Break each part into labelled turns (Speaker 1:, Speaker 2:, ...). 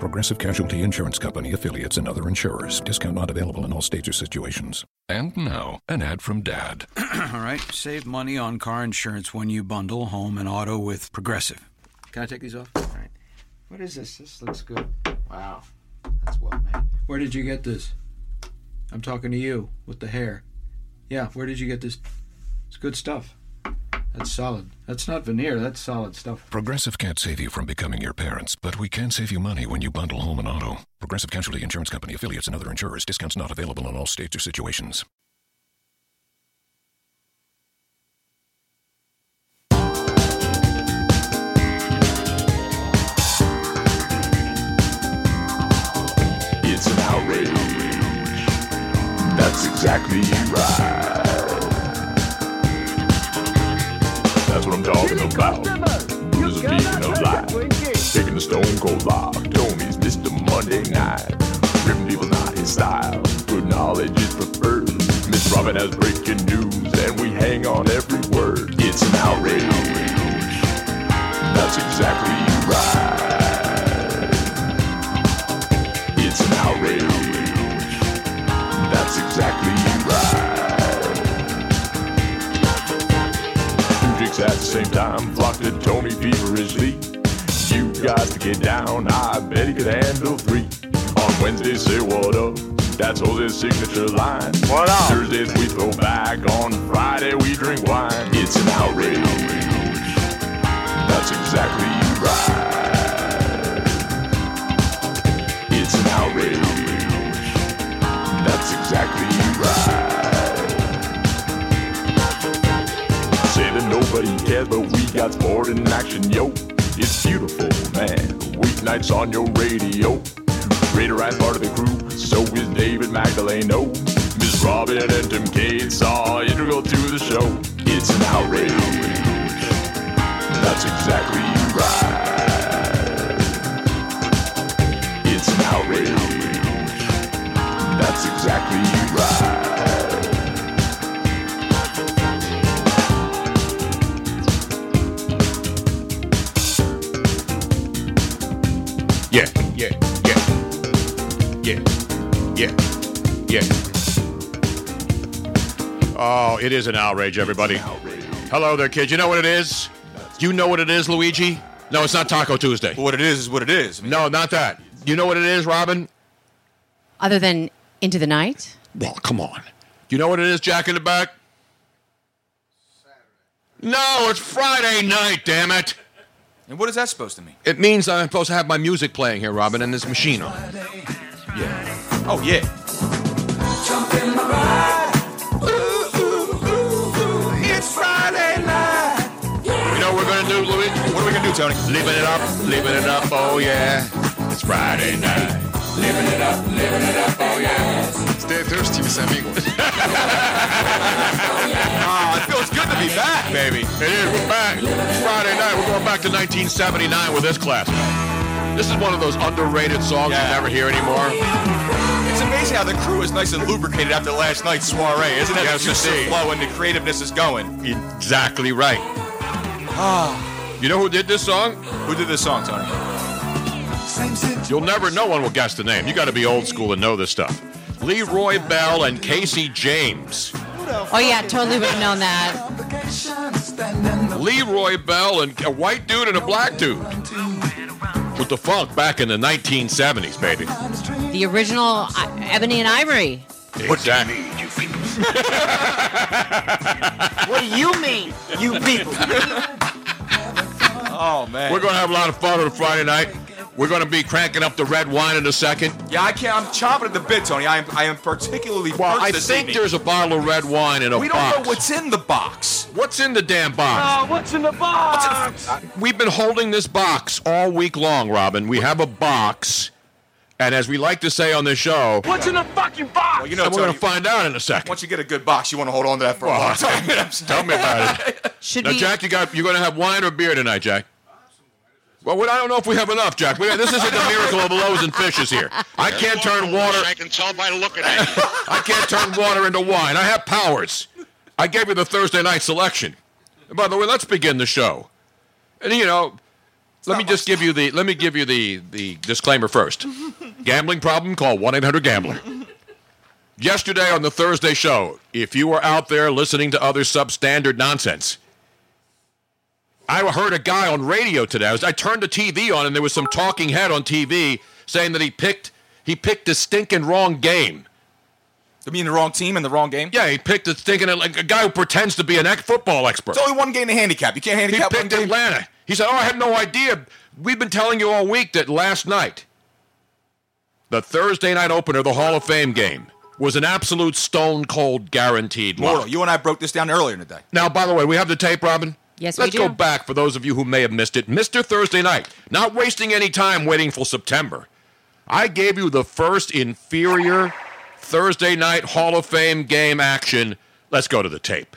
Speaker 1: Progressive Casualty Insurance Company affiliates and other insurers. Discount not available in all states or situations. And now, an ad from Dad.
Speaker 2: All right, save money on car insurance when you bundle home and auto with Progressive. Can I take these off? All right. What is this? This looks good. Wow. That's well made. Where did you get this? I'm talking to you with the hair. Yeah, where did you get this? It's good stuff. That's solid. That's not veneer, that's solid stuff.
Speaker 1: Progressive can't save you from becoming your parents, but we can save you money when you bundle home and auto. Progressive Casualty Insurance Company affiliates and other insurers. Discounts not available in all states or situations.
Speaker 3: It's an outrage. That's exactly right. That's what I'm talking about. Bruises being alive. Taking the stone cold lock. Tony's Mr. Monday night. Ripping people not his style. Good knowledge is preferred. Miss Robin has breaking news, and we hang on every word. It's an outrage. That's exactly right. It's an outrage. That's exactly right. Two dicks at the same time flocked to Tony feverishly. You guys to get down, I bet he could handle three. On Wednesday, say what up. That's Jose's signature line. What up? Thursdays we throw back. On Friday we drink wine. It's an outrage. That's exactly right. It's an outrage. That's exactly right. Say that nobody cares, but we got sport in action, yo. It's beautiful, man. Weeknights on your radio. Raider is part of the crew, so is David Magdaleno. Miss Robin and Tim Cates are integral to the show. It's an outrage. That's exactly right. It's an outrage. That's exactly right. Yeah, yeah, yeah. Yeah, yeah, yeah.
Speaker 4: Oh, it is an outrage, everybody. Hello there, kids. You know what it is? You know what it is, Luigi? No, it's not Taco Tuesday.
Speaker 5: What it is is what it is. I mean,
Speaker 4: No, not that. You know what it is, Robin?
Speaker 6: Other than Into the Night?
Speaker 4: Well, come on. You know what it is, Jack in the Back? No, it's Friday night, damn it.
Speaker 5: And what is that supposed to mean?
Speaker 4: It means I'm supposed to have my music playing here, Robin, and this machine on.
Speaker 5: Oh yeah.
Speaker 3: Jump in my ride. Ooh, ooh, ooh, ooh. It's Friday night.
Speaker 4: You know what we're gonna do, Louis? What are we gonna do, Tony? Living it up, living it up, oh yeah. It's Friday night. Living it up, living it up, oh yeah. Stay thirsty, mis amigos. Ah, it feels good to be back, baby. It is, we're back. It's Friday night, we're going back to 1979 with this class. This is one of those underrated songs you never hear anymore.
Speaker 5: It's amazing how the crew is nice and lubricated after last night's soiree, isn't it?
Speaker 4: Yes,
Speaker 5: the juice is
Speaker 4: indeed.
Speaker 5: flowing, the creativeness is going.
Speaker 4: Exactly right. Ah. You know who did this song? Who did this song, Tony? You'll never, no one will guess the name. You got to be old school and know this stuff. Leroy Bell and Casey James.
Speaker 7: Oh yeah, totally would have known that.
Speaker 4: Leroy Bell and a white dude and a black dude. With the funk back in the 1970s, baby.
Speaker 7: The original uh, Ebony and Ivory.
Speaker 4: Exactly.
Speaker 7: What do you mean, you people?
Speaker 4: Oh, man. We're going to have a lot of fun on Friday night. We're going to be cranking up the red wine in a second.
Speaker 5: Yeah, I can't. I'm chomping at the bit, Tony. I am. I am particularly.
Speaker 4: Well,
Speaker 5: perked
Speaker 4: I
Speaker 5: this
Speaker 4: think
Speaker 5: evening.
Speaker 4: there's a bottle of red wine in a
Speaker 5: We don't
Speaker 4: box.
Speaker 5: know what's in the box.
Speaker 4: What's in the damn box?
Speaker 3: what's in the box?
Speaker 4: We've been holding this box all week long, Robin. We have a box, and as we like to say on this show,
Speaker 3: What's in the fucking box?
Speaker 4: you know, we're going to find out in a second. Once you get a good box, you want to hold on to that for
Speaker 5: a long time.
Speaker 4: Tell me about it.
Speaker 7: Should
Speaker 4: now,
Speaker 7: we-
Speaker 4: Jack, you got you going to have wine or beer tonight, Jack? Well, we- I don't know if we have enough, Jack. We, this isn't the miracle of loaves and fishes here. I can't turn water. I can tell by looking at it. I can't turn water into wine. I have powers. I gave you the Thursday night selection. And by the way, let's begin the show. And you know, let me just give you the let me give you the the disclaimer first. Gambling problem? Call one eight hundred Gambler. Yesterday on the Thursday show, if you were out there listening to other substandard nonsense, I heard a guy on radio today. I, was, I turned the TV on and there was some talking head on TV saying that he picked he picked the stinking wrong game. You mean the wrong team and the wrong game? Yeah, he picked the stinking like a guy who pretends to be an ex- football expert.
Speaker 5: It's only one game to handicap. You can't handicap
Speaker 4: He
Speaker 5: one
Speaker 4: picked
Speaker 5: game.
Speaker 4: Atlanta. He said, "Oh, I had no idea. We've been telling you all week that last night, the Thursday night opener, the Hall of Fame game, was an absolute stone cold guaranteed
Speaker 5: Mortal.
Speaker 4: lock."
Speaker 5: You and I broke this down earlier in the day.
Speaker 4: Now, by the way, we have the tape, Robin.
Speaker 5: Yes, we
Speaker 4: Let's
Speaker 5: do.
Speaker 4: go back for those of you who may have missed it. Mr. Thursday night, not wasting any time waiting for September. I gave you the first inferior Thursday night Hall of Fame game action. Let's go to the tape.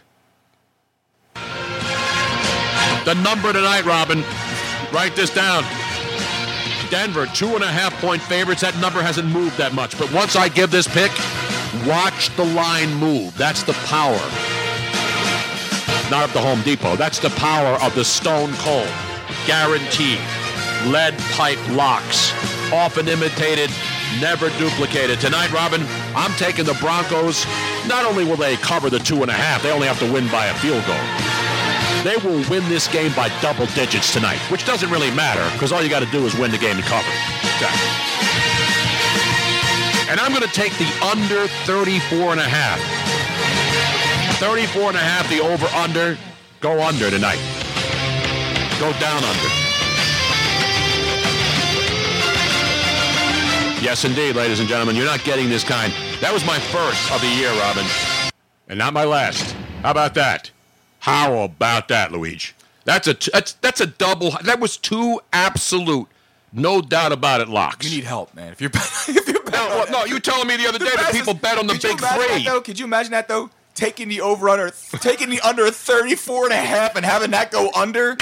Speaker 4: The number tonight, Robin. Write this down. Denver, two and a half point favorites. That number hasn't moved that much. But once I give this pick, watch the line move. That's the power. Not of the Home Depot. That's the power of the Stone Cold. Guaranteed. Lead pipe locks. Often imitated, never duplicated. Tonight, Robin, I'm taking the Broncos. Not only will they cover the two and a half, they only have to win by a field goal. They will win this game by double digits tonight, which doesn't really matter because all you got to do is win the game and cover. Okay. And I'm going to take the under 34 and a half. 34 and a half, the over under. Go under tonight. Go down under. Yes, indeed, ladies and gentlemen, you're not getting this kind. That was my first of the year, Robin, and not my last. How about that? How about that, Luigi? That's a that's that's a double. That was two absolute, no doubt about it. Locks. You need help, man. If you're no, no, you were telling me the other day that people bet on the
Speaker 5: Could you
Speaker 4: big
Speaker 5: imagine that,
Speaker 4: three.
Speaker 5: though? Could you imagine that though? Taking the over under, taking the under 34 and a half and having that go under?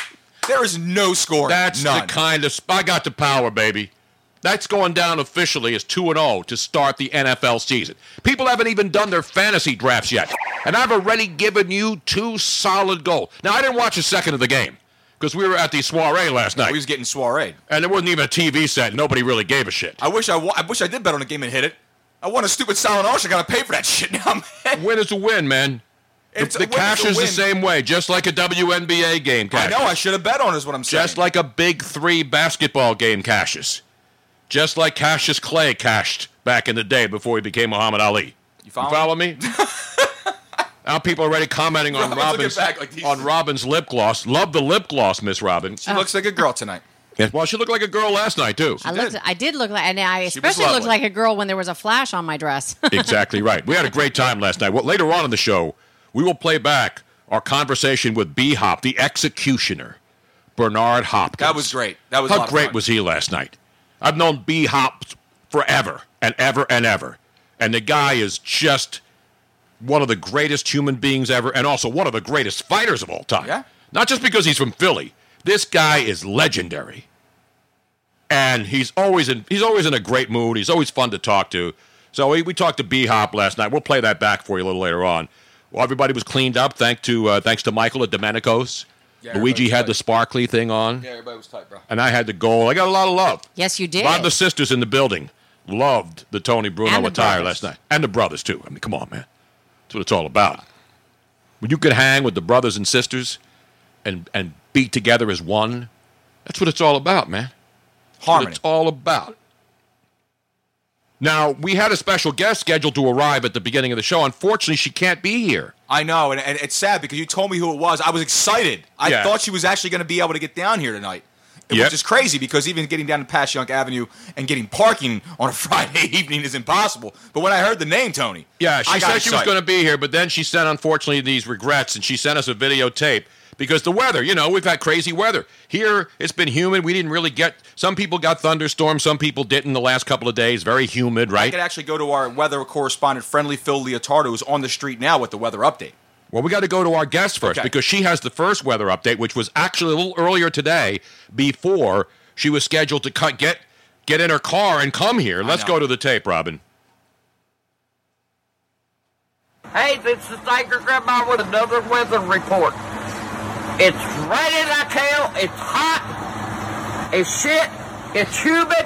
Speaker 5: There is no score.
Speaker 4: That's the
Speaker 5: None.
Speaker 4: kind of I got the power, baby. That's going down officially as 2 and 0 to start the NFL season. People haven't even done their fantasy drafts yet, and I've already given you two solid goals. Now, I didn't watch a second of the game because we were at the soiree last night. We was getting soiree. And there wasn't even a TV set. and Nobody really gave a shit.
Speaker 5: I wish I, wa- I wish I did bet on the game and hit it. I won a stupid silent arch. I gotta pay for that shit now, man.
Speaker 4: Win is a win, man. The,
Speaker 5: It's a
Speaker 4: the
Speaker 5: win,
Speaker 4: cash
Speaker 5: it's a
Speaker 4: is the
Speaker 5: win.
Speaker 4: same way, just like a WNBA game
Speaker 5: I
Speaker 4: cash.
Speaker 5: know I should have bet on it, is what I'm saying.
Speaker 4: Just like a big three basketball game cashes. Just like Cassius Clay cashed back in the day before he became Muhammad Ali. You follow, me? now people are already commenting on
Speaker 5: Robin's looking
Speaker 4: Robin's
Speaker 5: back like he's-
Speaker 4: on Robin's lip gloss. Love the lip gloss, Miss Robin.
Speaker 5: She looks like a girl tonight.
Speaker 4: Yeah, well, she looked like a girl last night too.
Speaker 7: I looked. I did look like, and I
Speaker 4: She was
Speaker 7: especially looked
Speaker 4: lovely.
Speaker 7: like a girl when there was a flash on my dress.
Speaker 4: exactly right. We had a great time last night. Well, later on in the show, we will play back our conversation with B Hop, the executioner, Bernard Hopkins.
Speaker 5: That was great. That was a
Speaker 4: how
Speaker 5: lot of
Speaker 4: great
Speaker 5: fun.
Speaker 4: was he last night? I've known B Hop forever and ever and ever, and the guy is just one of the greatest human beings ever, and also one of the greatest fighters of all time. Yeah. Not just because he's from Philly. This guy is legendary and he's always in he's always in a great mood. He's always fun to talk to. So we, we talked to B Hop last night. We'll play that back for you a little later on. Well, everybody was cleaned up. Thank to uh, thanks to Michael at Domenico's.
Speaker 5: Yeah,
Speaker 4: Luigi
Speaker 5: everybody
Speaker 4: had the sparkly thing on,
Speaker 5: Yeah, everybody was tight, bro.
Speaker 4: and I had the gold. I got a lot of love.
Speaker 7: yes, you
Speaker 4: A
Speaker 7: did.
Speaker 4: lot of the sisters in the building loved the Tony Bruno
Speaker 7: And the
Speaker 4: attire last
Speaker 7: brothers.
Speaker 4: night, and the brothers too. I mean, come on, man, that's what it's all about. When you could hang with the brothers and sisters, and and be together as one, that's what it's all about, man. That's what
Speaker 5: Harmony.
Speaker 4: it's all about. Now we had a special guest scheduled to arrive at the beginning of the show. Unfortunately, she can't be here.
Speaker 5: I know, and, and it's sad because you told me who it was. I was excited. I
Speaker 4: Yeah.
Speaker 5: thought she was actually going to be able to get down here tonight,
Speaker 4: Yep.
Speaker 5: which is crazy because even getting down to Passyunk Avenue and getting parking on a Friday evening is impossible. But when I heard the name Tony,
Speaker 4: Yeah, she
Speaker 5: I got
Speaker 4: said she was
Speaker 5: excited.
Speaker 4: going to be here, but then she sent, unfortunately, these regrets, and she sent us a videotape because the weather, you know, we've had crazy weather. Here, it's been humid. We didn't really get, some people got thunderstorms, some people didn't the last couple of days. Very humid,
Speaker 5: I
Speaker 4: right?
Speaker 5: could actually go to our weather correspondent, friendly Phil Leotardo, who's on the street now with the weather update.
Speaker 4: Well, we got to go to our guest first
Speaker 5: Okay.
Speaker 4: because she has the first weather update, which was actually a little earlier today before she was scheduled to cut, get, get in her car and come here. Let's
Speaker 5: know.
Speaker 4: go to the tape, Robin.
Speaker 8: Hey, this is Tiger Grandma with another weather report. It's raining like hell. It's hot. It's shit. It's humid.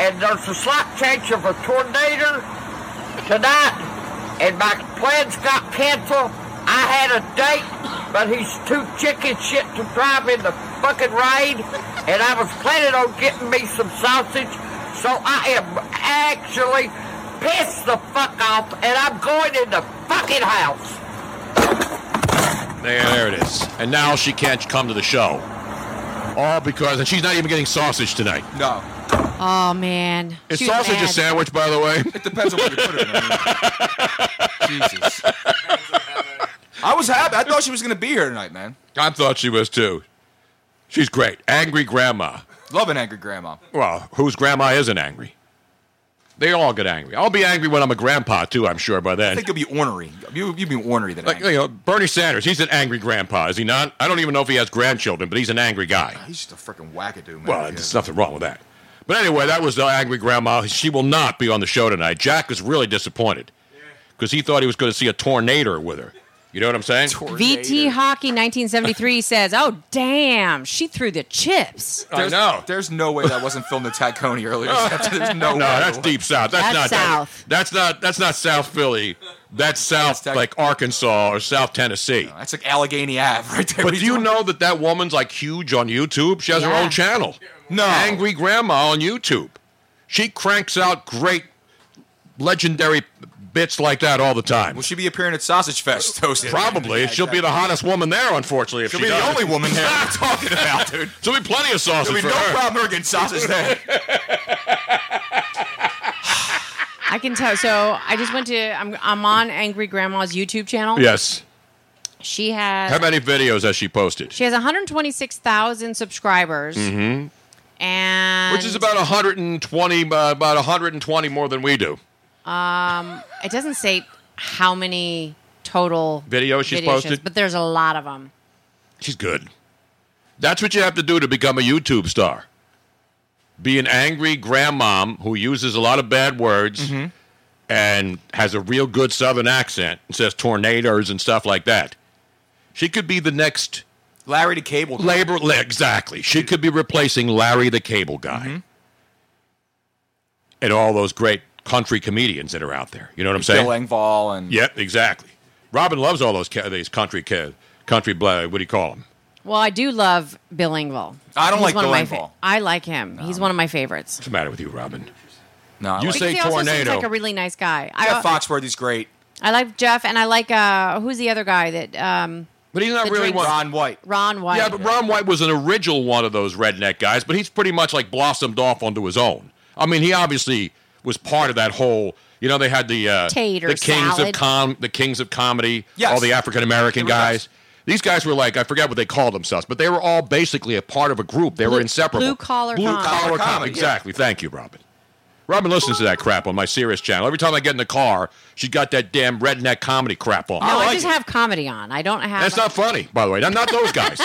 Speaker 8: And there's a slight chance of a tornado tonight. And my plans got canceled. I had a date, but he's too chicken shit to drive in the fucking rain. And I was planning on getting me some sausage. So I am actually pissed the fuck off, and I'm going in the fucking house.
Speaker 4: There, there it is. And now she can't come to the show. All because, and she's not even getting sausage tonight.
Speaker 5: No.
Speaker 7: oh man,
Speaker 4: Is
Speaker 7: She was
Speaker 4: sausage a
Speaker 7: mad.
Speaker 4: sandwich, by the way?
Speaker 5: It depends on where you put it. Jesus. I was happy. I thought she was going to be here tonight, man.
Speaker 4: I thought she was too. She's great. Angry grandma.
Speaker 5: Love an angry grandma.
Speaker 4: Well, whose grandma isn't angry? They all get angry. I'll be angry when I'm a grandpa too. I'm sure by
Speaker 5: I
Speaker 4: then.
Speaker 5: think you'll be ornery. You, you'll be ornery than
Speaker 4: Like
Speaker 5: angry.
Speaker 4: you know, Bernie Sanders, he's an angry grandpa, is he not? I don't even know if he has grandchildren, but he's an angry guy.
Speaker 5: He's just a freaking wackadoo, man.
Speaker 4: Well, there's nothing wrong with that. But anyway, that was the angry grandma. She will not be on the show tonight. Jack is really disappointed because he thought he was going to see a tornado with her. You know what I'm saying?
Speaker 7: VT Hockey 1973 says, "Oh damn, she threw the chips."
Speaker 5: There's,
Speaker 4: know.
Speaker 5: There's no way that wasn't filmed at Tacony earlier. There's no, way.
Speaker 4: that's deep south. That's, not
Speaker 7: That's
Speaker 4: that-
Speaker 7: south.
Speaker 4: that's not that's not South Philly. That's South like Arkansas or South Tennessee.
Speaker 5: Oh, That's like Allegheny Ave right there.
Speaker 4: But do you know that that woman's like huge on YouTube? She has her
Speaker 7: Yeah.
Speaker 4: own channel.
Speaker 5: No.
Speaker 4: Angry Grandma on YouTube. She cranks out great, legendary bits like that all the time.
Speaker 5: Will she be appearing at Sausage Fest? Toasted.
Speaker 4: Probably. She'll be the hottest woman there, unfortunately. If
Speaker 5: She'll
Speaker 4: she
Speaker 5: be the
Speaker 4: does.
Speaker 5: only woman there I'm talking about, dude.
Speaker 4: There'll be plenty of sausage
Speaker 5: There'll
Speaker 4: for
Speaker 5: be no
Speaker 4: her.
Speaker 5: problem her getting sausage there.
Speaker 7: I can tell. So I just went to. I'm, I'm on Angry Grandma's YouTube channel.
Speaker 4: Yes.
Speaker 7: She has.
Speaker 4: How many videos has she posted?
Speaker 7: She has 126,000 subscribers,
Speaker 4: Mm-hmm.
Speaker 7: and
Speaker 4: Which is about 120, uh, about 120 more than we do.
Speaker 7: Um, it doesn't say how many total
Speaker 4: Videos she's posted?
Speaker 7: but there's a lot of them.
Speaker 4: She's good. That's what you have to do to become a YouTube star. Be an angry grandmom who uses a lot of bad words and has a real good southern accent and says tornadoes and stuff like that. She could be the next
Speaker 5: Larry the Cable. Guy.
Speaker 4: labor. la- Exactly. She could be replacing Larry the Cable Guy and all those great country comedians that are out there. You know what I'm saying?
Speaker 5: Bill Engvall and
Speaker 4: Yep, exactly. Robin loves all those ca- these country ca- country bla- what do you call them?
Speaker 7: Well, I do love Bill Engvall.
Speaker 5: I don't
Speaker 7: He's
Speaker 5: like
Speaker 7: one of
Speaker 5: Bill
Speaker 7: my fa-
Speaker 5: Engvall.
Speaker 7: I like him. He's one of my favorites.
Speaker 4: What's the matter with you, Robin?
Speaker 5: no, I
Speaker 4: You
Speaker 5: like
Speaker 4: say
Speaker 7: he also seems
Speaker 4: tornado.
Speaker 7: like a really nice guy. I,
Speaker 5: Jeff Foxworthy's great.
Speaker 7: I like Jeff, and I like uh, who's the other guy that um,
Speaker 4: But he's not
Speaker 7: The
Speaker 4: really
Speaker 7: drinks-
Speaker 4: one.
Speaker 7: Ron
Speaker 5: White.
Speaker 7: Ron White.
Speaker 4: Yeah, but Ron White was an original one of those redneck guys, but he's pretty much like blossomed off onto his own. I mean, he obviously was part of that whole. You know, they had the uh,
Speaker 7: Tater
Speaker 4: the kings of
Speaker 7: salad.
Speaker 4: com, the kings of comedy,
Speaker 7: Yes.
Speaker 4: all the African American guys. These guys were like I forget what they called themselves, but they were all basically a part of a group. They were inseparable.
Speaker 7: blue-collar comedy.
Speaker 4: collar
Speaker 7: Blue-collar
Speaker 4: comedy.
Speaker 7: comedy, yeah.
Speaker 4: Exactly. Thank you, Robin. Robin listens to that crap on my serious channel. Every time I get in the car, she got that damn redneck comedy crap on.
Speaker 7: No, I, just have comedy on. I don't have.
Speaker 4: That's not funny, by the way. I'm not those guys.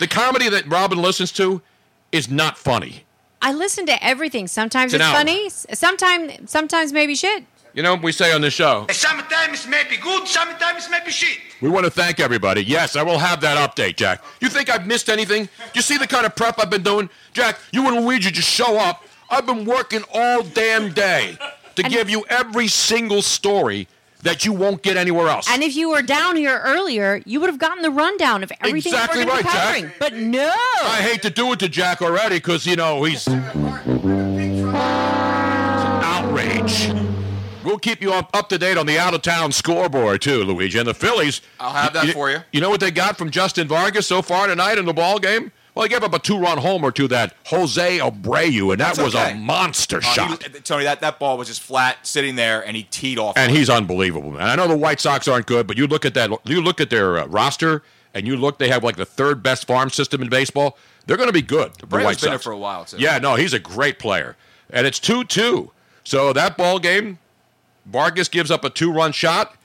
Speaker 4: the comedy that Robin listens to is not funny.
Speaker 7: I listen to everything. Sometimes
Speaker 4: It's
Speaker 7: it's,
Speaker 4: an hour.
Speaker 7: funny. Sometimes, sometimes maybe shit.
Speaker 4: You know, we say on the show,
Speaker 8: Sometimes may be good, sometimes may be shit.
Speaker 4: we want to thank everybody. Yes, I will have that update, Jack. You think I've missed anything? You see the kind of prep I've been doing? Jack, you and Luigi just show up. I've been working all damn day to give you every single story that you won't get anywhere else.
Speaker 7: And if you were down here earlier, you would have gotten the rundown of everything that
Speaker 4: exactly
Speaker 7: we're going
Speaker 4: right,
Speaker 7: to be covering.
Speaker 4: Jack.
Speaker 7: But no.
Speaker 4: I hate to do it to Jack already because, you know, he's. It's an outrage. We'll keep you up, up to date on the out of town scoreboard, too, Luigi. And the Phillies.
Speaker 5: I'll have that
Speaker 4: you,
Speaker 5: for you.
Speaker 4: You know what they got from Justin Vargas so far tonight in the ball game? Well, they gave up a two run homer to that Jose Abreu, and that
Speaker 5: That's
Speaker 4: was
Speaker 5: okay.
Speaker 4: a monster
Speaker 5: Uh, he-
Speaker 4: shot.
Speaker 5: Tony, that, that ball was just flat sitting there, and he teed off.
Speaker 4: and
Speaker 5: it.
Speaker 4: he's unbelievable, man. I know the White Sox aren't good, but you look at that, you look at their uh, roster, and you look, they have like the third best farm system in baseball. They're going to be good. The,
Speaker 5: Braylon's
Speaker 4: White
Speaker 5: been there
Speaker 4: Sox.
Speaker 5: for a while, too.
Speaker 4: Yeah, no, he's a great player, and it's two-two. So that ball game, Vargas gives up a two-run shot,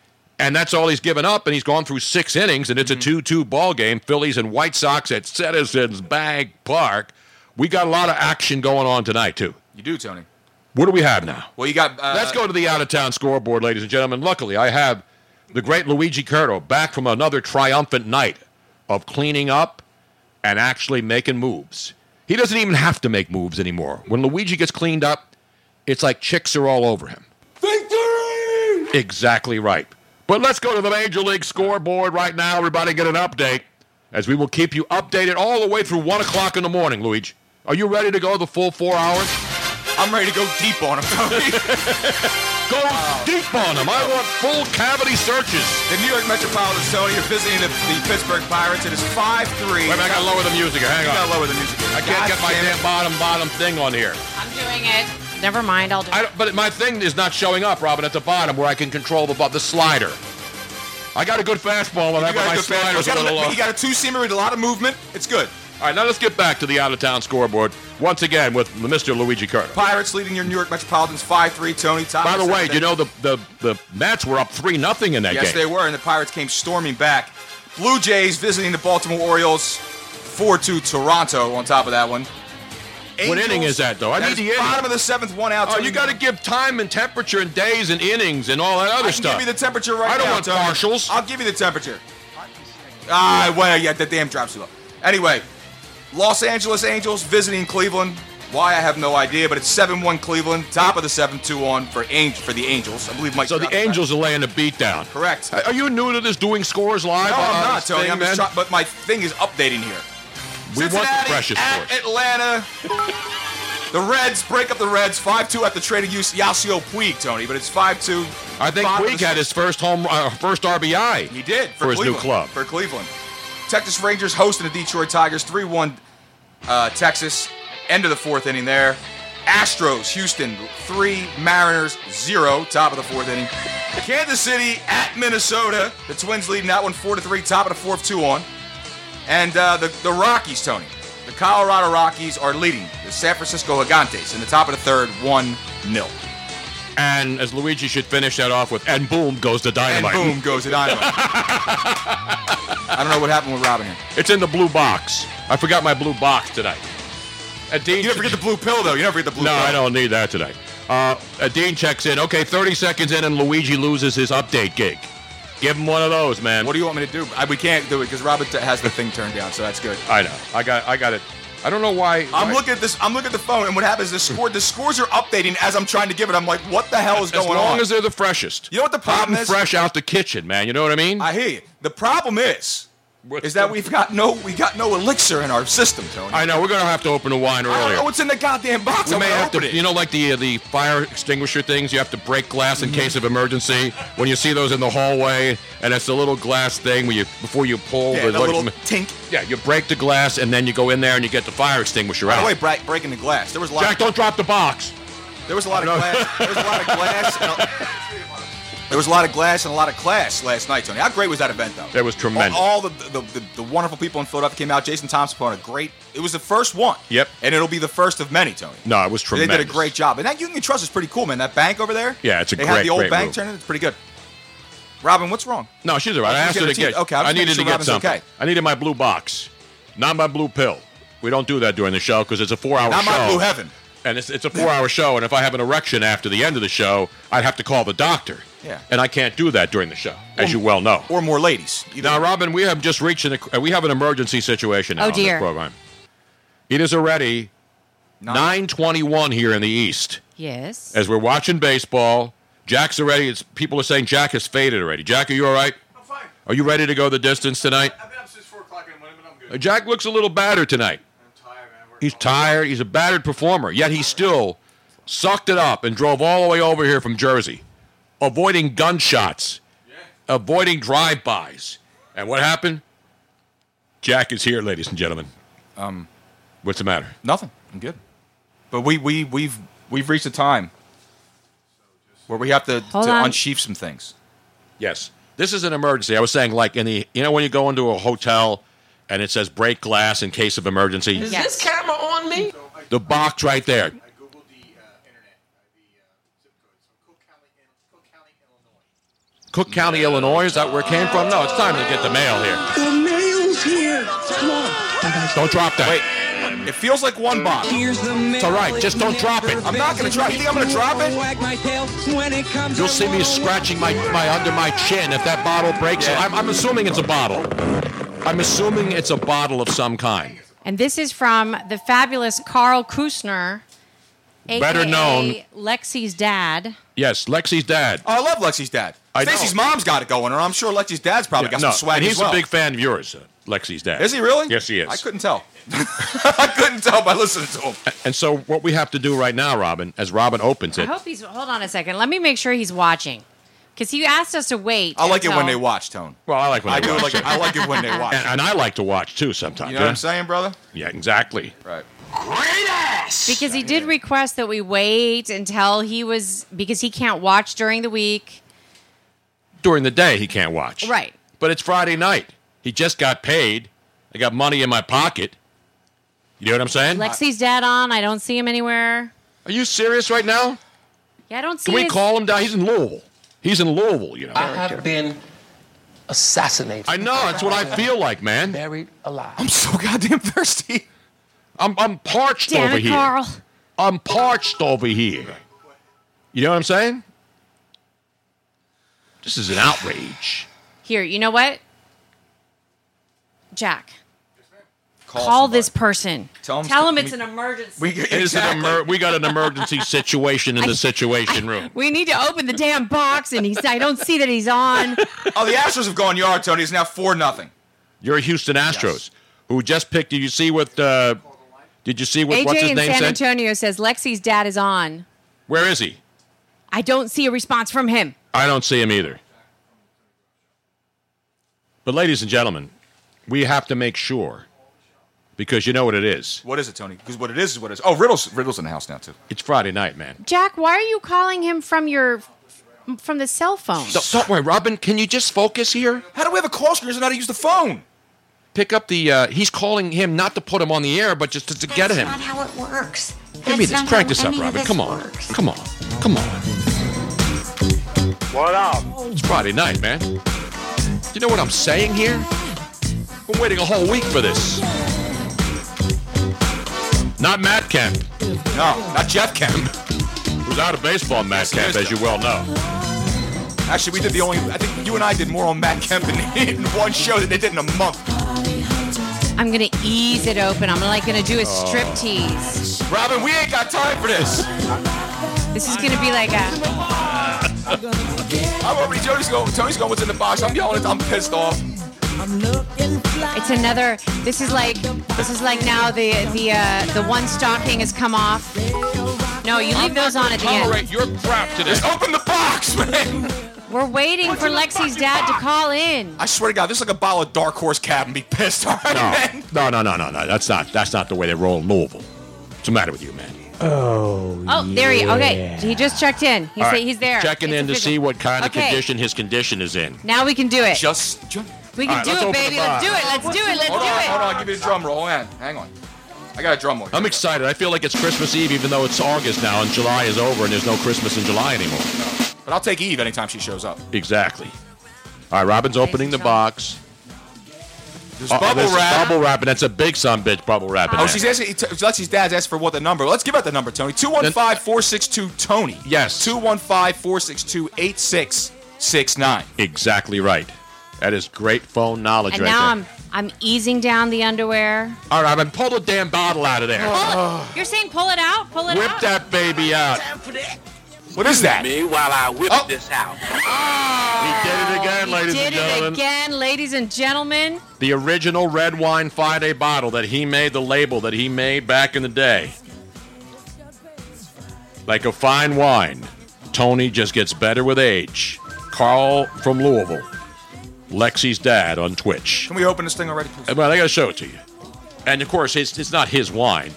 Speaker 4: and that's all he's given up. And he's gone through six innings, and it's a two-two ball game. Phillies and White Sox at Citizens Bank Park. We got a lot of action going on tonight too.
Speaker 5: You do, Tony.
Speaker 4: What do we have now?
Speaker 5: Well, you got. Uh,
Speaker 4: Let's go to the out of town scoreboard, ladies and gentlemen. Luckily, I have the great Luigi Curto back from another triumphant night of cleaning up and actually making moves. He doesn't even have to make moves anymore. When Luigi gets cleaned up, it's like chicks are all over him. Victory! Exactly right. But let's go to the Major League scoreboard right now. Everybody get an update as we will keep you updated all the way through 1 o'clock in the morning, Luigi. Are you ready to go the full four hours?
Speaker 5: I'm ready to go deep on him, Tony.
Speaker 4: go deep on him. I want full cavity searches.
Speaker 5: The New York Metropolitan Tony, you're visiting the, the Pittsburgh Pirates. It is 5 3. Wait
Speaker 4: a minute, I gotta lower the music here. Hang
Speaker 5: you
Speaker 4: on.
Speaker 5: gotta lower the music.
Speaker 4: I can't get my damn bottom bottom thing on here.
Speaker 7: I'm doing it. Never mind. I'll do
Speaker 4: I don't, but my thing is not showing up, Robin, at the bottom where I can control the bu- the slider. I got a good fastball on that, but my slider's a little
Speaker 5: You
Speaker 4: off.
Speaker 5: got a two seamer with a lot of movement. It's good.
Speaker 4: All right, now let's get back to the out of town scoreboard once again with Mr. Luigi Curto.
Speaker 5: Pirates leading your New York Metropolitans 5 3. Tony top.
Speaker 4: By
Speaker 5: of
Speaker 4: the way,
Speaker 5: seventh
Speaker 4: do you know the, the, the Mets were up three nothing in that
Speaker 5: Yes,
Speaker 4: game.
Speaker 5: they were, and the Pirates came storming back. Blue Jays visiting the Baltimore Orioles, 4-2 Toronto. On top of that one,
Speaker 4: what
Speaker 5: Angels-
Speaker 4: inning is that though? I need
Speaker 5: is
Speaker 4: the inning.
Speaker 5: bottom of the seventh, one out.
Speaker 4: Oh,
Speaker 5: Tony.
Speaker 4: you got to give time and temperature and days and innings and all that
Speaker 5: I
Speaker 4: other
Speaker 5: can
Speaker 4: stuff.
Speaker 5: Give you the temperature right now.
Speaker 4: I don't want
Speaker 5: Tony.
Speaker 4: partials.
Speaker 5: I'll give you the temperature. Ah, well, yeah, the damn drops too low. Anyway, Los Angeles Angels visiting Cleveland. Why I have no idea, but it's seven-one Cleveland, top of the seven-two on for Angel for the Angels. I believe Mike.
Speaker 4: So the
Speaker 5: Trout's back.
Speaker 4: Angels are laying a beat down.
Speaker 5: Correct.
Speaker 4: Are you new to this doing scores live?
Speaker 5: No,
Speaker 4: on
Speaker 5: I'm not,
Speaker 4: this
Speaker 5: Tony.
Speaker 4: thing,
Speaker 5: I'm just
Speaker 4: man?
Speaker 5: try- but my thing is updating here.
Speaker 4: We want the
Speaker 5: Cincinnati
Speaker 4: precious
Speaker 5: at
Speaker 4: scores.
Speaker 5: Atlanta. the Reds break up the Reds 5-2 after trading use Yasiel Puig, Tony, but it's 5-2.
Speaker 4: I think
Speaker 5: Bottom of
Speaker 4: Puig
Speaker 5: the
Speaker 4: had his first home, uh, first RBI.
Speaker 5: He did for,
Speaker 4: for his new
Speaker 5: Cleveland,
Speaker 4: club.
Speaker 5: For Cleveland, Texas Rangers hosting the Detroit Tigers, three-one uh, Texas. End of the fourth inning there. Astros, Houston, three. Mariners, zero. Top of the fourth inning. Kansas City at Minnesota. The Twins leading that one four to three. Top of the fourth, two on. And uh, the the Rockies, Tony. The Colorado Rockies are leading the San Francisco Gigantes in the top of the third, one 0
Speaker 4: And as Luigi should finish that off with, and boom goes the
Speaker 5: And
Speaker 4: dynamite.
Speaker 5: boom goes the dynamite. I don't know what happened with Robin here.
Speaker 4: It's in the blue box. I forgot my blue box tonight. Uh, Dean,
Speaker 5: You never get the blue pill though. You never get the blue
Speaker 4: no,
Speaker 5: pill.
Speaker 4: I don't need that tonight. Uh, uh, Dean checks in. Okay, 30 seconds in, and Luigi loses his update gig. Give him one of those, man.
Speaker 5: What do you want me to do? I, we can't do it because Robert has the thing turned down, so that's good.
Speaker 4: I know. I got. I got it. I don't know why.
Speaker 5: I'm
Speaker 4: why-
Speaker 5: looking at this. I'm looking at the phone, and what happens? is The score. The scores are updating as I'm trying to give it. I'm like, what the hell is
Speaker 4: As
Speaker 5: going
Speaker 4: long
Speaker 5: on?
Speaker 4: as they're the freshest.
Speaker 5: you know what the
Speaker 4: Hot
Speaker 5: problem
Speaker 4: and
Speaker 5: is?
Speaker 4: fresh out the kitchen, man. You know what I mean?
Speaker 5: I hear you. The problem is is that we've got no we got no elixir in our system, Tony.
Speaker 4: I know we're gonna have to open a wine
Speaker 5: I don't
Speaker 4: earlier.
Speaker 5: know what's in the goddamn box.
Speaker 4: We
Speaker 5: I'm
Speaker 4: may
Speaker 5: gonna
Speaker 4: have
Speaker 5: open
Speaker 4: to,
Speaker 5: it.
Speaker 4: you know, like the uh, the fire extinguisher things. You have to break glass
Speaker 5: Mm-hmm.
Speaker 4: in case of emergency. When you see those in the hallway, and it's a little glass thing where you before you pull
Speaker 5: Yeah,
Speaker 4: the
Speaker 5: the little tink.
Speaker 4: Yeah, you break the glass, and then you go in there and you get the fire extinguisher
Speaker 5: By
Speaker 4: out.
Speaker 5: the way, Bra- breaking the glass. There was a lot.
Speaker 4: Jack,
Speaker 5: of,
Speaker 4: don't drop the box.
Speaker 5: there was a lot of glass. There was a lot of glass. And a, there was a lot of glass and a lot of class last night, Tony. How great was that event, though?
Speaker 4: That was tremendous.
Speaker 5: All, all the, the, the the wonderful people in Philadelphia came out. Jason Thompson put on a great. It was the first one.
Speaker 4: Yep.
Speaker 5: And it'll be the first of many, Tony.
Speaker 4: No, it was tremendous.
Speaker 5: They did a great job. And that Union Trust is pretty cool, man. That bank over there.
Speaker 4: Yeah, it's a
Speaker 5: they
Speaker 4: great,
Speaker 5: had the old
Speaker 4: great
Speaker 5: bank
Speaker 4: move.
Speaker 5: turned in. It's pretty good. Robin, what's wrong?
Speaker 4: No, she's all right.
Speaker 5: Oh,
Speaker 4: I
Speaker 5: she's
Speaker 4: asked her to
Speaker 5: guaranteed.
Speaker 4: get.
Speaker 5: Okay, I was
Speaker 4: I
Speaker 5: making
Speaker 4: needed
Speaker 5: sure
Speaker 4: to get
Speaker 5: Robin's
Speaker 4: something.
Speaker 5: okay.
Speaker 4: I needed my blue box, not my blue pill. We don't do that during the show because it's a four-hour
Speaker 5: Not
Speaker 4: show.
Speaker 5: my blue heaven.
Speaker 4: And it's, it's a four-hour show, and if I have an erection after the end of the show, I'd have to call the doctor.
Speaker 5: Yeah.
Speaker 4: And I can't do that during the show, as you well know.
Speaker 5: Or more ladies.
Speaker 4: Now, Robin, we have just reached an uh, we have an emergency situation now
Speaker 7: Oh,
Speaker 4: on this
Speaker 7: dear.
Speaker 4: program. It is already nine twenty-one here in the East
Speaker 7: Yes.
Speaker 4: as we're watching baseball. Jack's already. It's, people are saying Jack has faded already. Jack, are you all right? I'm fine. Are you ready to go the distance tonight? I've been up since four o'clock in the morning, but I'm good. Jack looks a little battered tonight. He's tired. He's a battered performer. Yet he still sucked it up and drove all the way over here from Jersey, avoiding gunshots, avoiding drive-bys. And what happened? Jack is here, ladies and gentlemen.
Speaker 5: Um,
Speaker 4: What's the matter?
Speaker 5: Nothing. I'm good. But we we we've we've reached a time where we have to,
Speaker 4: Hold
Speaker 5: to
Speaker 4: on.
Speaker 5: unsheath some things.
Speaker 4: Yes. This is an emergency. I was saying, like, in the, you know, when you go into a hotel and it says break glass in case of emergency,
Speaker 9: Is this camera on me?
Speaker 4: the box right there. Cook County, Illinois. Is that where it came from? No, it's time to get the mail here.
Speaker 9: The mail's here. Come on.
Speaker 4: Don't drop that.
Speaker 5: Wait, it feels like one bomb.
Speaker 9: Here's the
Speaker 4: It's all right. Just don't drop it.
Speaker 5: I'm not gonna drop. You think I'm gonna drop it?
Speaker 9: it?
Speaker 4: You'll see me scratching my, my under my chin if that bottle breaks. I'm, I'm assuming it's a bottle. I'm assuming it's a bottle of some kind.
Speaker 7: And this is from the fabulous Carl Kusner, aka
Speaker 4: Better known-
Speaker 7: Lexi's dad.
Speaker 4: Yes, Lexi's dad.
Speaker 5: Oh, I love Lexi's dad.
Speaker 4: I know.
Speaker 5: Stacy's mom's got it going on. I'm sure Lexi's dad's probably
Speaker 4: Yeah,
Speaker 5: got
Speaker 4: no,
Speaker 5: some swag
Speaker 4: and he's
Speaker 5: as well.
Speaker 4: a big fan of yours, uh, Lexi's dad.
Speaker 5: Is he really?
Speaker 4: Yes, he is.
Speaker 5: I couldn't tell. I couldn't tell by listening to him.
Speaker 4: And so what we have to do right now, Robin, as Robin opens
Speaker 7: I
Speaker 4: it,
Speaker 7: hope he's. Hold on a second. Let me make sure he's watching, because he asked us to wait.
Speaker 5: I like it when
Speaker 7: until-
Speaker 5: they watch, Tone.
Speaker 4: Well, I like when
Speaker 5: I
Speaker 4: they
Speaker 5: do
Speaker 4: watch.
Speaker 5: like it- I like it when they watch.
Speaker 4: and, and I like to watch too sometimes.
Speaker 5: You know what
Speaker 4: yeah?
Speaker 5: I'm saying, brother?
Speaker 4: Yeah, exactly.
Speaker 5: Right.
Speaker 7: Because he did request that we wait until he was because he can't watch during the week.
Speaker 4: During the day, he can't watch.
Speaker 7: Right.
Speaker 4: But it's Friday night. He just got paid. I got money in my pocket. You know what I'm saying?
Speaker 7: Lexi's dad on. I don't see him anywhere.
Speaker 4: Are you serious right now?
Speaker 7: Yeah, I don't see.
Speaker 4: Can we
Speaker 7: his-
Speaker 4: call him down? He's in Louisville. He's in Louisville, you know.
Speaker 9: I have been assassinated.
Speaker 4: I know. That's what I feel like, man.
Speaker 9: Buried alive.
Speaker 5: I'm so goddamn thirsty.
Speaker 4: I'm, I'm parched
Speaker 7: Damn
Speaker 4: over
Speaker 7: it,
Speaker 4: here.
Speaker 7: Carl.
Speaker 4: I'm parched over here. You know what I'm saying? This is an outrage.
Speaker 7: Here, you know what, Jack. Call,
Speaker 5: somebody.
Speaker 7: this person.
Speaker 5: Tell him-
Speaker 7: Tell him it's
Speaker 5: we-
Speaker 7: an emergency.
Speaker 5: We,
Speaker 4: It is an emer- we got an emergency situation in the situation room.
Speaker 7: We need to open the damn box, and he's. I don't see that he's on.
Speaker 5: oh, the Astros have gone yard, Tony. It's now four nothing.
Speaker 4: You're a Houston Astros who just picked. Did you see what? Uh, did you see what? what's
Speaker 7: AJ
Speaker 4: his
Speaker 7: in
Speaker 4: name
Speaker 7: San
Speaker 4: said?
Speaker 7: Antonio says Lexi's dad is on.
Speaker 4: Where is he?
Speaker 7: I don't see a response from him.
Speaker 4: I don't see him either. But ladies and gentlemen, we have to make sure because you know what it is.
Speaker 5: What is it, Tony? Because what it is is what it is. Oh, Riddle's Riddle's in the house now too.
Speaker 4: It's Friday night, man.
Speaker 7: Jack, why are you calling him from your from the cell phone?
Speaker 4: Don't, don't worry, Robin. Can you just focus here?
Speaker 5: How do we have a call screen who doesn't know how to use the phone?
Speaker 4: Pick up the. Uh, he's calling him not to put him on the air, but just to, to get him.
Speaker 10: That's not how it works.
Speaker 4: Give me
Speaker 10: That's
Speaker 4: this.
Speaker 10: not
Speaker 4: Crank
Speaker 10: how
Speaker 4: this up,
Speaker 10: any of
Speaker 4: Robin.
Speaker 10: this
Speaker 4: Come on.
Speaker 10: works.
Speaker 4: Come on. Come on.
Speaker 11: What up?
Speaker 4: It's Friday night, man. Do you know what I'm saying here? Been waiting a whole week for this. Not Matt Kemp,
Speaker 5: No, not Jeff Kemp.
Speaker 4: who's out of baseball, Matt Kemp, as you well know.
Speaker 5: Actually, we did the only. I think you and I did more on Matt Kemp in, in one show than they did in a month.
Speaker 7: I'm gonna ease it open. I'm like gonna do a strip
Speaker 4: Oh.
Speaker 7: tease.
Speaker 5: Robin, we ain't got time for this.
Speaker 7: This is gonna be like a
Speaker 5: I'm already Tony's going. Tony's going. What's in the box? I'm yelling. at- I'm pissed off.
Speaker 7: It's another. This is like this is like now the the uh, the one stocking has come off. No, you leave those on at the end.
Speaker 10: Tolerate your crap today.
Speaker 5: Just open the box, man.
Speaker 7: We're waiting for Lexi's dad to call in.
Speaker 5: I swear to God, this is like a bottle of Dark Horse Cab and be pissed. All right, man.
Speaker 4: No, no, no, no, no. That's not. That's not the way they roll in Louisville. What's the matter with you, man?
Speaker 11: Oh.
Speaker 7: Oh, there he. Okay, he just checked in. He's,
Speaker 4: All right,
Speaker 7: he's there.
Speaker 4: Checking
Speaker 7: It's
Speaker 4: in to
Speaker 7: official.
Speaker 4: see what kind of
Speaker 7: Okay.
Speaker 4: condition his condition is in.
Speaker 7: Now we can do it.
Speaker 5: Just,
Speaker 7: we can
Speaker 4: All right, let's
Speaker 7: do it,
Speaker 4: open
Speaker 7: baby.
Speaker 4: the box.
Speaker 7: Let's do it. Let's do it. Let's
Speaker 5: hold
Speaker 7: do
Speaker 5: on,
Speaker 7: it.
Speaker 5: Hold on, give me the drum roll. Hang on, hang on. I got a drum roll.
Speaker 4: I'm excited. I feel like it's Christmas Eve, even though it's August now and July is over, and there's no Christmas in July anymore.
Speaker 5: But I'll take Eve anytime she shows up.
Speaker 4: Exactly. All right, Robin's opening the box. Oh,
Speaker 5: There's bubble wrap.
Speaker 4: Bubble wrap, and that's a big son bitch bubble wrap. in
Speaker 5: Oh,
Speaker 4: there.
Speaker 5: she's asking. T- Lexi's dad's asked for what the number. Let's give out the number, Tony. 215 462 Tony. Yes. 215 462 8669.
Speaker 4: Exactly right. That is great phone knowledge
Speaker 7: And
Speaker 4: right
Speaker 7: now
Speaker 4: there.
Speaker 7: I'm I'm easing down the underwear.
Speaker 4: All right, Robin, pull the damn bottle out of there. Oh,
Speaker 7: You're saying pull it out. Oh. Pull it
Speaker 4: Whip
Speaker 7: out.
Speaker 4: that baby out. Oh.
Speaker 5: What is that?
Speaker 10: Me while I whip this out.
Speaker 4: Did it again, ladies
Speaker 7: Did
Speaker 4: and gentlemen.
Speaker 7: it again, ladies and gentlemen.
Speaker 4: The original red wine Friday bottle that he made, the label that he made back in the day. Like a fine wine, Tony just gets better with age. Carl from Louisville, Lexi's dad on Twitch. Uh,
Speaker 5: Can we open this thing already, please?
Speaker 4: Well, I gotta show it to you. And of course, it's, it's not his wine.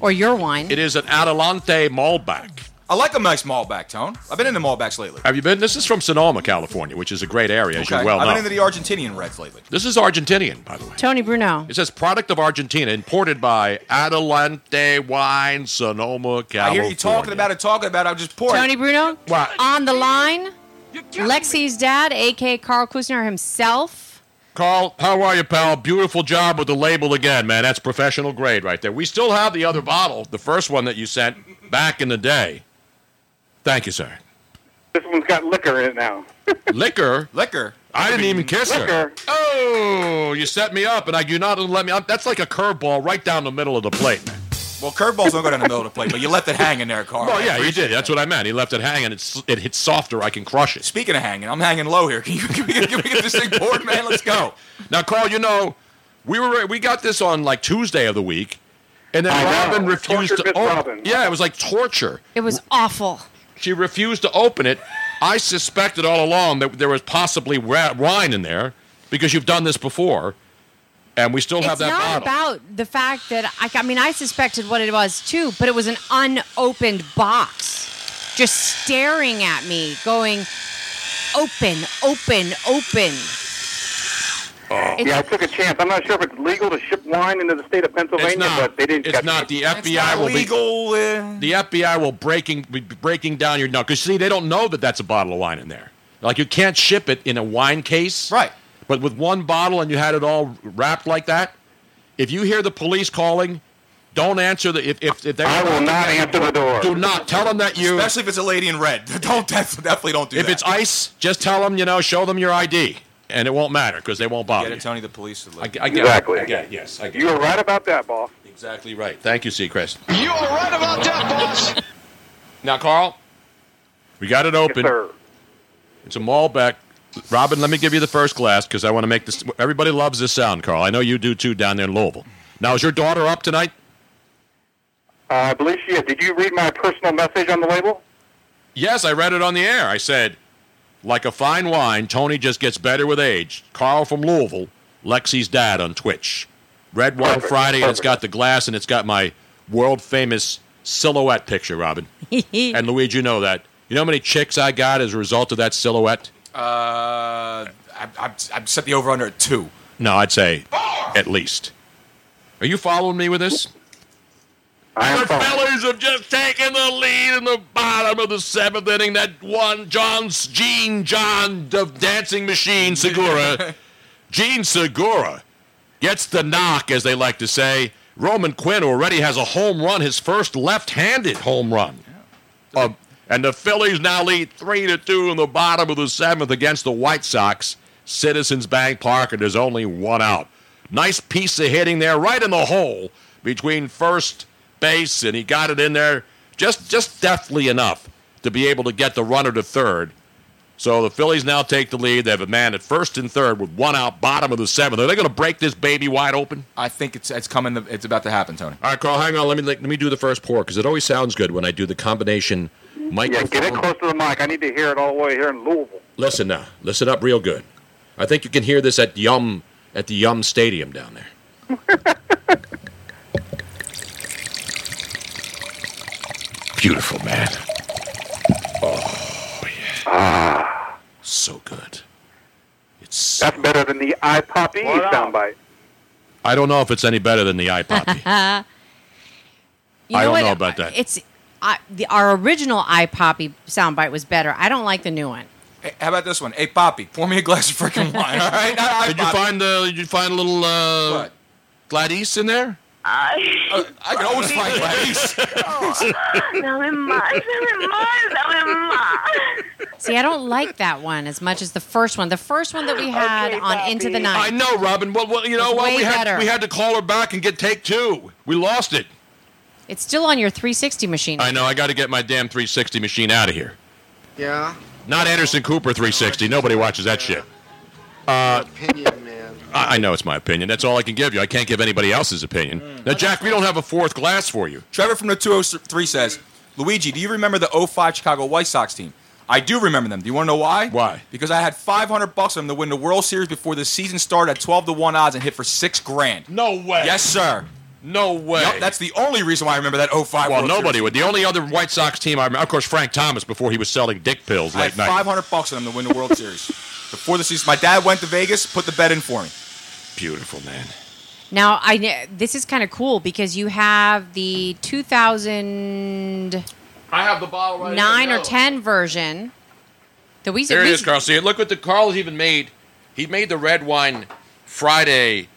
Speaker 7: Or your wine.
Speaker 4: It is an Adelante Malbec.
Speaker 5: I like a nice Malbec, Tone. I've been into Malbecs lately.
Speaker 4: Have you been? This is from Sonoma, California, which is a great area, as you well
Speaker 5: I've
Speaker 4: know.
Speaker 5: been into the Argentinian Reds lately.
Speaker 4: this is Argentinian, by the way.
Speaker 7: Tony Bruno.
Speaker 4: It says product of Argentina, imported by Adelante Wine, Sonoma, California.
Speaker 5: I hear you talking about it, talking about it. I'm just pouring.
Speaker 7: Tony Bruno
Speaker 4: What?
Speaker 7: on the line. Lexi's dad, aka Carl Kuzner himself.
Speaker 4: Carl, how are you, pal? Beautiful job with the label again, man. That's professional grade right there. We still have the other bottle, the first one that you sent back in the day. Thank you, sir.
Speaker 12: This one's got liquor in it now.
Speaker 4: Liquor.
Speaker 5: Liquor.
Speaker 4: I didn't even kiss her.
Speaker 12: Liquor.
Speaker 4: Oh, you set me up, and I you not let me. up. That's like a curveball right down the middle of the plate, man.
Speaker 5: Well, curveballs don't go down the middle of the plate, but you left it hanging there, Carl.
Speaker 4: Well, yeah, he did. That's what I meant. He left it hanging. It's it hits softer. I can crush it.
Speaker 5: Speaking of hanging, I'm hanging low here. Can you can we, get- can we get this thing poured, man? Let's go.
Speaker 4: Now, Carl, you know, we were we got this on like Tuesday of the week, and then Robin refused
Speaker 12: Tortured
Speaker 4: to.
Speaker 12: Miss Robin.
Speaker 4: Yeah, it was like torture.
Speaker 7: It was awful.
Speaker 4: She refused to open it. I suspected all along that there was possibly ra- wine in there because you've done this before, and we still have
Speaker 7: It's
Speaker 4: that bottle.
Speaker 7: not about the fact that I, I mean I suspected what it was too, but it was an unopened box, just staring at me, going, open, open, open.
Speaker 4: Oh.
Speaker 12: Yeah, I took a chance. I'm not sure if it's legal to ship wine into the state of Pennsylvania, but they didn't.
Speaker 4: It's
Speaker 12: catch
Speaker 4: not.
Speaker 12: me.
Speaker 4: The FBI will
Speaker 5: be
Speaker 4: The FBI will breaking be breaking down your no. Because see, they don't know that that's a bottle of wine in there. Like you can't ship it in a wine case, right? But with one bottle and you had it all wrapped like that. If you hear the police calling, don't answer the. If if, if they I will
Speaker 12: not answer the door.
Speaker 4: Do not tell them that you.
Speaker 5: Especially if it's a lady in red. Don't def- definitely don't do
Speaker 4: If
Speaker 5: that.
Speaker 4: it's ice, just tell them you know, show them your ID, and it won't matter because they won't bother.
Speaker 5: Get it,
Speaker 4: you.
Speaker 5: Tony. The police. Are
Speaker 4: I, I get
Speaker 12: exactly.
Speaker 4: It. I get it. Yes, I get
Speaker 12: you
Speaker 4: it.
Speaker 12: were right about that, boss.
Speaker 4: Exactly right. Thank you, Seacrest.
Speaker 12: You were right about that, boss.
Speaker 4: Now, Carl, we got it open. It's a Malbec. Robin, let me give you the first glass because I want to make this. Everybody loves this sound, Carl. I know you do too down there in Louisville. Now, is your daughter up tonight?
Speaker 12: Uh, I believe she is. Did you read my personal message on the label?
Speaker 4: Yes, I read it on the air. I said, like a fine wine, Tony just gets better with age. Carl from Louisville, Lexi's dad on Twitch. Red Wine
Speaker 12: Perfect,
Speaker 4: Friday, and it's
Speaker 12: perfect.
Speaker 4: got the glass, and it's got my world famous silhouette picture, Robin. and Luigi, you know that. You know how many chicks I got as a result of that silhouette?
Speaker 5: Uh, I, I, I set the over under at two.
Speaker 4: No, I'd say at least. Are you following me with this? The Phillies have just taken the lead in the bottom of the seventh inning. That one, John's Gene John of Dancing Machine Segura. Gene Segura gets the knock, as they like to say. Roman Quinn already has a home run, his first left-handed home run. Um, and the Phillies now lead three to two in the bottom of the seventh against the White Sox. Citizens Bank Park, and there's only one out. Nice piece of hitting there, right in the hole between first base, and he got it in there just just deftly enough to be able to get the runner to third. So the Phillies now take the lead. They have a man at first and third with one out, bottom of the seventh. Are they going to break this baby wide open?
Speaker 5: I think it's it's coming. It's about to happen, Tony.
Speaker 4: All right, Carl, hang on. Let me let, me do the first pour because it always sounds good when I do the combination. Mike,
Speaker 12: Yeah, get it close to the mic. I need to hear it all the way here in Louisville.
Speaker 4: Listen now, listen up real good. I think you can hear this at Yum at the Yum Stadium down there. Beautiful man. Oh,
Speaker 12: Ah,
Speaker 4: so good.
Speaker 12: That's better than the iPoppy soundbite.
Speaker 4: I don't know if it's any better than the iPod.
Speaker 7: you know
Speaker 4: I don't
Speaker 7: what?
Speaker 4: know about that.
Speaker 7: It's I the, our original iPoppy soundbite was better. I don't like the new one.
Speaker 5: Hey, how about this one? Hey, Poppy, pour me a glass of freaking wine. All right.
Speaker 4: did you find the? Did you find a little uh, Gladys in there? Uh,
Speaker 5: I, I can always find Gladys.
Speaker 11: never mind, never mind, never mind.
Speaker 7: See, I don't like that one as much as the first one. The first one that we had
Speaker 11: Okay,
Speaker 7: on Into
Speaker 11: Poppy.
Speaker 7: the Night.
Speaker 4: I know, Robin. Well, well you know
Speaker 7: It's
Speaker 4: what?
Speaker 7: way
Speaker 4: we had
Speaker 7: better.
Speaker 4: we had to call her back and get take two. We lost it.
Speaker 7: It's still on your 360 machine.
Speaker 4: I know. I got to get my damn 360 machine out of here.
Speaker 13: Yeah.
Speaker 4: Not Anderson Cooper 360. Nobody watches that shit. Uh,
Speaker 13: Opinion, man.
Speaker 4: I I know it's my opinion. That's all I can give you. I can't give anybody else's opinion.
Speaker 13: Hmm.
Speaker 4: Now, Jack, we don't have a fourth glass for you.
Speaker 5: Trevor from the 203 says, Luigi, do you remember the 05 Chicago White Sox team? I do remember them. Do you want to know why? Why? Because I had 500 bucks on them to win the World Series before the season started at 12 to 1 odds and hit for six grand.
Speaker 4: No way.
Speaker 5: Yes, sir.
Speaker 4: No way.
Speaker 5: that's the only reason why I remember that 05
Speaker 4: Well,
Speaker 5: World
Speaker 4: nobody
Speaker 5: Series.
Speaker 4: would. The only other White Sox team I remember, of course, Frank Thomas before he was selling dick pills
Speaker 5: I had
Speaker 4: late night.
Speaker 5: 500 bucks on them to win the World Series before the season. My dad went to Vegas, put the bet in for me.
Speaker 4: Beautiful, man.
Speaker 7: Now I kn- this is kind of cool because you have the 2009
Speaker 4: I have the bottle
Speaker 7: or 10 version. The we
Speaker 4: Here it
Speaker 7: we-
Speaker 4: is, Carl. See, look what the Carl's even made. He made the red wine Friday.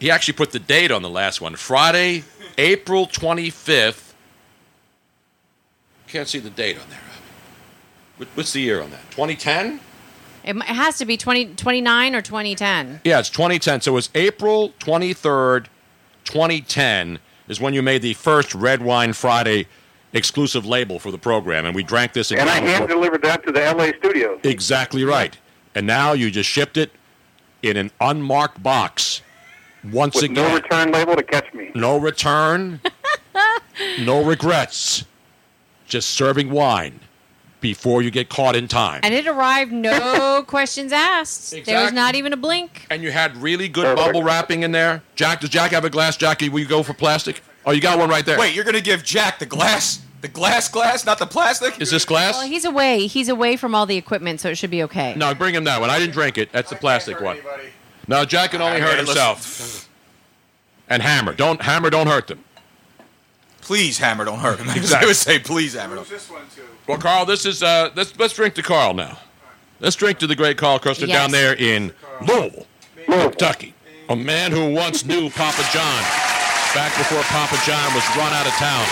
Speaker 4: He actually put the date on the last one. Friday, April 25th. Can't see the date on there. What- What's the year on that? 2010?
Speaker 7: it m- it has to be 20, 29 or 2010.
Speaker 4: Yeah, it's 2010. So it was April 23rd, 2010 is when you made the first Red Wine Friday exclusive label for the program, and we drank this. in
Speaker 12: And I
Speaker 4: California.
Speaker 12: hand delivered that to the LA studios.
Speaker 4: Exactly right. And now you just shipped it in an unmarked box. Once
Speaker 12: With
Speaker 4: again,
Speaker 12: no return label to catch me.
Speaker 4: no return, no regrets. Just serving wine before you get caught in time.
Speaker 7: And it arrived no questions asked. There was
Speaker 4: Exactly.
Speaker 7: not even a blink.
Speaker 4: And you had really good bubble wrapping in there. Jack, does Jack have a glass? Jackie, will you go for plastic? Oh, you got one right there.
Speaker 5: Wait, you're going to give Jack the glass? The glass glass, not the plastic?
Speaker 4: Is this glass?
Speaker 7: Well, he's away. He's away from all the equipment, so it should be okay.
Speaker 4: No, bring him that one. I didn't drink it. That's the plastic one. No, Jack can only
Speaker 5: All
Speaker 4: hurt
Speaker 5: right, listen.
Speaker 4: himself. And hammer. Don't hammer. Don't hurt them.
Speaker 5: Please, hammer, don't hurt him. I
Speaker 4: Exactly.
Speaker 5: would say, please, hammer, don't
Speaker 4: Well, Carl, this is uh, let's let's drink to Carl now. Let's drink to the great Carl Custer
Speaker 5: Yes.
Speaker 4: down there in Louisville, Kentucky. A man who once knew Papa John, back before Papa John was run out of town.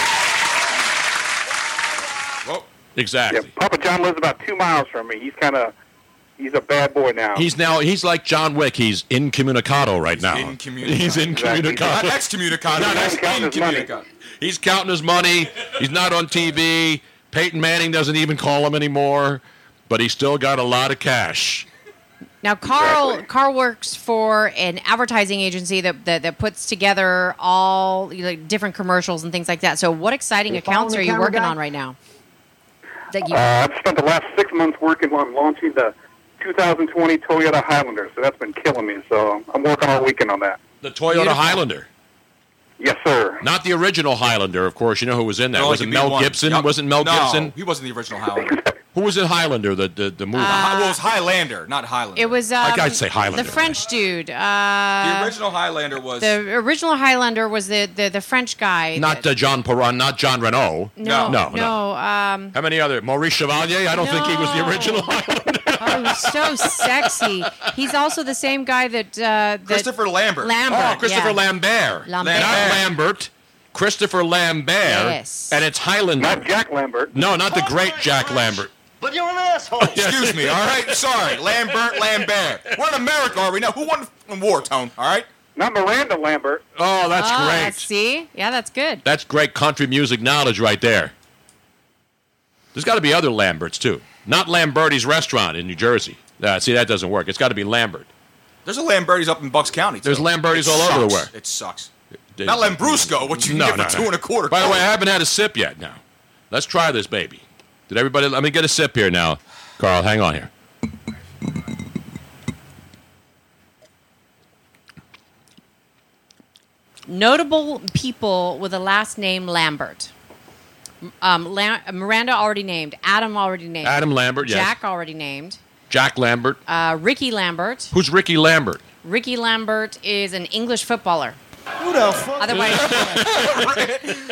Speaker 4: Exactly.
Speaker 12: Papa John lives about two miles from me. He's kind of, he's a bad boy now.
Speaker 4: He's now he's like John Wick. He's incommunicado right now. He's incommunicado.
Speaker 5: Not excommunicado.
Speaker 4: Not
Speaker 5: Not
Speaker 4: excommunicado. He's counting his money. He's not on TV. Peyton Manning doesn't even call him anymore, but he's still got a lot of cash.
Speaker 7: Now, Carl Carl works for an advertising agency that, that, that puts together all you know, like, different commercials and things like that. So, what exciting
Speaker 12: You
Speaker 7: accounts
Speaker 12: following
Speaker 7: are
Speaker 12: the
Speaker 7: you
Speaker 12: camera
Speaker 7: working
Speaker 12: guy?
Speaker 7: on right now? That you,
Speaker 12: Uh, I've spent the last six months working on launching the 2020 Toyota Highlander, so that's been killing me. So I'm working all weekend on that.
Speaker 4: The Toyota Highlander.
Speaker 12: Yes, sir.
Speaker 4: Not the original Highlander, of course. You know who was in that?
Speaker 5: There only
Speaker 4: Was it
Speaker 5: could be
Speaker 4: Mel
Speaker 5: one.
Speaker 4: Gibson?
Speaker 5: Yup.
Speaker 4: Wasn't Mel
Speaker 5: No,
Speaker 4: Gibson?
Speaker 5: He wasn't the original Highlander.
Speaker 4: Who was in Highlander? The the, the movie.
Speaker 7: Ah,
Speaker 5: well, it was Highlander, not Highlander.
Speaker 7: it was um,
Speaker 4: Like I'd say Highlander.
Speaker 7: the French dude. Uh,
Speaker 5: the original Highlander was.
Speaker 7: The original Highlander was the the, the French guy.
Speaker 4: not uh, John Perron. Not John Renault.
Speaker 7: that- no,
Speaker 4: no,
Speaker 7: Um,
Speaker 4: How many other? Maurice Chevalier. I don't think he was the
Speaker 7: No.
Speaker 4: original.
Speaker 7: oh, he was so sexy. He's also the same guy that, uh, that
Speaker 5: Christopher Lambert.
Speaker 7: Lambert.
Speaker 4: Oh, Christopher
Speaker 7: yeah.
Speaker 4: Lambert.
Speaker 7: Lambert.
Speaker 4: Not Lambert. Christopher Lambert.
Speaker 7: Yes. Oh
Speaker 4: And it's Highlander. Not
Speaker 12: Jack Lambert.
Speaker 4: No, not the great Jack Lambert.
Speaker 5: But you're an asshole. Excuse me, all right? Sorry. Lambert Lambert. We're in America, are we now? Who won the war, Tone, all right?
Speaker 12: Not Miranda Lambert.
Speaker 4: Oh, that's
Speaker 7: Oh,
Speaker 4: great.
Speaker 7: that's- See, yeah, that's good.
Speaker 4: That's great country music knowledge right there. There's got to be other Lamberts too. Not Lamberti's restaurant in New Jersey. Uh, see, that doesn't work. It's got to be Lambert.
Speaker 5: There's a Lamberti's up in Bucks County. too.
Speaker 4: There's Lamberti's
Speaker 5: It
Speaker 4: all over the
Speaker 5: sucks.
Speaker 4: way.
Speaker 5: It sucks. Not Lambrusco, what you
Speaker 4: No,
Speaker 5: get for
Speaker 4: no,
Speaker 5: two
Speaker 4: no.
Speaker 5: and a quarter.
Speaker 4: By the way, I haven't had a sip yet. Now, let's try this baby. Did everybody? Let me get a sip here now, Carl. Hang on here.
Speaker 7: Notable people with a last name Lambert. Um, Lam- Miranda already named. Adam already named.
Speaker 4: Adam Lambert, yes.
Speaker 7: Jack already named.
Speaker 4: Jack Lambert.
Speaker 7: Uh, Ricky Lambert.
Speaker 4: Who's Ricky Lambert?
Speaker 7: Ricky Lambert is an English footballer.
Speaker 5: Who the fuck?
Speaker 7: Otherwise,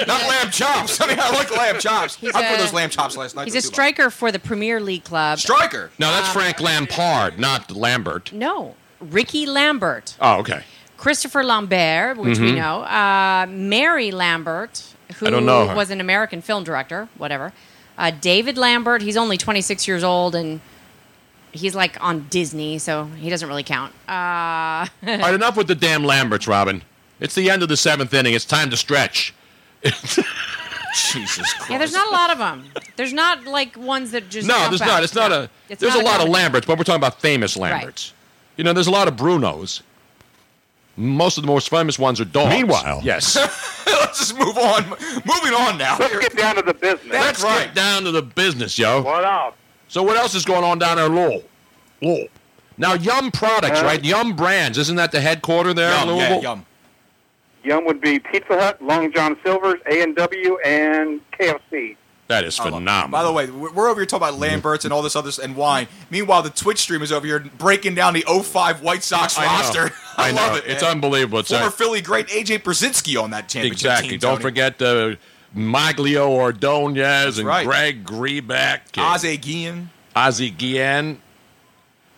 Speaker 5: Not lamb chops. I mean, I like lamb chops. I
Speaker 7: He's
Speaker 5: put
Speaker 7: a-
Speaker 5: those lamb chops last night.
Speaker 7: he's
Speaker 5: for
Speaker 7: a
Speaker 5: too long.
Speaker 7: striker for the Premier League club.
Speaker 5: Striker.
Speaker 4: No,
Speaker 7: Ah.
Speaker 4: that's Frank Lampard, not Lambert.
Speaker 7: No, Ricky Lambert.
Speaker 4: Oh, okay.
Speaker 7: Christopher Lambert, which we
Speaker 4: Mhm.
Speaker 7: know, uh, Mary Lambert, who
Speaker 4: I don't know her.
Speaker 7: was an American film director, whatever. Uh, David Lambert, he's only 26 years old and he's like on Disney, so he doesn't really count. Uh,
Speaker 4: All right, enough with the damn Lamberts, Robin. It's the end of the seventh inning. It's time to stretch. Jesus Christ.
Speaker 7: yeah, there's not a lot of them. There's not like ones that just.
Speaker 4: no,
Speaker 7: jump
Speaker 4: there's
Speaker 7: out.
Speaker 4: not. It's not a.
Speaker 7: It's
Speaker 4: there's
Speaker 7: not
Speaker 4: a lot of
Speaker 7: common-
Speaker 4: Lamberts, but we're talking about famous
Speaker 7: Right.
Speaker 4: Lamberts. You know, there's a lot of Brunos. Most of the most famous ones are dogs. Meanwhile, yes.
Speaker 5: Let's just move on. Moving on now. Let's get down to the business.
Speaker 4: Let's
Speaker 5: That's right.
Speaker 4: get down to the business, yo. What up? So what else is going on down there, in Lowell? Lowell. Now, Yum Products,
Speaker 12: Uh,
Speaker 4: right? Yum Brands, isn't that the headquarter there? in
Speaker 5: Yum, yeah,
Speaker 4: Louisville?
Speaker 5: yum.
Speaker 12: Yum would be Pizza Hut, Long John Silver's, A and W, and KFC.
Speaker 4: That is phenomenal.
Speaker 5: By the way, we're we're over here talking about Lamberts and all this other s- and wine. Meanwhile, the Twitch stream is over here breaking down the 05 White Sox
Speaker 4: I know.
Speaker 5: roster. I,
Speaker 4: I know.
Speaker 5: love it.
Speaker 4: It's
Speaker 5: man.
Speaker 4: unbelievable. It's
Speaker 5: Former
Speaker 4: like-
Speaker 5: Philly great AJ Brzezinski on that championship
Speaker 4: Exactly.
Speaker 5: team,
Speaker 4: Don't
Speaker 5: Tony.
Speaker 4: forget the Maglio Ordonez and
Speaker 5: right.
Speaker 4: Greg Grieback,
Speaker 5: Ozzie Guillen.
Speaker 4: Ozzie Guillen,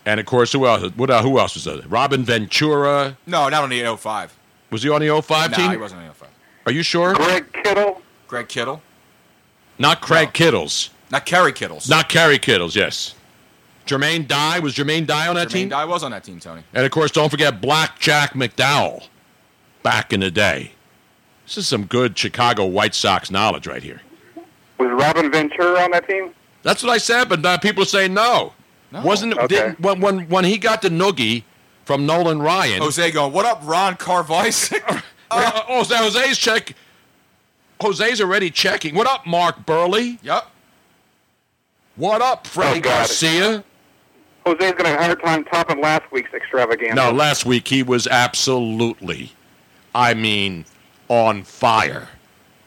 Speaker 4: and of course who else? What, uh, who else was there? Robin Ventura.
Speaker 5: No, not on the 05.
Speaker 4: Was he on the 05
Speaker 5: no,
Speaker 4: team?
Speaker 5: he wasn't on the 05.
Speaker 4: Are you sure?
Speaker 12: Greg Kittle.
Speaker 5: Greg Kittle.
Speaker 4: Not Craig Kittles.
Speaker 5: Not Kerry Kittles.
Speaker 4: Not Kerry Kittles. Yes. Jermaine Dye was Jermaine Dye on that
Speaker 5: Jermaine
Speaker 4: team,
Speaker 5: Dye was on that team, Tony.
Speaker 4: and of course don't forget Blackjack McDowell. Back in the day, this is some good Chicago White Sox knowledge right here.
Speaker 12: Was Robin Ventura on that team?
Speaker 4: That's what I said, but uh, people say no. Wasn't it
Speaker 12: Okay.
Speaker 4: didn't- when, when when he got the noogie from Nolan Ryan?
Speaker 5: Jose going, what up, Ron Carvice?
Speaker 4: Uh, oh, so Jose's check. Jose's already checking. What up, Mark Burley?
Speaker 5: Yep.
Speaker 4: What up, Freddie
Speaker 12: Oh, God.
Speaker 4: Garcia?
Speaker 12: Jose's going to have a hard time topping last week's extravaganza.
Speaker 4: No, last week he was absolutely, I mean, on fire.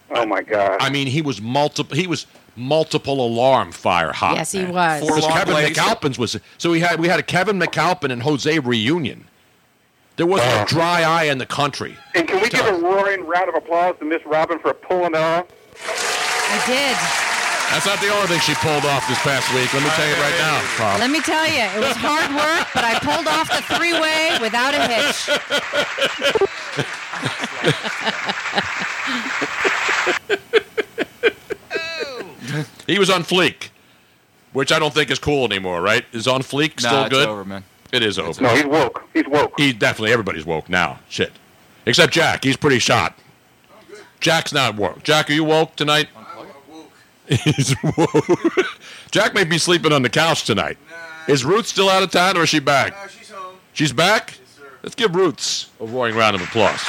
Speaker 12: Oh my God.
Speaker 4: I mean, he was multiple. He was multiple alarm fire hot.
Speaker 7: Yes, he
Speaker 4: man.
Speaker 7: was. Four
Speaker 4: Because
Speaker 7: long
Speaker 4: Kevin
Speaker 7: plays.
Speaker 4: McAlpin's was so we had we had a Kevin McAlpin and Jose reunion. There wasn't
Speaker 12: Oh.
Speaker 4: a dry eye in the country.
Speaker 12: And can we give a roaring round of applause to Miss Robin for pulling it off?
Speaker 7: I did.
Speaker 4: That's not the only thing she pulled off this past week. Let me tell you right now, Carl.
Speaker 7: Let me tell you, it was hard work, but I pulled off the three-way without a hitch.
Speaker 4: He was on fleek, which I don't think is cool anymore, right? Is on fleek
Speaker 5: Nah,
Speaker 4: still
Speaker 5: it's
Speaker 4: good?
Speaker 5: over, man.
Speaker 4: It is over.
Speaker 12: No, he's woke. He's woke.
Speaker 4: He definitely everybody's woke now. Shit, except Jack. He's pretty shot. Jack's not woke. Jack, are you woke tonight? He's woke. Jack may be sleeping on the couch tonight. Is Roots still out of town, or is she back? she's home. She's back. Let's give Roots a roaring round of applause.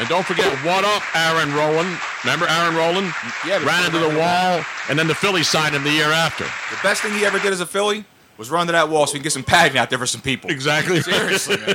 Speaker 4: And don't forget, what up, Aaron Rowan? Remember Aaron Rowan?
Speaker 5: Yeah, but-
Speaker 4: Ran into the wall, and then the Phillies signed him the year after.
Speaker 5: The best thing he ever did as a Philly was run to that wall so we can get some padding out there for some people.
Speaker 4: Exactly.
Speaker 5: Seriously, man.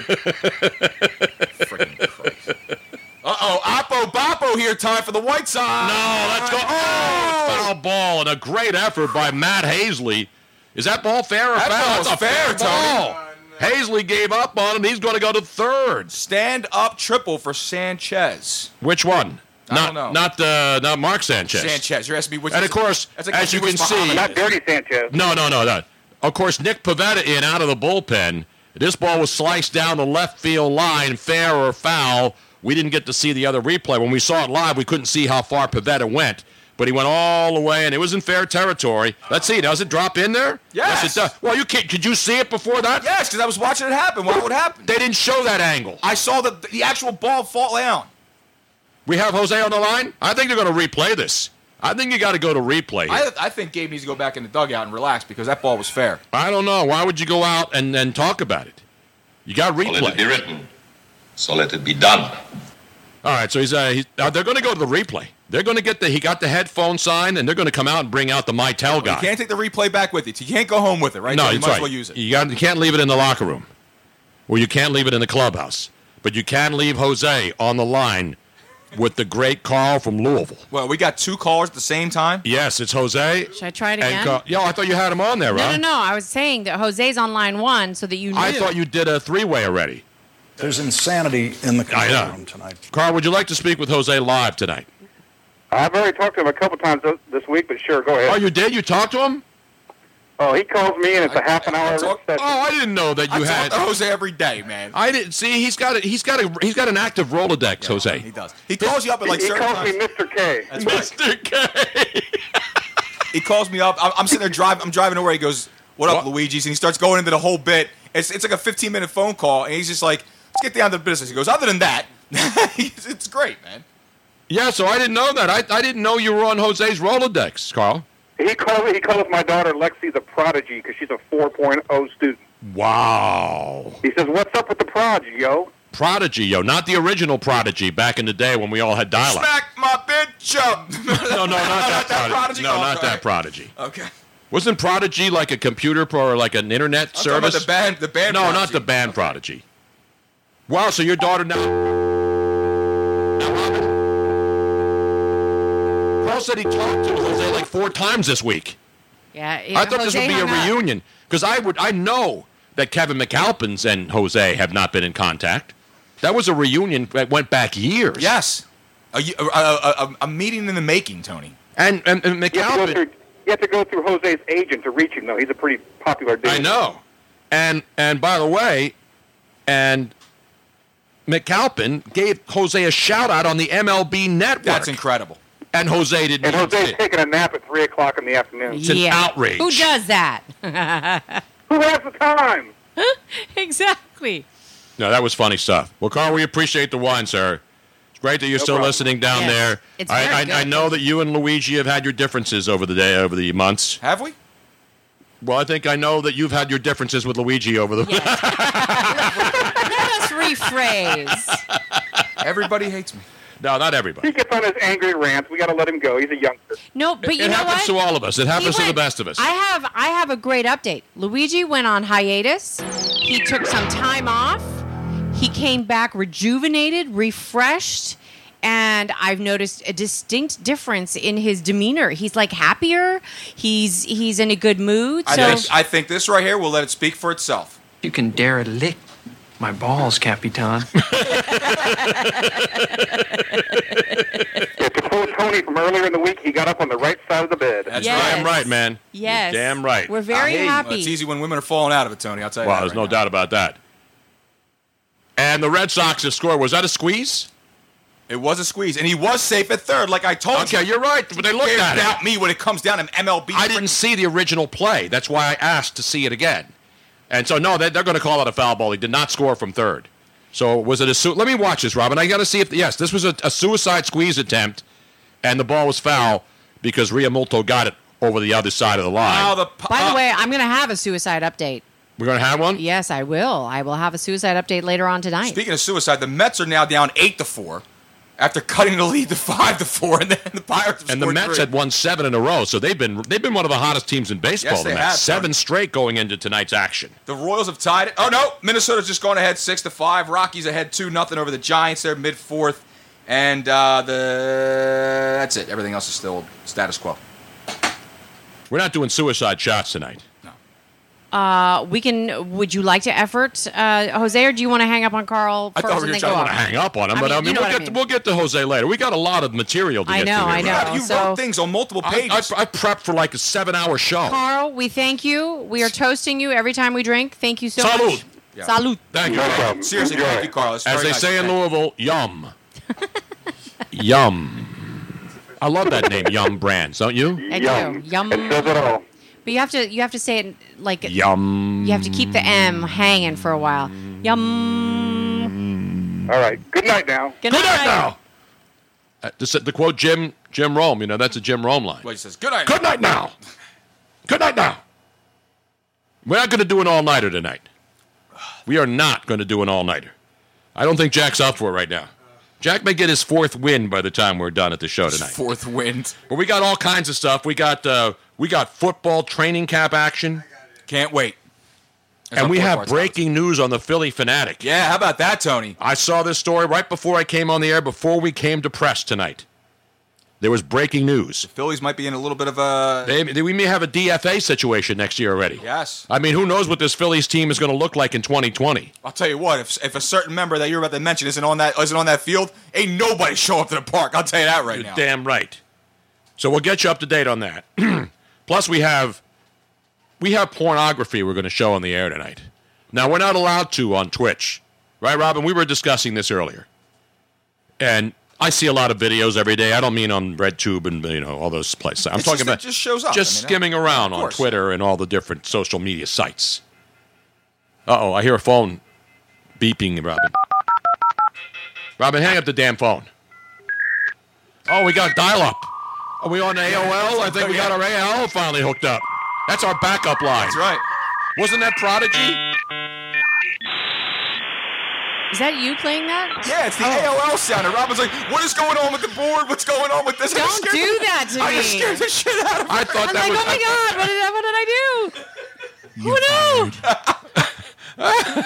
Speaker 5: Freaking Christ. Uh oh, Oppo Boppo here, time for the White Sox.
Speaker 4: No, let's go. Oh, foul ball and a great effort by Matt Hazley. Is that ball fair or
Speaker 5: That
Speaker 4: foul?
Speaker 5: ball's fair, Tony.
Speaker 4: Hazley gave up on him. He's going to go to third.
Speaker 5: Stand up triple for Sanchez.
Speaker 4: Which one?
Speaker 5: I
Speaker 4: not
Speaker 5: don't know.
Speaker 4: not uh, not Mark Sanchez.
Speaker 5: Sanchez, you're asking me which
Speaker 4: And
Speaker 5: is-
Speaker 4: of course,
Speaker 5: that's like
Speaker 4: as
Speaker 5: asking
Speaker 4: you
Speaker 5: me
Speaker 4: can
Speaker 5: which Muhammad
Speaker 4: see-
Speaker 5: is.
Speaker 12: Not dirty Sanchez.
Speaker 4: No, no, no, no. Of course, Nick Pavetta in out of the bullpen. This ball was sliced down the left field line, fair or foul. We didn't get to see the other replay. When we saw it live, we couldn't see how far Pavetta went, but he went all the way, and it was in fair territory. Let's see. Does it drop in there?
Speaker 5: Yes.
Speaker 4: it does. Well, you can't, could you see it before that?
Speaker 5: Yes, because I was watching it happen. What would happen?
Speaker 4: They didn't show that angle.
Speaker 5: I saw the, the actual ball fall down.
Speaker 4: We have Jose on the line. I think they're going to replay this. I think you got to go to replay. here.
Speaker 5: I, I think Gabe needs to go back in the dugout and relax because that ball was fair.
Speaker 4: I don't know. Why would you go out and then talk about it? You got
Speaker 13: So let it be
Speaker 4: replay.
Speaker 13: written. So let it be done.
Speaker 4: All right, so he's, uh, he's uh, they're going to go to the replay. They're going to get the he got the headphone sign, and they're going to come out and bring out the Mitel guy.
Speaker 5: You can't take the replay back with you. You can't go home with it, right?
Speaker 4: No,
Speaker 5: there. you
Speaker 4: that's
Speaker 5: might
Speaker 4: right.
Speaker 5: as well use it.
Speaker 4: You, got, you can't leave it in the locker room, or you can't leave it in the clubhouse, but you can leave Jose on the line with the great Carl from Louisville.
Speaker 5: Well, we got two callers at the same time.
Speaker 4: Yes, it's Jose.
Speaker 7: Should I try it
Speaker 4: and
Speaker 7: again?
Speaker 4: Carl. Yo, I thought you had him on there,
Speaker 7: No,
Speaker 4: right?
Speaker 7: no, no. I was saying that Jose's on line one so that you knew.
Speaker 4: I thought you did a three-way already.
Speaker 14: There's insanity in the
Speaker 4: I know.
Speaker 14: room tonight.
Speaker 4: Carl, would you like to speak with Jose live tonight?
Speaker 12: I've already talked to him a couple times th- this week, but sure, go ahead.
Speaker 4: Oh, you did? You talked to him?
Speaker 12: Oh, he calls me, and it's a half an hour. session.
Speaker 4: Oh, I didn't know that you
Speaker 5: I
Speaker 4: had.
Speaker 5: talk to Jose every day, man.
Speaker 4: I didn't see. He's got a he's got a he's got an active Rolodex, Jose.
Speaker 5: He does. He calls you up at like
Speaker 12: he, he
Speaker 5: certain
Speaker 12: calls
Speaker 5: times.
Speaker 12: me Mr. K.
Speaker 5: That's right.
Speaker 4: Mr. K.
Speaker 5: he calls me up. I'm, I'm sitting there driving. I'm driving away. He goes, "What up, Luigi's?" And he starts going into the whole bit. It's it's like a 15 minute phone call, and he's just like, "Let's get down to the business." He goes, "Other than that, it's great, man."
Speaker 4: Yeah, so I didn't know that. I, I didn't know you were on Jose's Rolodex, Carl.
Speaker 12: He calls he calls my daughter Lexi the prodigy because she's a 4.0 student.
Speaker 4: Wow.
Speaker 12: He says, "What's up with the prodigy, yo?"
Speaker 4: Prodigy, yo, not the original Prodigy back in the day when we all had dial-up.
Speaker 5: Smack my bitch up.
Speaker 4: no, no, not that, Prodigy. No, not that Prodigy.
Speaker 5: Okay.
Speaker 4: Wasn't Prodigy like a computer pro or like an internet
Speaker 5: I'm talking about
Speaker 4: service?
Speaker 5: the band- the band
Speaker 4: No, not
Speaker 5: Prodigy.
Speaker 4: the band Prodigy. Wow, so your daughter now. Carl said he talked to Jose like four times this week.
Speaker 7: Yeah,
Speaker 4: I thought this would be a reunion because I would I know that Kevin McAlpin's and Jose have not been in contact. That was a reunion that went back years.
Speaker 5: Yes, a, ye- a, a, uh, um, a, a meeting in the making, Tony.
Speaker 4: and and, and
Speaker 12: You have, to go
Speaker 4: McAlpin.
Speaker 12: through, you have to go through Jose's agent to reach him, though. He's a pretty popular dude.
Speaker 4: I know. And and by the way, and McAlpin gave Jose a shout out on the MLB network.
Speaker 5: That's incredible.
Speaker 4: And Jose didn't.
Speaker 12: And
Speaker 4: even
Speaker 12: Jose's
Speaker 4: see it.
Speaker 12: taking a nap at three o'clock in the afternoon.
Speaker 4: It's an outrage.
Speaker 7: Who does that?
Speaker 12: Who has the time?
Speaker 7: exactly.
Speaker 4: No, that was funny stuff. Well, Carl, we appreciate the wine, sir. It's great that you're
Speaker 12: No
Speaker 4: still
Speaker 12: problem.
Speaker 4: listening down
Speaker 12: Yes.
Speaker 4: there.
Speaker 12: It's very
Speaker 4: I,
Speaker 12: good.
Speaker 4: I, I know that you and Luigi have had your differences over the day, over the months.
Speaker 5: Have we?
Speaker 4: Well, I think I know that you've had your differences with Luigi over the.
Speaker 7: Let us rephrase.
Speaker 5: Everybody hates me.
Speaker 4: no, not
Speaker 12: He
Speaker 4: everybody.
Speaker 12: gets on his angry rants. We got to let him go. He's a youngster.
Speaker 7: No, but
Speaker 4: it
Speaker 7: you know
Speaker 4: happens to
Speaker 7: what?
Speaker 4: all of us. It happens to
Speaker 7: He
Speaker 4: the
Speaker 7: went-
Speaker 4: best of us.
Speaker 7: I have I have a great update. Luigi went on hiatus. He took some time off. He came back rejuvenated, refreshed, and I've noticed a distinct difference in his demeanor. He's like happier. He's he's in a good mood.
Speaker 5: I
Speaker 7: so
Speaker 5: think I think this right here will let it speak for itself.
Speaker 9: You can dare a lick my balls, Capitan.
Speaker 12: To quote Tony from earlier in the week, he got up on the right side of the bed.
Speaker 5: That's
Speaker 7: Yes.
Speaker 4: Damn right, man.
Speaker 7: yes.
Speaker 4: Damn right.
Speaker 7: We're very
Speaker 5: I hate you.
Speaker 7: happy.
Speaker 5: It's easy when women are falling out of it, Tony. I'll tell you.
Speaker 4: Well,
Speaker 5: that
Speaker 4: there's
Speaker 5: right
Speaker 4: no
Speaker 5: now.
Speaker 4: doubt about that. And the Red Sox's score was that a squeeze?
Speaker 5: It was a squeeze, and he was safe at third, like I told you.
Speaker 4: Okay, you're right, but they looked
Speaker 5: There's
Speaker 4: at it.
Speaker 5: doubt me when it comes down to MLB.
Speaker 4: I didn't see the original play. That's why I asked to see it again. And so, no, they, they're going to call it a foul ball. He did not score from third. So, was it a su- Let me watch this, Robin. I got to see if, yes, this was a, a suicide squeeze attempt, and the ball was foul because Riamulto got it over the other side of the line.
Speaker 5: Wow, the
Speaker 7: By the way, I'm gonna have a suicide update.
Speaker 4: We're going to have one?
Speaker 7: Yes, I will. I will have a suicide update later on tonight.
Speaker 5: Speaking of suicide, the Mets are now down eight to four after cutting the lead to five to four, and then the Pirates. Have
Speaker 4: And the
Speaker 5: scored
Speaker 4: Mets
Speaker 5: Ah, three.
Speaker 4: had won seven in a row, so they've been they've been one of the hottest teams in baseball.
Speaker 5: Yes,
Speaker 4: the
Speaker 5: they
Speaker 4: Mets
Speaker 5: have,
Speaker 4: seven
Speaker 5: Tony.
Speaker 4: straight going into tonight's action.
Speaker 5: The Royals have tied it. Oh no, Minnesota's just gone ahead six to five. Rockies ahead two nothing over the Giants there mid fourth, and uh, the that's it. Everything else is still status quo.
Speaker 4: We're not doing suicide shots tonight.
Speaker 7: Uh, we can. Would you like to effort, uh, Jose, or do you want to hang up on Carl
Speaker 4: I
Speaker 7: first
Speaker 4: thought we
Speaker 7: and
Speaker 4: were
Speaker 7: then
Speaker 4: trying
Speaker 7: go
Speaker 4: to
Speaker 7: off?
Speaker 4: hang up on him,
Speaker 7: I
Speaker 4: but
Speaker 7: mean,
Speaker 4: I
Speaker 7: you
Speaker 4: mean,
Speaker 7: know
Speaker 4: we'll
Speaker 7: what I
Speaker 4: get
Speaker 7: mean.
Speaker 4: we'll get to Jose later. We got a lot of material to
Speaker 7: I
Speaker 4: get
Speaker 7: know,
Speaker 4: to.
Speaker 7: I
Speaker 4: here,
Speaker 7: know.
Speaker 4: Rob.
Speaker 5: God, you
Speaker 7: so-
Speaker 5: wrote things on multiple
Speaker 4: I,
Speaker 5: pages.
Speaker 4: I, I prepped for like a seven-hour show.
Speaker 7: Carl, we thank you. We are toasting you every time we drink. Thank you so
Speaker 4: Salud.
Speaker 7: much.
Speaker 5: Yeah.
Speaker 7: Salud.
Speaker 4: Thank you.
Speaker 12: problem.
Speaker 5: Seriously,
Speaker 12: Enjoy.
Speaker 5: thank you, Carlos.
Speaker 4: As
Speaker 5: Very
Speaker 4: they
Speaker 5: nice.
Speaker 4: say in
Speaker 5: Thank-
Speaker 4: Louisville, yum, yum. I love that name, Yum Brands, don't you?
Speaker 7: I
Speaker 12: Yum.
Speaker 7: do. Yum.
Speaker 12: It says it all.
Speaker 7: But you have to. You have to say it like.
Speaker 4: Yum.
Speaker 7: You have to keep the M hanging for a while. Yum.
Speaker 12: All right. Good night now.
Speaker 7: Good
Speaker 4: Good night
Speaker 7: night.
Speaker 4: now. Uh, the, the quote Jim Jim Rome, you know, that's a Jim Rome line.
Speaker 5: Well, he says, good night.
Speaker 4: Good night now. Good night now. We're not going to do an all nighter tonight. We are not going to do an all nighter. I don't think Jack's up for it right now. Jack may get his fourth win by the time we're done at the show tonight.
Speaker 5: Fourth wind.
Speaker 4: But we got all kinds of stuff. We got uh, we got football training cap action.
Speaker 5: Can't wait. That's
Speaker 4: and
Speaker 5: on
Speaker 4: we
Speaker 5: fourth
Speaker 4: have
Speaker 5: parts.
Speaker 4: breaking news on the Philly fanatic.
Speaker 5: Yeah, how about that, Tony?
Speaker 4: I saw this story right before I came on the air. Before we came to press tonight, there was breaking news.
Speaker 5: Phillies might be in a little bit of a.
Speaker 4: They, they- we may have a DFA situation next year already.
Speaker 5: Yes.
Speaker 4: I mean, who knows what this Phillies team is going to look like in 2020?
Speaker 5: I'll tell you what. If, if a certain member that you're about to mention isn't on that isn't on that field, ain't nobody show up to the park. I'll tell you that right
Speaker 4: You're
Speaker 5: now.
Speaker 4: damn right. So we'll get you up to date on that. Plus, we have we have pornography we're going to show on the air tonight. Now we're not allowed to on Twitch, right, Robin? We were discussing this earlier, and I see a lot of videos every day. I don't mean on RedTube and you know all those places. I'm
Speaker 5: It's
Speaker 4: talking
Speaker 5: just-
Speaker 4: about
Speaker 5: it just shows up.
Speaker 4: just
Speaker 5: I mean,
Speaker 4: skimming
Speaker 5: of
Speaker 4: around on
Speaker 5: course.
Speaker 4: Twitter and all the different social media sites. Uh oh, I hear a phone beeping, Robin. Robin, hang up the damn phone. Oh, we got dial up. Are we on AOL? I think we got our AOL finally hooked up. That's our backup line. That's
Speaker 5: right.
Speaker 4: Wasn't that Prodigy?
Speaker 7: Is that you playing that? Oh.
Speaker 5: Yeah, it's the AOL sound. And Robin's like, what is going on with the board? What's going on with this? I just
Speaker 7: Don't
Speaker 5: scared
Speaker 7: do
Speaker 5: the-
Speaker 7: that to
Speaker 5: I just
Speaker 7: me.
Speaker 5: scared the shit out of her.
Speaker 4: I thought
Speaker 7: I'm
Speaker 4: that
Speaker 7: like,
Speaker 4: was.
Speaker 7: oh my god, what did I, what did I do? Who knew?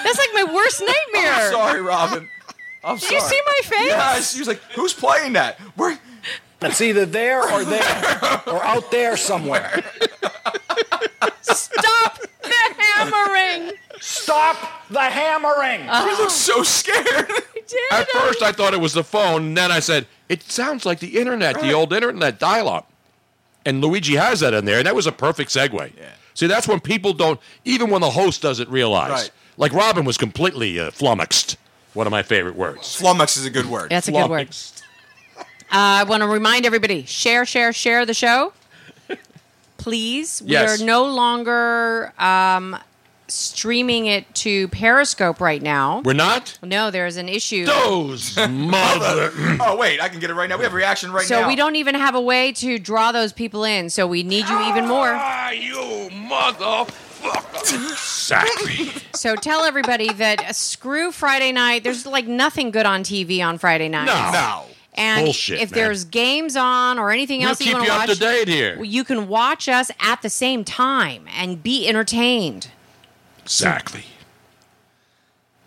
Speaker 7: That's like my worst nightmare.
Speaker 5: I'm sorry, Robin. I'm
Speaker 7: Did
Speaker 5: sorry.
Speaker 7: you see my face?
Speaker 5: Yes. She was like, who's playing that? We're
Speaker 14: It's either there or there or out there somewhere.
Speaker 7: Stop the hammering.
Speaker 14: Stop the hammering.
Speaker 5: She looks so scared.
Speaker 4: At first, I thought it was the phone, and then I said, "It sounds like the internet, the old internet dial-up." And Luigi has that in there, and that was a perfect segue. Yeah. See, that's when people don't, even when the host doesn't realize.
Speaker 5: Right.
Speaker 4: Like Robin was completely uh, flummoxed. One of my favorite words.
Speaker 5: Flummox is a good word.
Speaker 7: That's a good word. Uh, I want to remind everybody: share, share, share the show, please. We
Speaker 4: Yes.
Speaker 7: are no longer um, streaming it to Periscope right now.
Speaker 4: We're not
Speaker 7: No, there is an issue.
Speaker 4: those mother.
Speaker 5: Oh wait, I can get it right now. We have reaction right
Speaker 7: so
Speaker 5: now.
Speaker 7: we don't even have a way to draw those people in. So we need you even more.
Speaker 4: Ah, you motherfucker! Exactly.
Speaker 7: So tell everybody that uh, screw Friday night. There's like nothing good on TV on Friday night.
Speaker 4: No.
Speaker 7: And
Speaker 4: Bullshit,
Speaker 7: if
Speaker 4: man.
Speaker 7: there's games on or anything
Speaker 4: We'll
Speaker 7: else that
Speaker 4: keep
Speaker 7: you want
Speaker 4: you
Speaker 7: to
Speaker 4: up
Speaker 7: watch,
Speaker 4: to date here.
Speaker 7: You can watch us at the same time and be entertained.
Speaker 4: Exactly.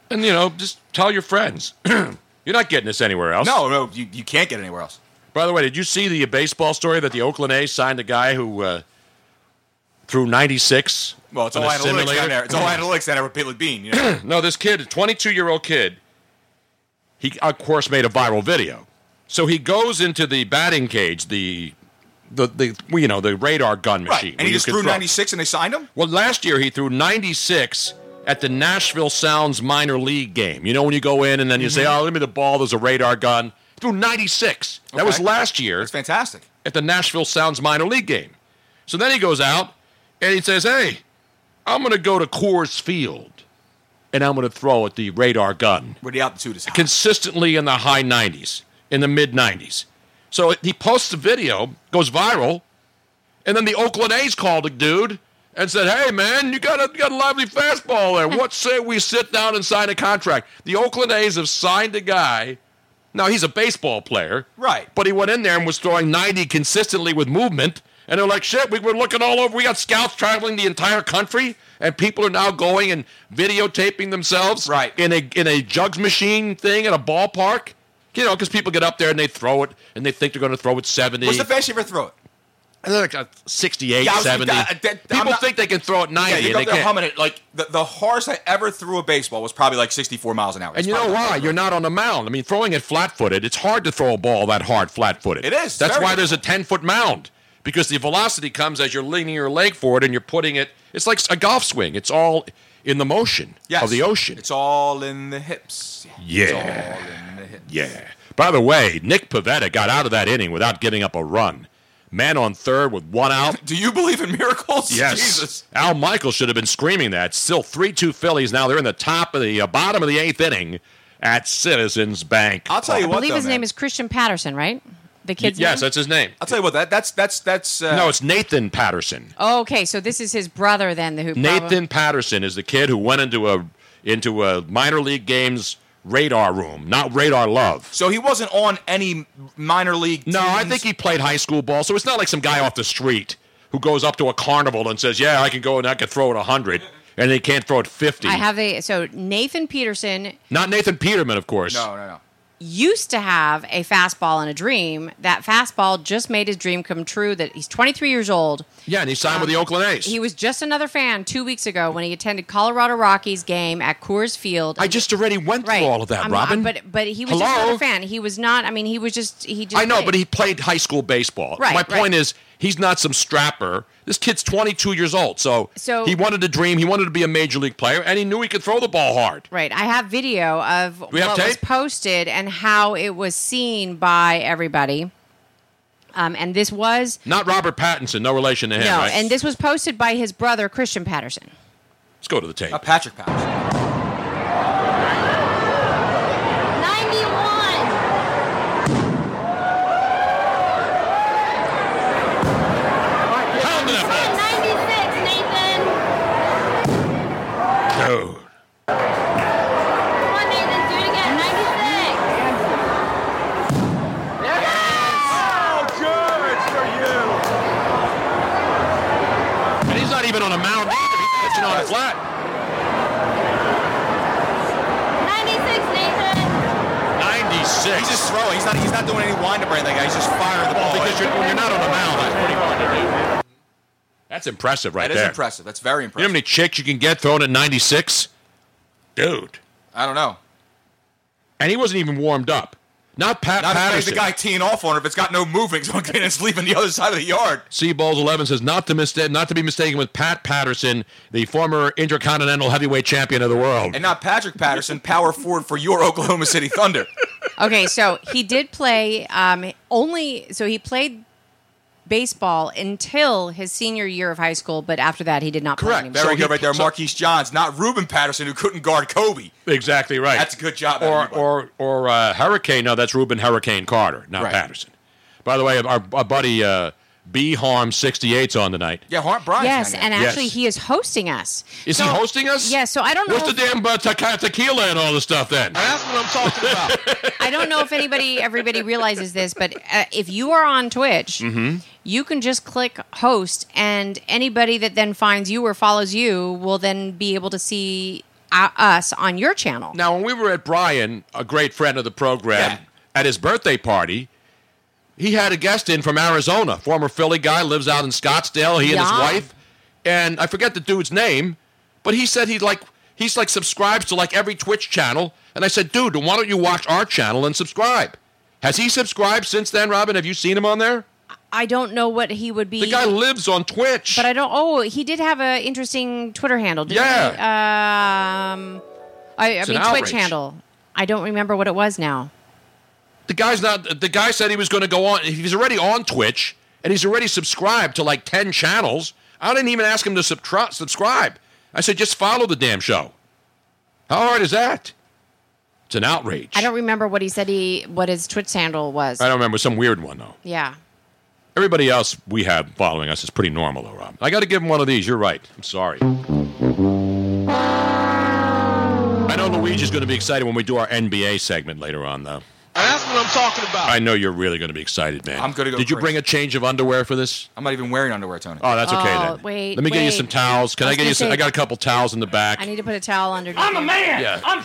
Speaker 4: And you know, just tell your friends. You're not getting this anywhere else.
Speaker 5: No, no, you, you can't get anywhere else.
Speaker 4: By the way, did you see the baseball story that the Oakland A's signed a guy who uh, threw 96?
Speaker 5: Well, it's
Speaker 4: on
Speaker 5: all
Speaker 4: a
Speaker 5: analytics
Speaker 4: simulator?
Speaker 5: down there. It's all analytics down there with Billy Bean. You know?
Speaker 4: No, this kid, 22 year old kid, he of course made a viral video. So he goes into the batting cage, the the, the well, you know the radar gun
Speaker 5: right.
Speaker 4: machine,
Speaker 5: And
Speaker 4: where
Speaker 5: he
Speaker 4: you
Speaker 5: just
Speaker 4: can
Speaker 5: threw
Speaker 4: throw.
Speaker 5: 96 and they signed him?
Speaker 4: Well, last year he threw 96 at the Nashville Sounds minor league game. You know when you go in and then you say,
Speaker 5: Mm-hmm.
Speaker 4: "Oh, give me the ball." There's a radar gun. He threw 96. That was
Speaker 5: Okay.
Speaker 4: last year
Speaker 5: That's fantastic.
Speaker 4: at the Nashville Sounds minor league game. So then he goes out and he says, Hey, I'm going to go to Coors Field and I'm going to throw at the radar gun
Speaker 5: Where the altitude is high.
Speaker 4: consistently in the high 90s, in the mid 90s. So he posts the video, goes viral, and then the Oakland A's called a dude and said, Hey, man, you got a, you got a lively fastball there. What say we sit down and sign a contract? The Oakland A's have signed a guy. Now, he's a baseball player.
Speaker 5: Right.
Speaker 4: But he went in there and was throwing 90 consistently with movement. And they're like, shit, we were looking all over. We got scouts traveling the entire country. And people are now going and videotaping themselves
Speaker 5: Right.
Speaker 4: in a in a jugs machine thing at a ballpark. You know, because people get up there and they throw it and they think they're going to throw it 70.
Speaker 5: What's the best you ever throw it?
Speaker 4: And they're like uh, 68,
Speaker 5: Yeah, I was-
Speaker 4: 70.
Speaker 5: I- that- I'm
Speaker 4: people
Speaker 5: not-
Speaker 4: think they can throw it 90
Speaker 5: Yeah, you
Speaker 4: and
Speaker 5: go
Speaker 4: they
Speaker 5: up there
Speaker 4: can't.
Speaker 5: humming it. Like, the, the hardest I ever threw a baseball was probably like 64 miles an hour.
Speaker 4: And you know why? You're not on the mound. I mean, throwing it flat footed, it's hard to throw a ball that hard flat footed.
Speaker 5: It is.
Speaker 4: That's
Speaker 5: Very
Speaker 4: why there's a 10 foot mound because the velocity comes as you're leaning your leg forward and you're putting it. It's like a golf swing, it's all in the motion
Speaker 5: yes.
Speaker 4: of the ocean.
Speaker 5: It's all in the hips.
Speaker 4: Yeah.
Speaker 5: It's all in the hips.
Speaker 4: Yeah. By the way, Nick Pavetta got out of that inning without giving up a run. Man on third with one out.
Speaker 5: Do you believe in miracles?
Speaker 4: Yes.
Speaker 5: Jesus.
Speaker 4: Al Michael should have been screaming that. Still 3 2 Phillies. Now they're in the top of the uh, bottom of the eighth inning at Citizens Bank.
Speaker 5: I'll tell you
Speaker 4: Park.
Speaker 5: what,
Speaker 7: I believe
Speaker 5: though,
Speaker 7: his
Speaker 5: man.
Speaker 7: name is Christian Patterson, right? The kid's
Speaker 4: yes,
Speaker 7: name?
Speaker 4: that's his name.
Speaker 5: I'll tell you what. That that's that's that's. Uh,
Speaker 4: no, it's Nathan Patterson.
Speaker 7: Oh, okay, so this is his brother then. The who
Speaker 4: Nathan
Speaker 7: probably-
Speaker 4: Patterson is the kid who went into a into a minor league games radar room, not radar love.
Speaker 5: So he wasn't on any minor league.
Speaker 4: No, I think he played high school ball. So it's not like some guy off the street who goes up to a carnival and says, "Yeah, I can go and I can throw it 100." And they can't throw it 50.
Speaker 7: I have the so Nathan Peterson
Speaker 4: Not Nathan Peterman, of course.
Speaker 5: No, no, no.
Speaker 7: used to have a fastball and a dream. That fastball just made his dream come true. That he's 23 years old.
Speaker 4: Yeah, and he signed with the Oakland A's.
Speaker 7: Um, He was just another fan two weeks ago when he attended Colorado Rockies game at Coors Field.
Speaker 4: I just already went through all of that,
Speaker 7: I'm-
Speaker 4: Robin.
Speaker 7: I'm- but but he was just
Speaker 4: Hello?
Speaker 7: another fan. He was not. I mean, he was just he just.
Speaker 4: I know,
Speaker 7: played.
Speaker 4: but he played high school baseball.
Speaker 7: Right,
Speaker 4: My point
Speaker 7: right.
Speaker 4: is, he's not some strapper. This kid's 22 years old, so,
Speaker 7: So-
Speaker 4: he wanted to dream. He wanted to be a major league player, and he knew he could throw the ball hard.
Speaker 7: Right. I have video of
Speaker 4: We have
Speaker 7: what was
Speaker 4: tape?
Speaker 7: posted and how it was seen by everybody. Um, and this was
Speaker 4: Not Robert Pattinson, no relation to him.
Speaker 7: no,
Speaker 4: right?
Speaker 7: and this was posted by his brother Christian Patterson.
Speaker 4: let's go to the tape.
Speaker 5: Patrick Patterson.
Speaker 11: 91.
Speaker 4: Pounding that ball.
Speaker 11: 96, Nathan.
Speaker 4: Dude.
Speaker 11: Come on, Nathan, do it again. 96.
Speaker 4: And he's not even on a mound either. He's pitching on a flat.
Speaker 11: 96, Nathan.
Speaker 4: 96.
Speaker 5: He's just throwing. He's not. He's not doing any wind up or anything. He's just firing the ball.
Speaker 4: Well, because you're, when you're not on a mound, that's pretty hard to do. That's impressive right
Speaker 5: That is
Speaker 4: there.
Speaker 5: impressive. That's very
Speaker 4: You know how
Speaker 5: impressive.
Speaker 4: many chicks you can get thrown at 96? Dude.
Speaker 5: I don't know.
Speaker 4: And he wasn't even warmed up. Not Pat
Speaker 5: Not if it's
Speaker 4: Patterson.
Speaker 5: the guy teeing off on her if it's got no moving, so it's leaving the other side of the yard.
Speaker 4: Seaballs 11 says not to mistake, not to be mistaken with Pat Patterson, the former Intercontinental Heavyweight Champion of the world.
Speaker 5: And not Patrick Patterson, power forward for your Oklahoma City Thunder.
Speaker 7: Okay, so he did play um, only so he played baseball until his senior year of high school, but after that he did not play anymore.
Speaker 5: There we go, right there. Marquise Johns, not Reuben Patterson, who couldn't guard Kobe.
Speaker 4: Exactly right.
Speaker 5: That's a good job.
Speaker 4: Or or or uh, Hurricane. No, that's Ruben Hurricane Carter, not
Speaker 5: Right.
Speaker 4: Patterson. By the way, our, our buddy uh, B Harm 68's on tonight.
Speaker 5: yeah, Hart Bryant.
Speaker 7: Yes, and
Speaker 4: Yes.
Speaker 7: actually he is hosting us.
Speaker 4: Is he hosting us?
Speaker 7: Yes, so I don't know
Speaker 4: What's the
Speaker 7: if-
Speaker 4: damn uh, tequi- tequila and all this stuff then?
Speaker 10: That's what I'm talking about.
Speaker 7: I don't know if anybody, everybody realizes this, but uh, if you are on Twitch,
Speaker 2: Mm-hmm.
Speaker 7: you can just click host, and anybody that then finds you or follows you will then be able to see uh, us on your channel.
Speaker 4: Now, when we were at Brian, a great friend of the program, at his birthday party, he had a guest in from Arizona, former Philly guy, lives out in Scottsdale. He and his
Speaker 7: Yeah.
Speaker 4: wife, and I forget the dude's name, but he said he like he's like subscribes to like every Twitch channel. And I said, dude, why don't you watch our channel and subscribe? Has he subscribed since then, Robin? Have you seen him on there?
Speaker 7: I don't know what he would be.
Speaker 4: The guy lives on Twitch.
Speaker 7: but I don't. Oh, he did have an interesting Twitter handle. Didn't
Speaker 4: Yeah.
Speaker 7: He? Um, I, I
Speaker 4: It's an
Speaker 7: mean,
Speaker 4: outrage.
Speaker 7: Twitch handle. I don't remember what it was now.
Speaker 4: The guy's not. The guy said he was going to go on. He's already on Twitch and he's already subscribed to like ten channels. I didn't even ask him to subtru- subscribe. I said just follow the damn show. How hard is that? It's an outrage.
Speaker 7: I don't remember what he said. He what his Twitch handle was.
Speaker 4: I don't remember some weird one though.
Speaker 7: yeah.
Speaker 4: Everybody else we have following us is pretty normal though, Rob. I got to give him one of these. You're right. I'm sorry. I know Luigi's going to be excited when we do our NBA segment later on though.
Speaker 10: That's what I'm talking about.
Speaker 4: I know you're really going to be excited, man.
Speaker 5: I'm gonna go
Speaker 4: Did you
Speaker 5: crazy.
Speaker 4: bring a change of underwear for this?
Speaker 5: I'm not even wearing underwear, Tony.
Speaker 4: Oh, that's okay
Speaker 7: Oh,
Speaker 4: then.
Speaker 7: wait,
Speaker 4: Let me get you
Speaker 7: wait.
Speaker 4: some towels. Can I,
Speaker 7: I was
Speaker 4: get you
Speaker 7: gonna
Speaker 4: some?
Speaker 7: say-
Speaker 4: I got a couple towels in the back.
Speaker 7: I need to put a towel under.
Speaker 11: I'm a man.
Speaker 4: Yeah.
Speaker 11: I'm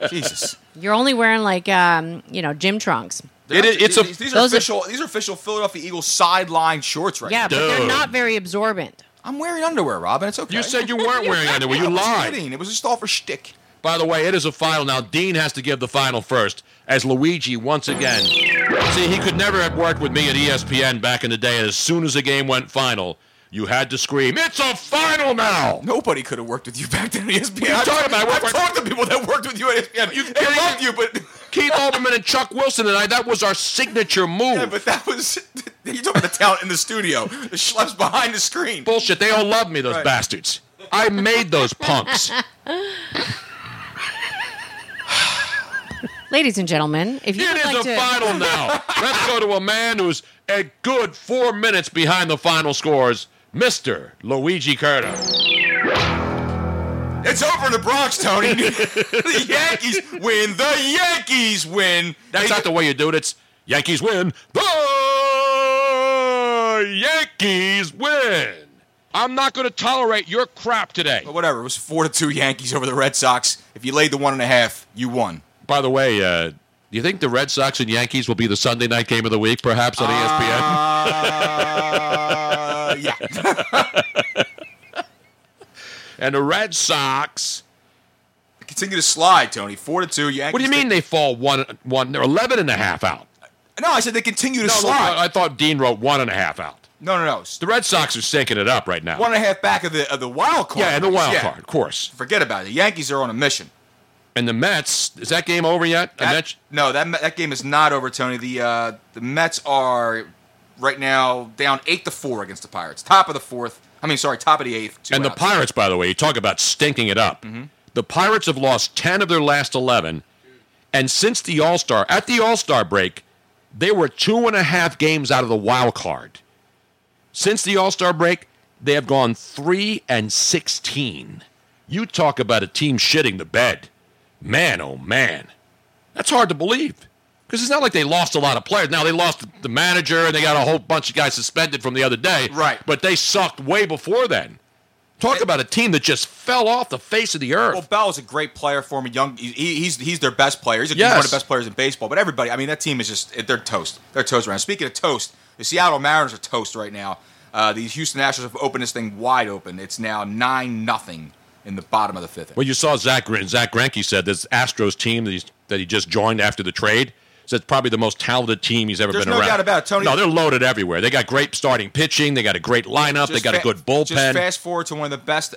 Speaker 11: 40.
Speaker 5: Jesus.
Speaker 7: You're only wearing like um, you know, gym trunks.
Speaker 4: It is- it's a-
Speaker 5: these, these are
Speaker 7: Those are-
Speaker 5: official. these are official Philadelphia Eagles sideline shorts, right?
Speaker 7: yeah,
Speaker 5: now.
Speaker 7: but
Speaker 4: Dude.
Speaker 7: they're not very absorbent.
Speaker 5: I'm wearing underwear, Robin. It's okay.
Speaker 4: You said you weren't wearing underwear. You
Speaker 5: I was
Speaker 4: lied.
Speaker 5: kidding. It was just all for shtick.
Speaker 4: By the way, it is a final now. Dean has to give the final first, as Luigi once again. See, he could never have worked with me at E ESPN back in the day. And as soon as the game went final, you had to scream, "It's a final now!"
Speaker 5: Nobody could have worked with you back then at E ESPN.
Speaker 4: you
Speaker 5: I've-
Speaker 4: talking about? I worked
Speaker 5: I've
Speaker 4: for-
Speaker 5: talked to people that worked with you at E ESPN. You, they
Speaker 4: kidding
Speaker 5: loved you, but
Speaker 4: Keith Olbermann and Chuck Wilson and I—that was our signature move.
Speaker 5: yeah, but that was you talking about the talent in the studio, the schleps behind the screen.
Speaker 4: Bullshit. They all love me, those
Speaker 5: Right.
Speaker 4: bastards. I made those punks.
Speaker 7: Ladies and gentlemen, if you
Speaker 4: It
Speaker 7: would
Speaker 4: is
Speaker 7: like
Speaker 4: a
Speaker 7: to
Speaker 4: final now. Let's go to a man who's a good four minutes behind the final scores, Mr. Luigi Curto.
Speaker 5: It's over in the Bronx, Tony. the Yankees win. The Yankees win.
Speaker 4: That's not the way you do it. It's Yankees win. The Yankees win.
Speaker 5: I'm not going to tolerate your crap today. But whatever. It was four to two Yankees over the Red Sox. If you laid the one and a half, you won.
Speaker 4: By the way, uh, do you think the Red Sox and Yankees will be the Sunday night game of the week, perhaps on E
Speaker 5: Uh,
Speaker 4: ESPN? yeah. and the Red Sox.
Speaker 5: Continue to slide, Tony. Four to two Yankees.
Speaker 4: What do you mean they fall one one? They're eleven and a half out.
Speaker 5: No, I said they continue to
Speaker 4: No, look,
Speaker 5: slide.
Speaker 4: I I thought Dean wrote one and a half out.
Speaker 5: No, no, no.
Speaker 4: The Red Sox are sinking it up right now.
Speaker 5: One and a half back of the of the wild card.
Speaker 4: Yeah, and the wild card, of course.
Speaker 5: Forget about it. The Yankees are on a mission.
Speaker 4: And the Mets, is that game over yet?
Speaker 5: That, no, that that game is not over, Tony. The uh, the Mets are right now down eight to four against the Pirates. Top of the fourth. I mean, sorry, top of the eighth. Mm-hmm. Two
Speaker 4: and the
Speaker 5: outs.
Speaker 4: Pirates, by the way, you talk about stinking it up. The Pirates have lost 10 of their last 11. And since the All Star, at the All Star break, they were two and a half games out of the wild card. Since the All Star break, they have gone three and 16. You talk about a team shitting the bed. Man, oh man. That's hard to believe. Because it's not like they lost a lot of players. Now, they lost the manager and they got a whole bunch of guys suspended from the other day. Right. But they sucked way before then. Talk about a team that just fell off the face of the earth.
Speaker 5: Well, Bell is a great player for him. a Young, he, he's he's their best player. He's, a- he's one of
Speaker 4: Yes.
Speaker 5: the best players in baseball. But everybody, I mean, that team is just they're toast. They're toast right now. Speaking of toast, the Seattle Mariners are toast right now. Uh, the Houston Astros have opened this thing wide open. It's now nine nothing in the bottom of the fifth.
Speaker 4: Well, you saw Zach Gren- Zach Greinke said this Astros team that, he's, that he just joined after the trade. Said it's probably the most talented team he's ever
Speaker 5: There's
Speaker 4: been
Speaker 5: no
Speaker 4: around.
Speaker 5: doubt about it, Tony.
Speaker 4: No, they're loaded everywhere. They got great starting pitching. They got a great lineup. they
Speaker 5: Just
Speaker 4: got a
Speaker 5: fa-
Speaker 4: good bullpen.
Speaker 5: Just fast forward to one of the best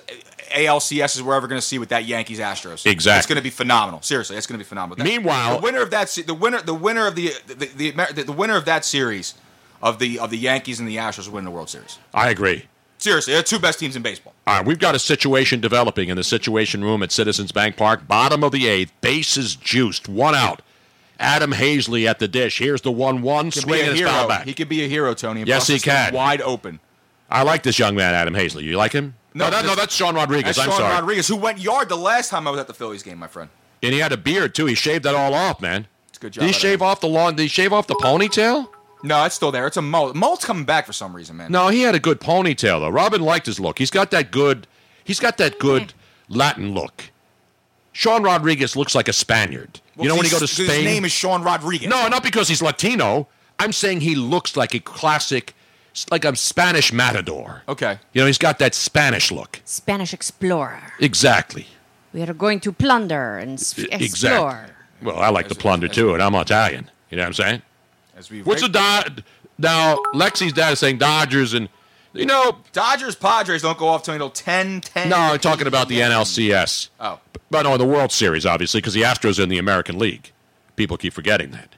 Speaker 5: ALCSs we're ever going to see with that Yankees Astros.
Speaker 4: Exactly.
Speaker 5: it's going to be phenomenal. Seriously, it's going to be phenomenal. That-
Speaker 4: Meanwhile-
Speaker 5: the winner of that, se- the winner, the winner of the the, the, the the winner of that series of the of the Yankees and the Astros will win the World Series.
Speaker 4: I agree.
Speaker 5: Seriously, they're two best teams in baseball.
Speaker 4: All right, we've got a situation developing in the situation room at Citizens Bank Park. Bottom of the eighth, bases juiced, one out. Adam Hazley at the dish. Here's the one-one
Speaker 5: He can
Speaker 4: swing
Speaker 5: be a
Speaker 4: and his
Speaker 5: hero.
Speaker 4: foul back.
Speaker 5: He could be a hero, Tony. and
Speaker 4: Yes,
Speaker 5: bust
Speaker 4: he
Speaker 5: this thing
Speaker 4: can.
Speaker 5: Wide open.
Speaker 4: I like this young man, Adam Hazley. You like him? No, that, no, that's Sean Rodriguez.
Speaker 5: That's
Speaker 4: I'm
Speaker 5: Sean
Speaker 4: sorry.
Speaker 5: Rodriguez, who went yard the last time I was at the Phillies game, my friend.
Speaker 4: And he had a beard too. He shaved that all off, man. It's
Speaker 5: good job
Speaker 4: Did he
Speaker 5: by
Speaker 4: shave off the long? Did he shave off the ponytail?
Speaker 5: No, it's still there. It's a mullet. Mullet's coming back for some reason, man.
Speaker 4: No, he had a good ponytail though. Robin liked his look. He's got that good. He's got that good Latin look. Sean Rodriguez looks like a Spaniard. you know when you go to Spain.
Speaker 5: His name is Sean Rodriguez.
Speaker 4: no, not because he's Latino. I'm saying he looks like a classic, like a Spanish matador.
Speaker 5: Okay.
Speaker 4: You know, he's got that Spanish look.
Speaker 7: Spanish explorer.
Speaker 4: Exactly.
Speaker 7: We are going to plunder and s-
Speaker 4: E-,
Speaker 7: explore.
Speaker 4: Exactly. Well, I like the plunder too, and I'm Italian. You know what I'm saying?
Speaker 5: As we
Speaker 4: What's the Dod? Now, Lexi's dad is saying Dodgers, and you know,
Speaker 5: Dodgers, Padres don't go off till until 10 10.
Speaker 4: no, I'm talking about the NLCS.
Speaker 5: Oh.
Speaker 4: But no, in the World Series, obviously, because the Astros are in the American League. People keep forgetting that.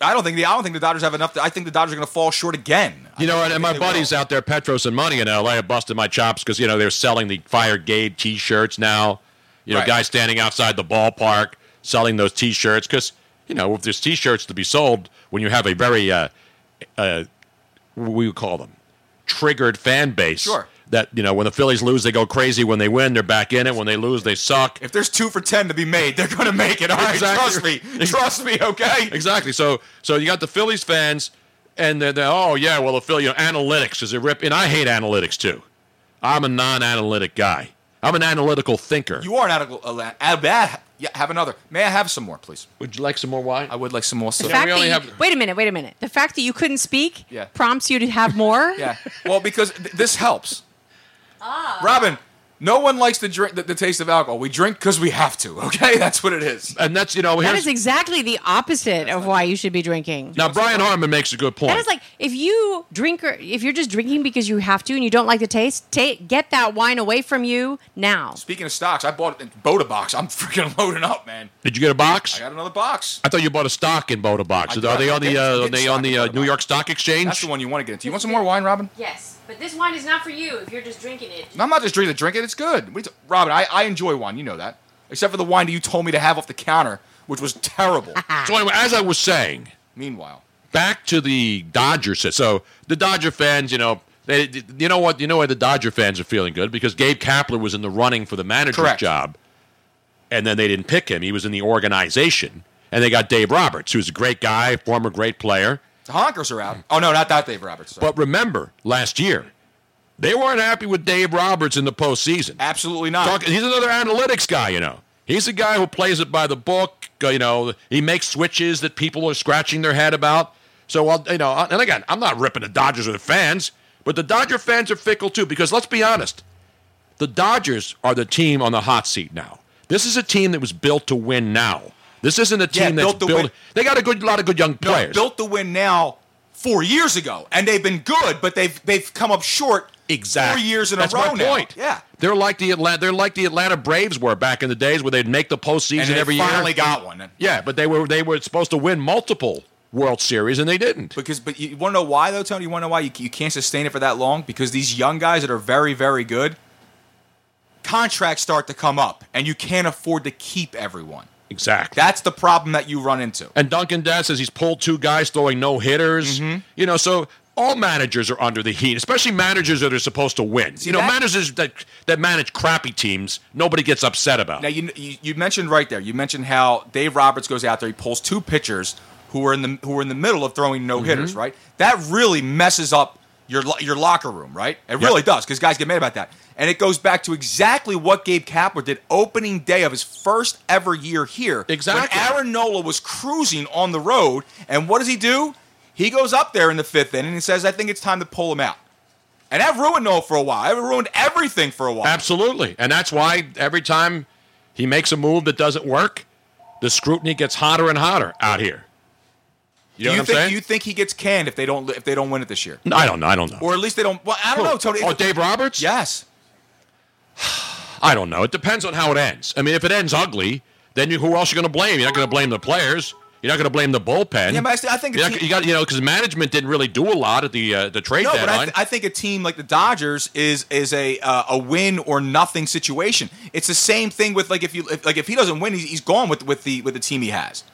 Speaker 5: I don't think the I don't think the Dodgers have enough. To, I think the Dodgers are going to fall short again.
Speaker 4: You know, and, and my buddies out there, Petros and Money in LA, have busted my chops because, you know, they're selling the Fire Gabe t shirts now. You know,
Speaker 5: Right.
Speaker 4: guys standing outside the ballpark selling those t shirts because, you know, if there's t shirts to be sold when you have a very, uh, uh, what do you call them? Triggered fan base. Sure. That, you know, when the Phillies lose, they go crazy. When they win, they're back in it. When they lose, they suck.
Speaker 5: If there's two for 10 to be made, they're going to make it. All right, trust me. Trust me, okay?
Speaker 4: Exactly. So so you got the Phillies fans, and they're, they're, oh yeah, well the Philly you know, analytics is a rip, and I hate analytics too. I'm a non-analytic guy. I'm an analytical thinker.
Speaker 5: You are an adequate. Uh, uh, yeah, have another. May I have some more, please?
Speaker 4: Would you like some more wine?
Speaker 5: I would like some more.
Speaker 7: The
Speaker 5: soda.
Speaker 7: fact that you, wait a minute, wait a minute. The fact that you couldn't speak
Speaker 5: Yeah.
Speaker 7: prompts you to have more.
Speaker 5: Yeah. Well, because th- this helps. Robin, no one likes to drink the, the taste of alcohol. We drink because we have to. Okay, that's what it is.
Speaker 4: And that's you know
Speaker 7: that
Speaker 4: here's
Speaker 7: is exactly the opposite of why you should be drinking.
Speaker 4: now Brian Harmon makes a good point.
Speaker 7: That is like if you drink or if you're just drinking because you have to and you don't like the taste, take get that wine away from you now.
Speaker 5: Speaking of stocks, I bought a Boda box. I'm freaking loading up, man.
Speaker 4: Did you get a box?
Speaker 5: I got another box.
Speaker 4: I thought you bought a stock in Boda Box.
Speaker 5: I
Speaker 4: Are they
Speaker 5: got-
Speaker 4: on the
Speaker 5: I did-
Speaker 4: uh,
Speaker 5: I
Speaker 4: are
Speaker 5: did
Speaker 4: they
Speaker 5: stock
Speaker 4: on the uh, New York Stock Exchange?
Speaker 5: That's the one you want to get into. You want some more wine, Robin?
Speaker 7: Yes, but this wine is not for you if you're just drinking it.
Speaker 5: No, I'm not just drinking to drink it. It's good. What are you t- Robin, I, I enjoy wine. You know that. Except for the wine that you told me to have off the counter which was terrible.
Speaker 4: So anyway, as I was saying,
Speaker 5: meanwhile,
Speaker 4: back to the Dodger set. So the Dodger fans, you know, they, you know what, you know why the Dodger fans are feeling good because Gabe Kapler was in the running for the manager
Speaker 5: Correct.
Speaker 4: job, and then they didn't pick him. He was in the organization, and they got Dave Roberts, who's a great guy, former great player.
Speaker 5: the honkers are out. Oh no, not that Dave Roberts.
Speaker 4: But remember, last year, they weren't happy with Dave Roberts in the postseason.
Speaker 5: Absolutely not.
Speaker 4: he's another analytics guy, you know. He's a guy who plays it by the book. uh, You know, he makes switches that people are scratching their head about. So, I'll, you know, and again, I'm not ripping the Dodgers or the fans, but the Dodger fans are fickle too because let's be honest, the Dodgers are the team on the hot seat now. This is a team that was built to win now. This isn't a team that's
Speaker 5: built to
Speaker 4: built.
Speaker 5: win.
Speaker 4: They got a good lot of good young
Speaker 5: No,
Speaker 4: players.
Speaker 5: built the win now four years ago, and they've been good, but they've they've come up short.
Speaker 4: Exactly.
Speaker 5: Four years in
Speaker 4: That's
Speaker 5: a row
Speaker 4: my
Speaker 5: now.
Speaker 4: point.
Speaker 5: Yeah.
Speaker 4: They're like the Atlanta. They're like the Atlanta Braves were back in the days where they'd make the postseason
Speaker 5: And they
Speaker 4: every year.
Speaker 5: finally got one.
Speaker 4: Yeah, but they were they were supposed to win multiple World Series and they didn't.
Speaker 5: Because, but you want to know why though, Tony? You want to know why you, you can't sustain it for that long? Because these young guys that are very, very good, contracts start to come up, and you can't afford to keep everyone.
Speaker 4: Exactly.
Speaker 5: That's the problem that you run into.
Speaker 4: And Duncan Dad says he's pulled two guys throwing no hitters.
Speaker 5: Mm-hmm.
Speaker 4: You know, so all managers are under the heat, especially managers that are supposed to win. you know,
Speaker 5: that-
Speaker 4: managers that that manage crappy teams, nobody gets upset about.
Speaker 5: Now you, you you mentioned right there. You mentioned how Dave Roberts goes out there. He pulls two pitchers who are in the who are in the middle of throwing no hitters.
Speaker 4: Mhm.
Speaker 5: Right. That really messes up your lo- your locker room. Right. It really does because guys get mad about that. And it goes back to exactly what Gabe Kapler did opening day of his first ever year here. Exactly. When Aaron Nola was cruising on the road, and what does he do? He goes up there in the fifth inning and says, "I think it's time to pull him out." And that ruined Nola for a while. It ruined everything for a while.
Speaker 4: Absolutely. And that's why every time he makes a move that doesn't work, the scrutiny gets hotter and hotter out here. You know
Speaker 5: do you
Speaker 4: what I'm
Speaker 5: think
Speaker 4: saying?
Speaker 5: you think he gets canned if they don't if they don't win it this year?
Speaker 4: No, I don't know. I don't know.
Speaker 5: Or at least they don't. Well, I don't
Speaker 4: Who?
Speaker 5: know, Tony.
Speaker 4: Oh, Dave Roberts?
Speaker 5: Yes.
Speaker 4: I don't know. It depends on how it ends. I mean, if it ends ugly, then you, who else you going to blame? You're not going to blame the players. You're not going to blame the bullpen.
Speaker 5: Yeah, but I st- I think a
Speaker 4: You're not-
Speaker 5: team-
Speaker 4: you got you know because management didn't really do a lot at the uh, the trade
Speaker 5: no, but I,
Speaker 4: deadline.
Speaker 5: th- I think a team like the Dodgers is is a uh, a win or nothing situation. It's the same thing with like if you if, like if he doesn't win, he's, he's gone with with the with the team he has.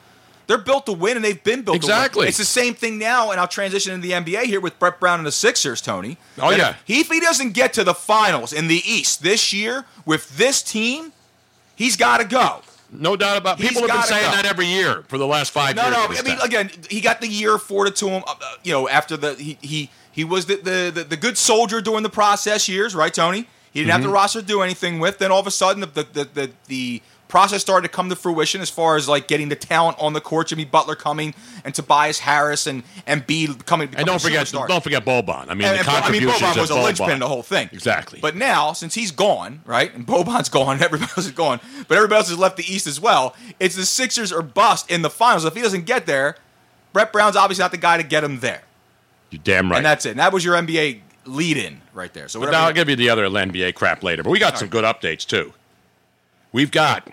Speaker 5: They're built to win, and they've been built To
Speaker 4: Exactly.
Speaker 5: win. It's the same thing now, and I'll transition into the NBA here with Brett Brown and the Sixers, Tony.
Speaker 4: Oh,
Speaker 5: That
Speaker 4: yeah.
Speaker 5: if he doesn't get to the finals in the East this year with this team, he's got to go.
Speaker 4: no doubt about.
Speaker 5: He's
Speaker 4: People have been
Speaker 5: gotta
Speaker 4: saying
Speaker 5: go.
Speaker 4: that every year for the last five
Speaker 5: No,
Speaker 4: years.
Speaker 5: no.
Speaker 4: of this
Speaker 5: I mean,
Speaker 4: thing.
Speaker 5: again, he got the year afforded to him. uh, uh, You know, after the he he he was the the, the, the good soldier during the process years, right, Tony? He didn't have the
Speaker 4: Mhm.
Speaker 5: roster to do anything with. Then all of a sudden, the the, the the the process started to come to fruition as far as like getting the talent on the court. Jimmy Butler coming and Tobias Harris and and B coming.
Speaker 4: and
Speaker 5: becoming
Speaker 4: don't forget
Speaker 5: superstars.
Speaker 4: don't forget Boban. I mean,
Speaker 5: And-
Speaker 4: the
Speaker 5: and Bo- I mean,
Speaker 4: contributions
Speaker 5: Boban
Speaker 4: of
Speaker 5: was a linchpin in the whole thing.
Speaker 4: Exactly.
Speaker 5: But now, since he's gone, right, and Boban's gone, and everybody else is gone, but everybody else has left the East as well. It's the Sixers are bust in the finals. If he doesn't get there, Brett Brown's obviously not the guy to get him there.
Speaker 4: You're damn right.
Speaker 5: And that's it. And that was your NBA lead-in right there. So
Speaker 4: But now I'll
Speaker 5: whatever.
Speaker 4: give you the other NBA crap later. But we got some good updates too. We've got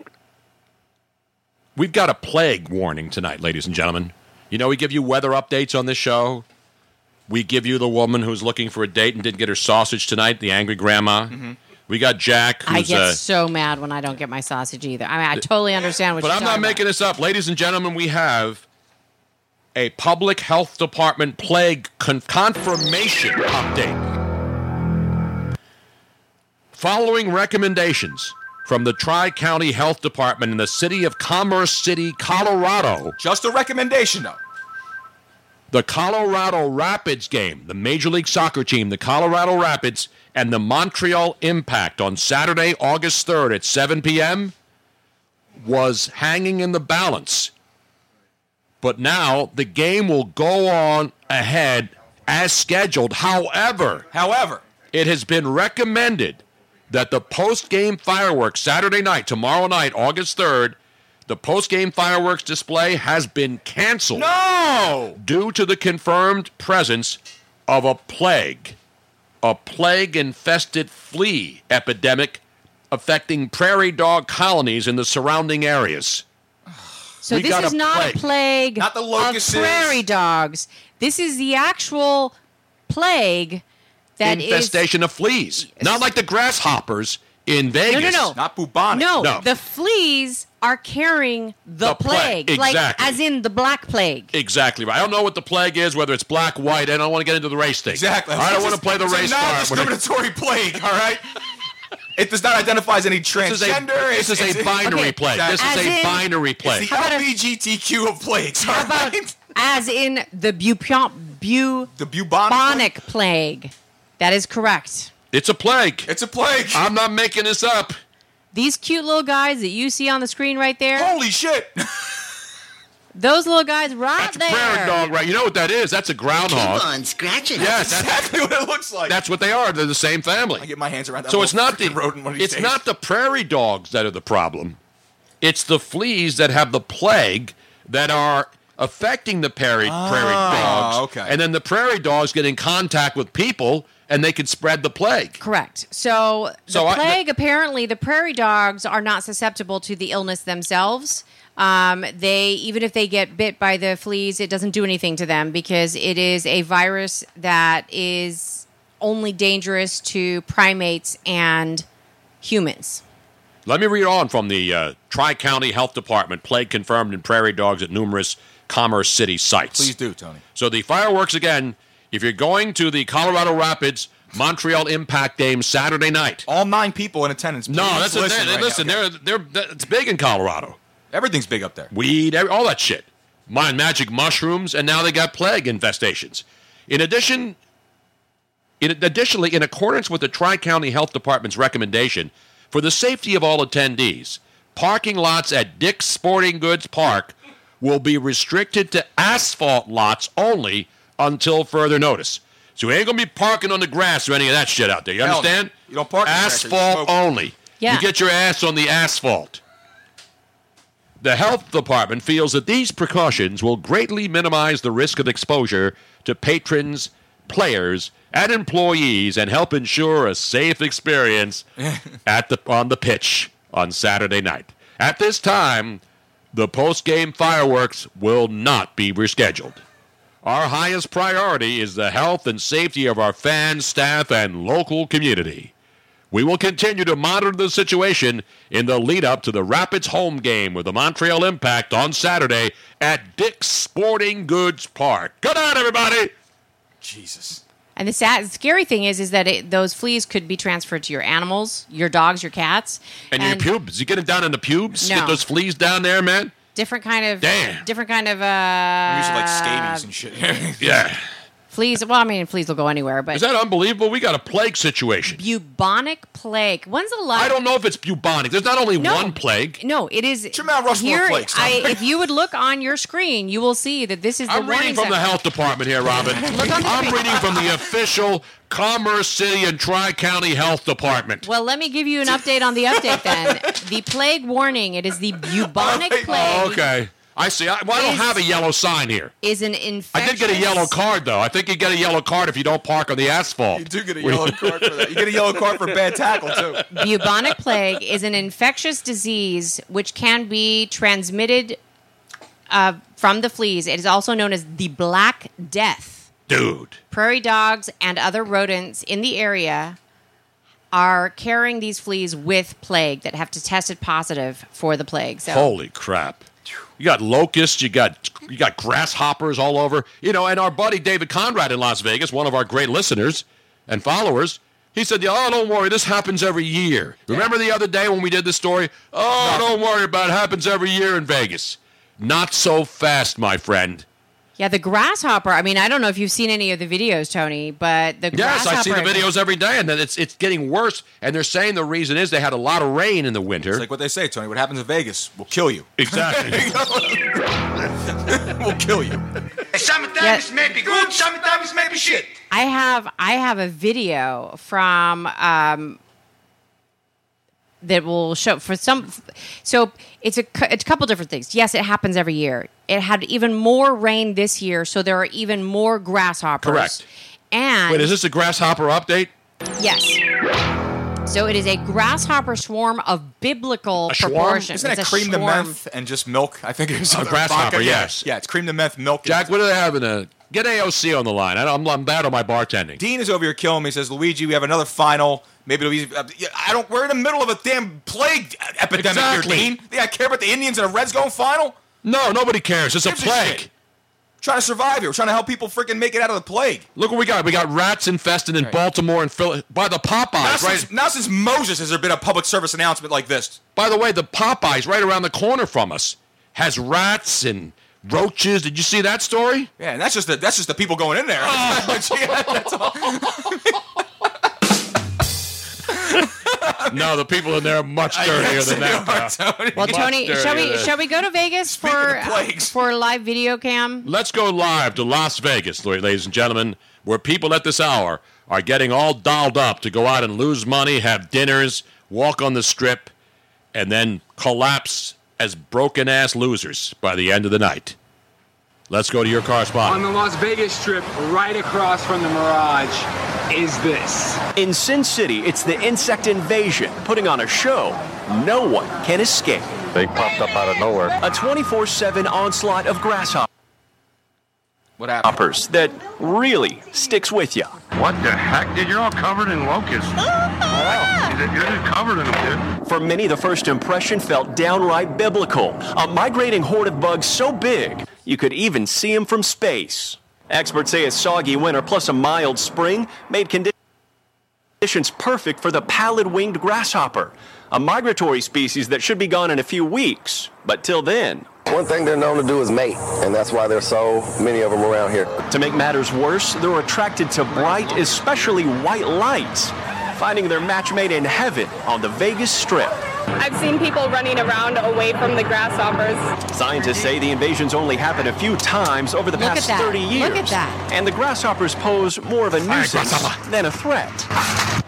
Speaker 4: we've got a plague warning tonight, ladies and gentlemen. You know we give you weather updates on this show. We give you the woman who's looking for a date and didn't get her sausage tonight, the angry grandma. We got Jack,
Speaker 7: I
Speaker 4: who's
Speaker 7: get
Speaker 4: uh,
Speaker 7: so mad when I don't get my sausage either. I mean, I totally understand what
Speaker 4: but
Speaker 7: you're
Speaker 4: I'm not
Speaker 7: talking
Speaker 4: making this up, ladies and gentlemen. We have a public health department plague con- confirmation update. Following recommendations from the Tri County Health Department in the city of Commerce City, Colorado.
Speaker 5: Just a recommendation, though.
Speaker 4: The Colorado Rapids game, the Major League Soccer team, the Colorado Rapids, and the Montreal Impact on Saturday, August 3rd at 7 p.m. was hanging in the balance. But now the game will go on ahead as scheduled. However,
Speaker 5: however,
Speaker 4: it has been recommended that the post-game fireworks Saturday night, tomorrow night, August 3rd, the post-game fireworks display has been canceled.
Speaker 3: Oh,
Speaker 5: No!
Speaker 4: Due to the confirmed presence of a plague, a plague-infested flea epidemic affecting prairie dog colonies in the surrounding areas.
Speaker 7: about. So
Speaker 4: We
Speaker 7: this
Speaker 4: got
Speaker 7: is
Speaker 4: a
Speaker 7: not
Speaker 4: plague.
Speaker 7: a plague
Speaker 4: Not the locusts.
Speaker 7: of prairie dogs. This is the actual plague that is
Speaker 4: infestation of fleas. Not like the grasshoppers in Vegas.
Speaker 7: No, no, no.
Speaker 5: Not bubonic.
Speaker 7: No, the fleas are carrying the,
Speaker 4: The
Speaker 7: plague,
Speaker 4: plague,
Speaker 7: like
Speaker 4: exactly.
Speaker 7: as in the black plague.
Speaker 4: Exactly right. I don't know what the plague is, whether it's black, white. I don't want to get into the race thing.
Speaker 5: Exactly.
Speaker 4: I don't
Speaker 5: It's
Speaker 4: want
Speaker 5: just-
Speaker 4: to play the
Speaker 5: it's a
Speaker 4: race card. when I-
Speaker 5: non-discriminatory plague. All right. It does not identify as any transgender.
Speaker 4: is a- this is a
Speaker 5: it's- it's-
Speaker 4: binary Okay. plague. This is
Speaker 5: Exactly.
Speaker 4: a As in- binary plague.
Speaker 5: It's the LGBTQ of plagues. All right.
Speaker 7: As in the bupion, bu-
Speaker 5: the bubonic,
Speaker 7: plague. That is correct.
Speaker 4: It's a plague.
Speaker 5: It's a plague.
Speaker 4: I'm not making this up.
Speaker 7: These cute little guys that you see on the screen right there.
Speaker 5: Holy shit!
Speaker 7: Those little guys right there.
Speaker 4: Prairie dog, right? You know what that is? That's a groundhog.
Speaker 7: scratching.
Speaker 4: Yes,
Speaker 5: That's
Speaker 4: that's,
Speaker 5: exactly what it looks like.
Speaker 4: that's what they are. They're the same family.
Speaker 5: I get my hands around that.
Speaker 4: so it's
Speaker 5: little
Speaker 4: not the
Speaker 5: freaking rodent one of these
Speaker 4: it's
Speaker 5: days.
Speaker 4: not the prairie dogs that are the problem. It's the fleas that have the plague that are affecting the prairie prairie dogs.
Speaker 5: Ah, okay.
Speaker 4: And then the prairie dogs get in contact with people and they can spread the plague.
Speaker 7: Correct. So the
Speaker 4: So I- the-
Speaker 7: plague, apparently, the prairie dogs are not susceptible to the illness themselves. Um, they even if they get bit by the fleas, it doesn't do anything to them because it is a virus that is only dangerous to primates and humans.
Speaker 4: Let me read on from the uh, Tri County Health Department plague confirmed in prairie dogs at numerous commerce city sites.
Speaker 5: Please do, Tony.
Speaker 4: So the fireworks again. If you're going to the Colorado Rapids Montreal Impact game Saturday night,
Speaker 5: All nine people in attendance.
Speaker 4: no,
Speaker 5: please
Speaker 4: that's the
Speaker 5: listen.
Speaker 4: thing.
Speaker 5: right
Speaker 4: listen,
Speaker 5: now.
Speaker 4: they're they're that- it's big in Colorado.
Speaker 5: Everything's big up there.
Speaker 4: Weed, every, all that shit. Mine magic mushrooms, and now they got plague infestations. In addition, in, additionally, in accordance with the Tri County Health Department's recommendation, for the safety of all attendees, parking lots at Dick's Sporting Goods Park will be restricted to asphalt lots only until further notice. So you ain't gonna be parking on the grass or any of that shit out there. You
Speaker 5: Hell no.
Speaker 4: understand?
Speaker 5: You don't park on the grass, you
Speaker 4: asphalt
Speaker 5: smoke.
Speaker 4: only.
Speaker 7: Yeah.
Speaker 4: You get your ass on the asphalt. The health department feels that these precautions will greatly minimize the risk of exposure to patrons, players, and employees and help ensure a safe experience at the on the pitch on Saturday night. At this time, the post-game fireworks will not be rescheduled. Our highest priority is the health and safety of our fans, staff, and local community. We will continue to monitor the situation in the lead up to the Rapids home game with the Montreal Impact on Saturday at Dick's Sporting Goods Park. Good night, everybody.
Speaker 5: Jesus.
Speaker 7: And the sad, scary thing is, is that it, those fleas could be transferred to your animals, your dogs, your cats,
Speaker 4: And, your pubes, you get them down in the pubes.
Speaker 7: No.
Speaker 4: Get those fleas down there, man.
Speaker 7: different kind of
Speaker 4: Damn.
Speaker 7: different kind of
Speaker 5: I'm
Speaker 7: uh,
Speaker 5: used to like scabies and shit.
Speaker 4: Yeah,
Speaker 7: fleas. Well, I mean, fleas will go anywhere, but
Speaker 4: is that unbelievable? We got a plague situation.
Speaker 7: bubonic plague. When's the last?
Speaker 4: I don't know if it's bubonic. There's not only
Speaker 7: No.
Speaker 4: one plague.
Speaker 7: No, it is.
Speaker 5: Mount Rushmore
Speaker 7: here,
Speaker 5: plagues, Tom.
Speaker 7: I, if you would look on your screen, you will see that this is the
Speaker 4: I'm reading
Speaker 7: warning
Speaker 4: from the
Speaker 7: section.
Speaker 4: health department here, Robin. I'm reading from the official Commerce City and Tri County Health Department.
Speaker 7: Well, let me give you an update on the update then. the plague warning. It is the bubonic plague.
Speaker 4: Oh, okay. I see. I, well, I
Speaker 7: Is-
Speaker 4: don't have a yellow sign here.
Speaker 7: Is an
Speaker 4: I
Speaker 7: infectious.
Speaker 4: did get a yellow card, though. I think you get a yellow card if you don't park on the asphalt.
Speaker 5: You do get a yellow card for that. You get a yellow card for bad tackle too.
Speaker 7: Bubonic plague is an infectious disease which can be transmitted uh, from the fleas. It is also known as the Black Death.
Speaker 4: Dude.
Speaker 7: prairie dogs and other rodents in the area are carrying these fleas with plague that have to tested positive for the plague. So
Speaker 4: Holy crap. You got locusts, you got you got grasshoppers all over. You know, and our buddy David Conrad in Las Vegas, one of our great listeners and followers, he said, "Oh, don't worry, this happens every year." Remember the other day when we did this story? Oh, don't worry about it. it happens every year in Vegas. Not so fast, my friend.
Speaker 7: yeah, the grasshopper. I mean, I don't know if you've seen any of the videos, Tony, but the
Speaker 4: Yes,
Speaker 7: grasshopper.
Speaker 4: I see the videos every day, and then it's it's getting worse. And they're saying the reason is they had a lot of rain in the winter.
Speaker 5: It's like what they say, Tony. What happens in Vegas will kill you.
Speaker 4: exactly.
Speaker 5: will kill you.
Speaker 7: Yeah,
Speaker 3: Maybe good, sometimes maybe shit.
Speaker 7: I have I have a video from um, that will show for some. So it's a cou- it's a couple different things. Yes, it happens every year. It had even more rain this year, so there are even more grasshoppers.
Speaker 4: Correct.
Speaker 7: And
Speaker 4: Wait, is this a grasshopper update?
Speaker 7: yes, So it is a grasshopper swarm of biblical
Speaker 5: Schwarm?
Speaker 7: proportions.
Speaker 5: Isn't that
Speaker 7: It's a
Speaker 5: cream to
Speaker 7: schwarm.
Speaker 5: meth and just milk? I think it's
Speaker 4: A grasshopper, yes.
Speaker 5: Yeah, it's cream to meth milk.
Speaker 4: Jack, what do they have in a? Get AOC on the line. I don't, I'm, I'm bad on my bartending.
Speaker 5: Dean is over here killing me. He says, Luigi, we have another final. Maybe it'll be. uh, yeah, I don't. We're in the middle of a damn plague epidemic
Speaker 4: Exactly.
Speaker 5: here, Dean. Yeah, I care about the Indians and the Reds going final.
Speaker 4: No, nobody cares. It's a plague.
Speaker 5: Trying to survive here. We're trying to help people freaking make it out of the plague.
Speaker 4: Look what we got. We got rats infested in Baltimore and Philly by the
Speaker 5: Now,
Speaker 4: Popeyes. Right.
Speaker 5: since, now since Moses has there been a public service announcement like this?
Speaker 4: By the way, the Popeyes right around the corner from us has rats and roaches. Did you see that story?
Speaker 5: Yeah, and that's just the, that's just the people going in there. Yeah, that's all.
Speaker 4: no, the people in there are much dirtier than that. pal.
Speaker 7: Well,
Speaker 4: Much
Speaker 7: Tony,
Speaker 4: dirtier
Speaker 7: shall we
Speaker 4: than-
Speaker 7: shall we go to Vegas for for live video cam?
Speaker 4: Let's go live to Las Vegas, ladies and gentlemen, where people at this hour are getting all dolled up to go out and lose money, have dinners, walk on the strip, and then collapse as broken ass losers by the end of the night. Let's go to your
Speaker 15: On
Speaker 4: correspondent.
Speaker 15: the Las Vegas Strip, right across from the Mirage, is this.
Speaker 16: In Sin City, it's the insect invasion putting on a show no one can escape. They popped up out of nowhere. A 24 7 onslaught of grasshoppers.
Speaker 5: What happened?
Speaker 16: Hoppers that really sticks with you. What the heck? Dude, you're all covered in locusts.
Speaker 15: Oh,
Speaker 16: Oh, You're just covered in them, dude. For many, the first impression felt downright biblical. A migrating horde of bugs so big, you could even see them from space. Experts say a soggy winter plus a mild spring made conditions conditions perfect for the pallid winged grasshopper, a migratory species that should be gone in a few weeks. But till then,
Speaker 17: One thing they're known to do is mate, and that's why there's so many of them around here.
Speaker 16: to make matters worse, they're attracted to bright, especially white lights, finding their match made in heaven on the Vegas Strip.
Speaker 18: I've seen people running around away from the grasshoppers.
Speaker 16: Scientists say the invasions only happened a few times over the
Speaker 17: Look
Speaker 16: past
Speaker 17: at that.
Speaker 16: 30 years.
Speaker 17: Look at that.
Speaker 16: And the grasshoppers pose more of a nuisance than a threat.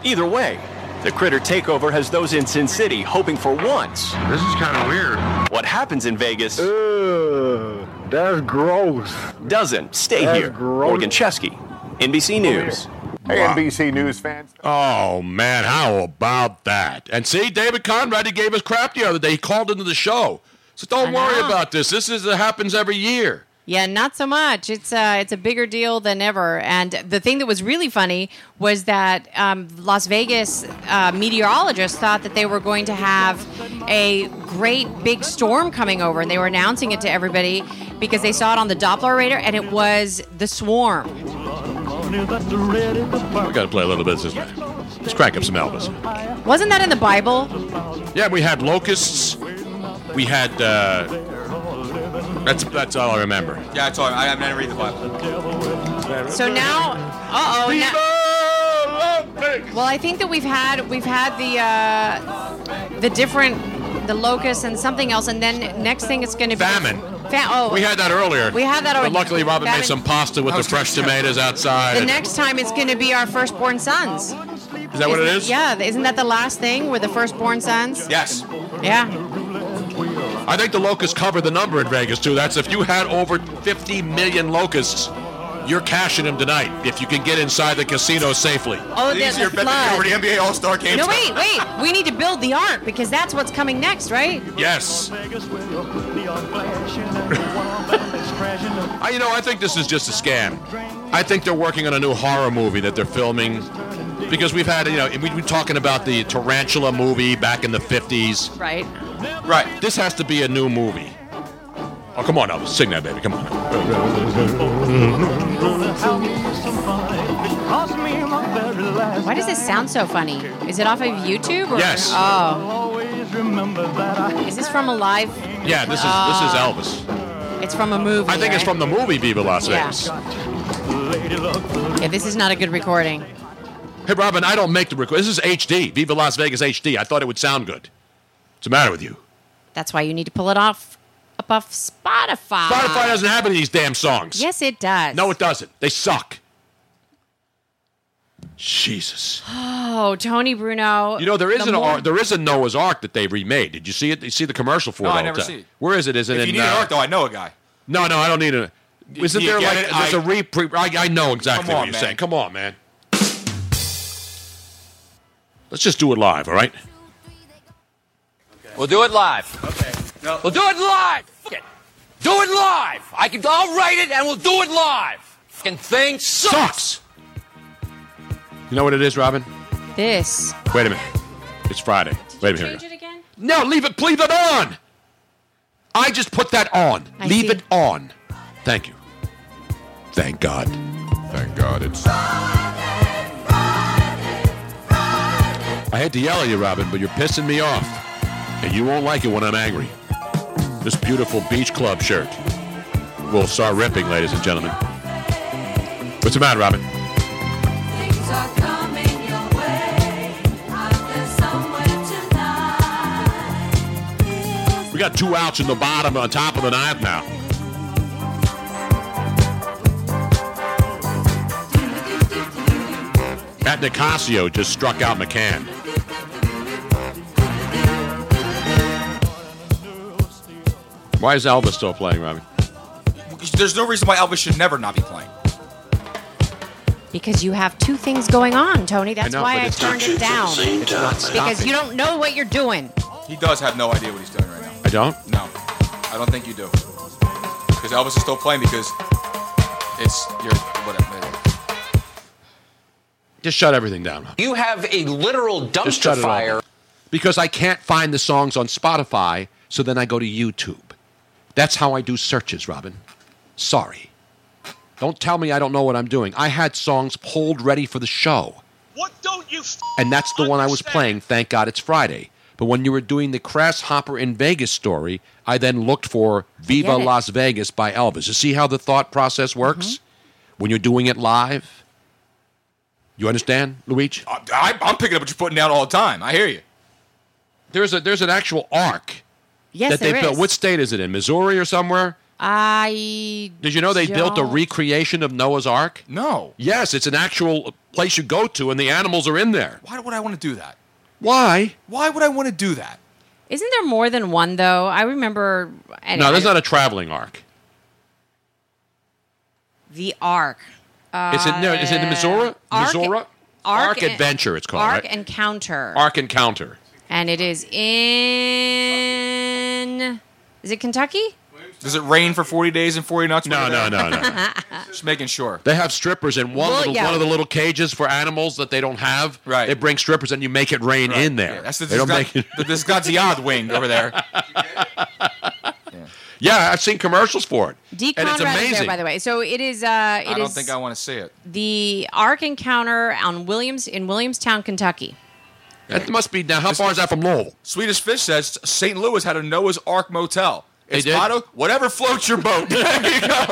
Speaker 16: Either way, the critter takeover has those in Sin City hoping for once. This is kind of weird. What happens in Vegas? Ugh, that's gross. Doesn't. Stay
Speaker 19: That's
Speaker 16: here. Morgan Chesky, NBC News.
Speaker 19: Hey, NBC News fans.
Speaker 4: Oh man, how about that? And see, David Conrad, he gave us crap the other day. He called into the show. So don't worry about this. This is it happens every year.
Speaker 7: Yeah, not so much. It's uh, it's a bigger deal than ever. And the thing that was really funny was that um, Las Vegas uh, meteorologists thought that they were going to have a great big storm coming over, and they were announcing it to everybody because they saw it on the Doppler radar, and it was the swarm.
Speaker 4: We got to play a little bit of this. man. Let's crank up some Elvis.
Speaker 7: Wasn't that in the Bible?
Speaker 4: Yeah, we had locusts. We had. Uh, that's that's all I remember.
Speaker 5: that's all. Oh, I, I didn't read the Bible.
Speaker 7: So now, uh oh. well, I think that we've had we've had the uh, the different the locust and something else, and then next thing it's going to be
Speaker 4: Famine.
Speaker 7: Fa- oh,
Speaker 4: We had that earlier.
Speaker 7: We had that
Speaker 4: But
Speaker 7: already.
Speaker 4: luckily, Robin
Speaker 7: That
Speaker 4: made
Speaker 7: is-
Speaker 4: some pasta with the fresh tomatoes outside.
Speaker 7: The
Speaker 4: and-
Speaker 7: next time it's going to be our firstborn
Speaker 4: is
Speaker 7: sons.
Speaker 4: that what it is?
Speaker 7: Yeah, isn't that the last thing with the firstborn sons?
Speaker 5: Yes.
Speaker 7: Yeah.
Speaker 4: I think the locusts cover the number in Vegas too. That's if you had over 50 million locusts, you're cashing them tonight if you can get inside the casino safely.
Speaker 7: Oh, the, the flood.
Speaker 5: NBA All Star
Speaker 7: No, wait, wait. We need to build the ark because that's what's coming next, right?
Speaker 4: Yes. I, you know, I think this is just a scam. I think they're working on a new horror movie that they're filming because we've had, you know, we've been talking about the tarantula movie back in the 50s.
Speaker 7: Right.
Speaker 4: Right. This has to be a new movie. Oh, come on, Elvis. Sing that, baby. Come on.
Speaker 7: Why does this sound so funny? Is it off of YouTube? Or?
Speaker 4: Yes.
Speaker 7: Oh. Is this from a live?
Speaker 4: Yeah, this
Speaker 7: Oh.
Speaker 4: is this is Elvis.
Speaker 7: It's from a movie.
Speaker 4: I think it's
Speaker 7: right?
Speaker 4: from the movie Viva Las
Speaker 7: Yeah.
Speaker 4: Vegas.
Speaker 7: Yeah, this is not a good recording.
Speaker 4: Hey, Robin, I don't make the record. This is HD. Viva Las Vegas HD. I thought it would sound good. What's the matter with you?
Speaker 7: That's why you need to pull it off up off Spotify.
Speaker 4: Spotify doesn't have any of these damn songs.
Speaker 7: Uh, Yes, it does.
Speaker 4: No, it doesn't. They suck. Jesus.
Speaker 7: Oh, Tony Bruno.
Speaker 4: You know there is
Speaker 7: The
Speaker 4: an
Speaker 7: more-
Speaker 4: ar- there is a Noah's Ark that they remade. Did you see it? You see the commercial for
Speaker 5: No,
Speaker 4: it?
Speaker 5: I
Speaker 4: all the
Speaker 5: never
Speaker 4: time.
Speaker 5: see it.
Speaker 4: Where is it? Is it
Speaker 5: If
Speaker 4: in?
Speaker 5: you need an
Speaker 4: uh,
Speaker 5: arc, though, I know a guy.
Speaker 4: No, no, I don't need a.
Speaker 5: Do
Speaker 4: Isn't
Speaker 5: you
Speaker 4: there
Speaker 5: get
Speaker 4: like
Speaker 5: it?
Speaker 4: there's
Speaker 5: I-
Speaker 4: a re? Pre- I, I know exactly
Speaker 5: Come
Speaker 4: what
Speaker 5: on,
Speaker 4: you're
Speaker 5: man.
Speaker 4: saying. Come on, man. Let's just do it live, all right?
Speaker 20: We'll do it live. Okay. We'll do it live. Fuck it. Do it live. I can. I'll write it and we'll do it live. Fucking thing sucks.
Speaker 4: You know what it is, Robin?
Speaker 7: This.
Speaker 4: Wait a minute. It's Friday. Wait a minute.
Speaker 7: it again?
Speaker 4: No, leave it. Leave it on. I just put that on.
Speaker 7: I
Speaker 4: leave
Speaker 7: see.
Speaker 4: it on. Thank you. Thank God. Thank God. It's. I hate to yell at you, Robin, but you're pissing me off, and you won't like it when I'm angry. This beautiful beach club shirt will start ripping, ladies and gentlemen. What's the matter, Robin? We got two outs in the bottom on top of the ninth now. Matt Nicasio just struck out McCann. Why is Elvis still playing, Robbie?
Speaker 5: There's no reason why Elvis should never not be playing.
Speaker 7: Because you have two things going on, Tony. That's
Speaker 5: know, but
Speaker 7: why I
Speaker 5: it's not
Speaker 7: turned
Speaker 5: two
Speaker 7: it
Speaker 5: things at
Speaker 7: down.
Speaker 5: the same It's not time. stopping.
Speaker 7: Because you don't know what you're doing.
Speaker 5: He does have no idea what he's doing right now.
Speaker 4: I don't.
Speaker 5: No, I don't think you do. Because Elvis is still playing because it's your whatever.
Speaker 4: Just shut everything down. Robbie.
Speaker 20: You have a literal
Speaker 4: Just shut it
Speaker 20: dumpster
Speaker 4: all
Speaker 20: fire.
Speaker 4: down. Because I can't find the songs on Spotify, so then I go to YouTube. That's how I do searches, Robin. Sorry. Don't tell me I don't know what I'm doing. I had songs pulled ready for the show.
Speaker 10: What don't you? F-
Speaker 4: and that's the one I was playing. Thank God it's Friday. But when you were doing the Grasshopper in Vegas story, I then looked for Viva
Speaker 21: Forget it.
Speaker 4: Las Vegas by Elvis. You see how the thought process
Speaker 7: Mm-hmm.
Speaker 4: works when you're doing it live? You understand, Luigi?
Speaker 5: Uh, I, I'm picking up what you're putting down all the time. I hear you.
Speaker 4: There's a there's an actual arc
Speaker 7: Yes,
Speaker 4: that they
Speaker 7: there is.
Speaker 4: built. What state is it in? Missouri or somewhere?
Speaker 7: I.
Speaker 4: Did you know they built a
Speaker 7: don't-
Speaker 4: recreation of Noah's Ark?
Speaker 5: No.
Speaker 4: Yes, it's an actual place you go to, and the animals are in there.
Speaker 5: Why would I want to do that?
Speaker 4: Why?
Speaker 5: Why would I want to do that?
Speaker 7: Isn't there more than one though? I remember. Anyway,
Speaker 4: No, there's not a traveling ark.
Speaker 7: the Ark. Uh,
Speaker 4: Is it no? Is it in Missouri?
Speaker 7: Ark-
Speaker 4: Missouri? Ark
Speaker 7: and-
Speaker 4: Adventure, it's called,
Speaker 7: Ark
Speaker 4: right?
Speaker 7: Encounter.
Speaker 4: Ark Encounter.
Speaker 7: And it is in. Is it Kentucky?
Speaker 5: Does it rain for 40 days and 40 nights? No,
Speaker 4: no, no, no.
Speaker 5: Just making sure.
Speaker 4: They have strippers in one
Speaker 5: Well,
Speaker 4: little
Speaker 5: yeah.
Speaker 4: one of the little cages for animals that they don't have. Right. They bring strippers and you make it rain in there.
Speaker 5: That's the
Speaker 4: they don't
Speaker 5: Disgod-
Speaker 4: make it.
Speaker 5: the Disgaziad wing over there.
Speaker 4: Yeah, I've seen commercials for it.
Speaker 7: D.
Speaker 4: And it's
Speaker 7: Conrad is there,
Speaker 4: amazing.
Speaker 7: by the way. So it is. Uh, it
Speaker 5: I don't
Speaker 7: is
Speaker 5: think I want to see it.
Speaker 7: the Ark Encounter on Williams in Williamstown, Kentucky.
Speaker 4: That must be now. How far is that from Lowell?
Speaker 5: Swedish Fish says St. Louis had a Noah's Ark motel.
Speaker 4: They
Speaker 5: It's
Speaker 4: did?
Speaker 5: motto, whatever floats your boat. There you go.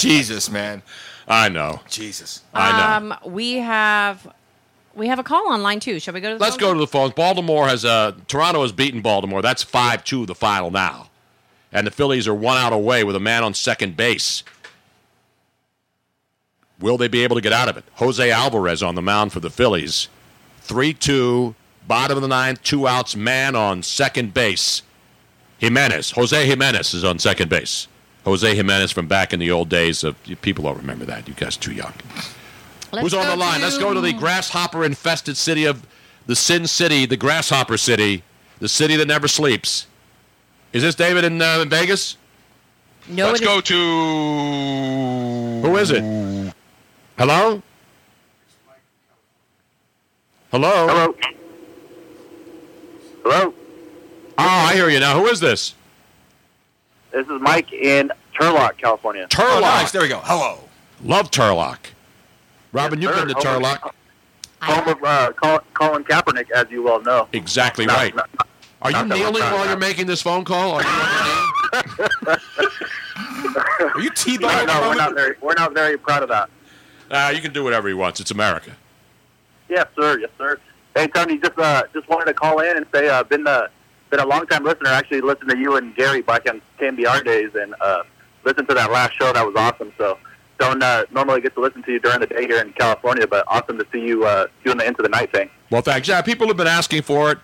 Speaker 5: Jesus, man.
Speaker 4: I know.
Speaker 5: Jesus.
Speaker 7: Um, we have we have a call on line two. Shall we go to the
Speaker 4: Let's go to the phones. Baltimore has uh, Toronto has beaten Baltimore. That's five two the final now, and the Phillies are one out away with a man on second base. Will they be able to get out of it? Jose Alvarez on the mound for the Phillies. Three two, bottom of the ninth, two outs, man on second base. Jimenez, Jose Jimenez is on second base. Jose Jimenez from back in the old days of people don't remember that. You guys too young. Who's on the line? Let's go to the grasshopper infested city of the Sin City, the grasshopper city, the city that never sleeps. Is this David in uh, Vegas?
Speaker 7: No,
Speaker 4: Let's
Speaker 7: it is-
Speaker 4: go to. Who is it? Hello? Hello? Hello?
Speaker 22: Hello?
Speaker 4: Oh, I hear you now. Who is this?
Speaker 22: This is Mike in Turlock, California.
Speaker 4: Turlock.
Speaker 5: Oh, There we go. Hello.
Speaker 4: Love Turlock. Robin, you've
Speaker 22: sir.
Speaker 4: been to
Speaker 22: Oh,
Speaker 4: Turlock.
Speaker 22: Home of uh, Col- Colin Kaepernick, as you well know.
Speaker 4: Exactly right. Are you
Speaker 22: not that we're
Speaker 4: kneeling
Speaker 22: proud
Speaker 4: while
Speaker 22: of
Speaker 4: you're making this phone call? Are you-
Speaker 5: Are you
Speaker 22: No, no, we're not very, we're not very proud of that.
Speaker 4: Ah, you can do whatever he wants. It's America.
Speaker 22: Yes, sir. Yes, sir. Hey, Tony, just uh, just wanted to call in and say uh, been a been a long time listener. Actually, listened to you and Gary back on KMBR days, and uh, listened to that last show. That was awesome. So don't uh, normally get to listen to you during the day here in California, but awesome to see you uh, doing the into the night thing.
Speaker 4: Well, thanks. Yeah, people have been asking for it.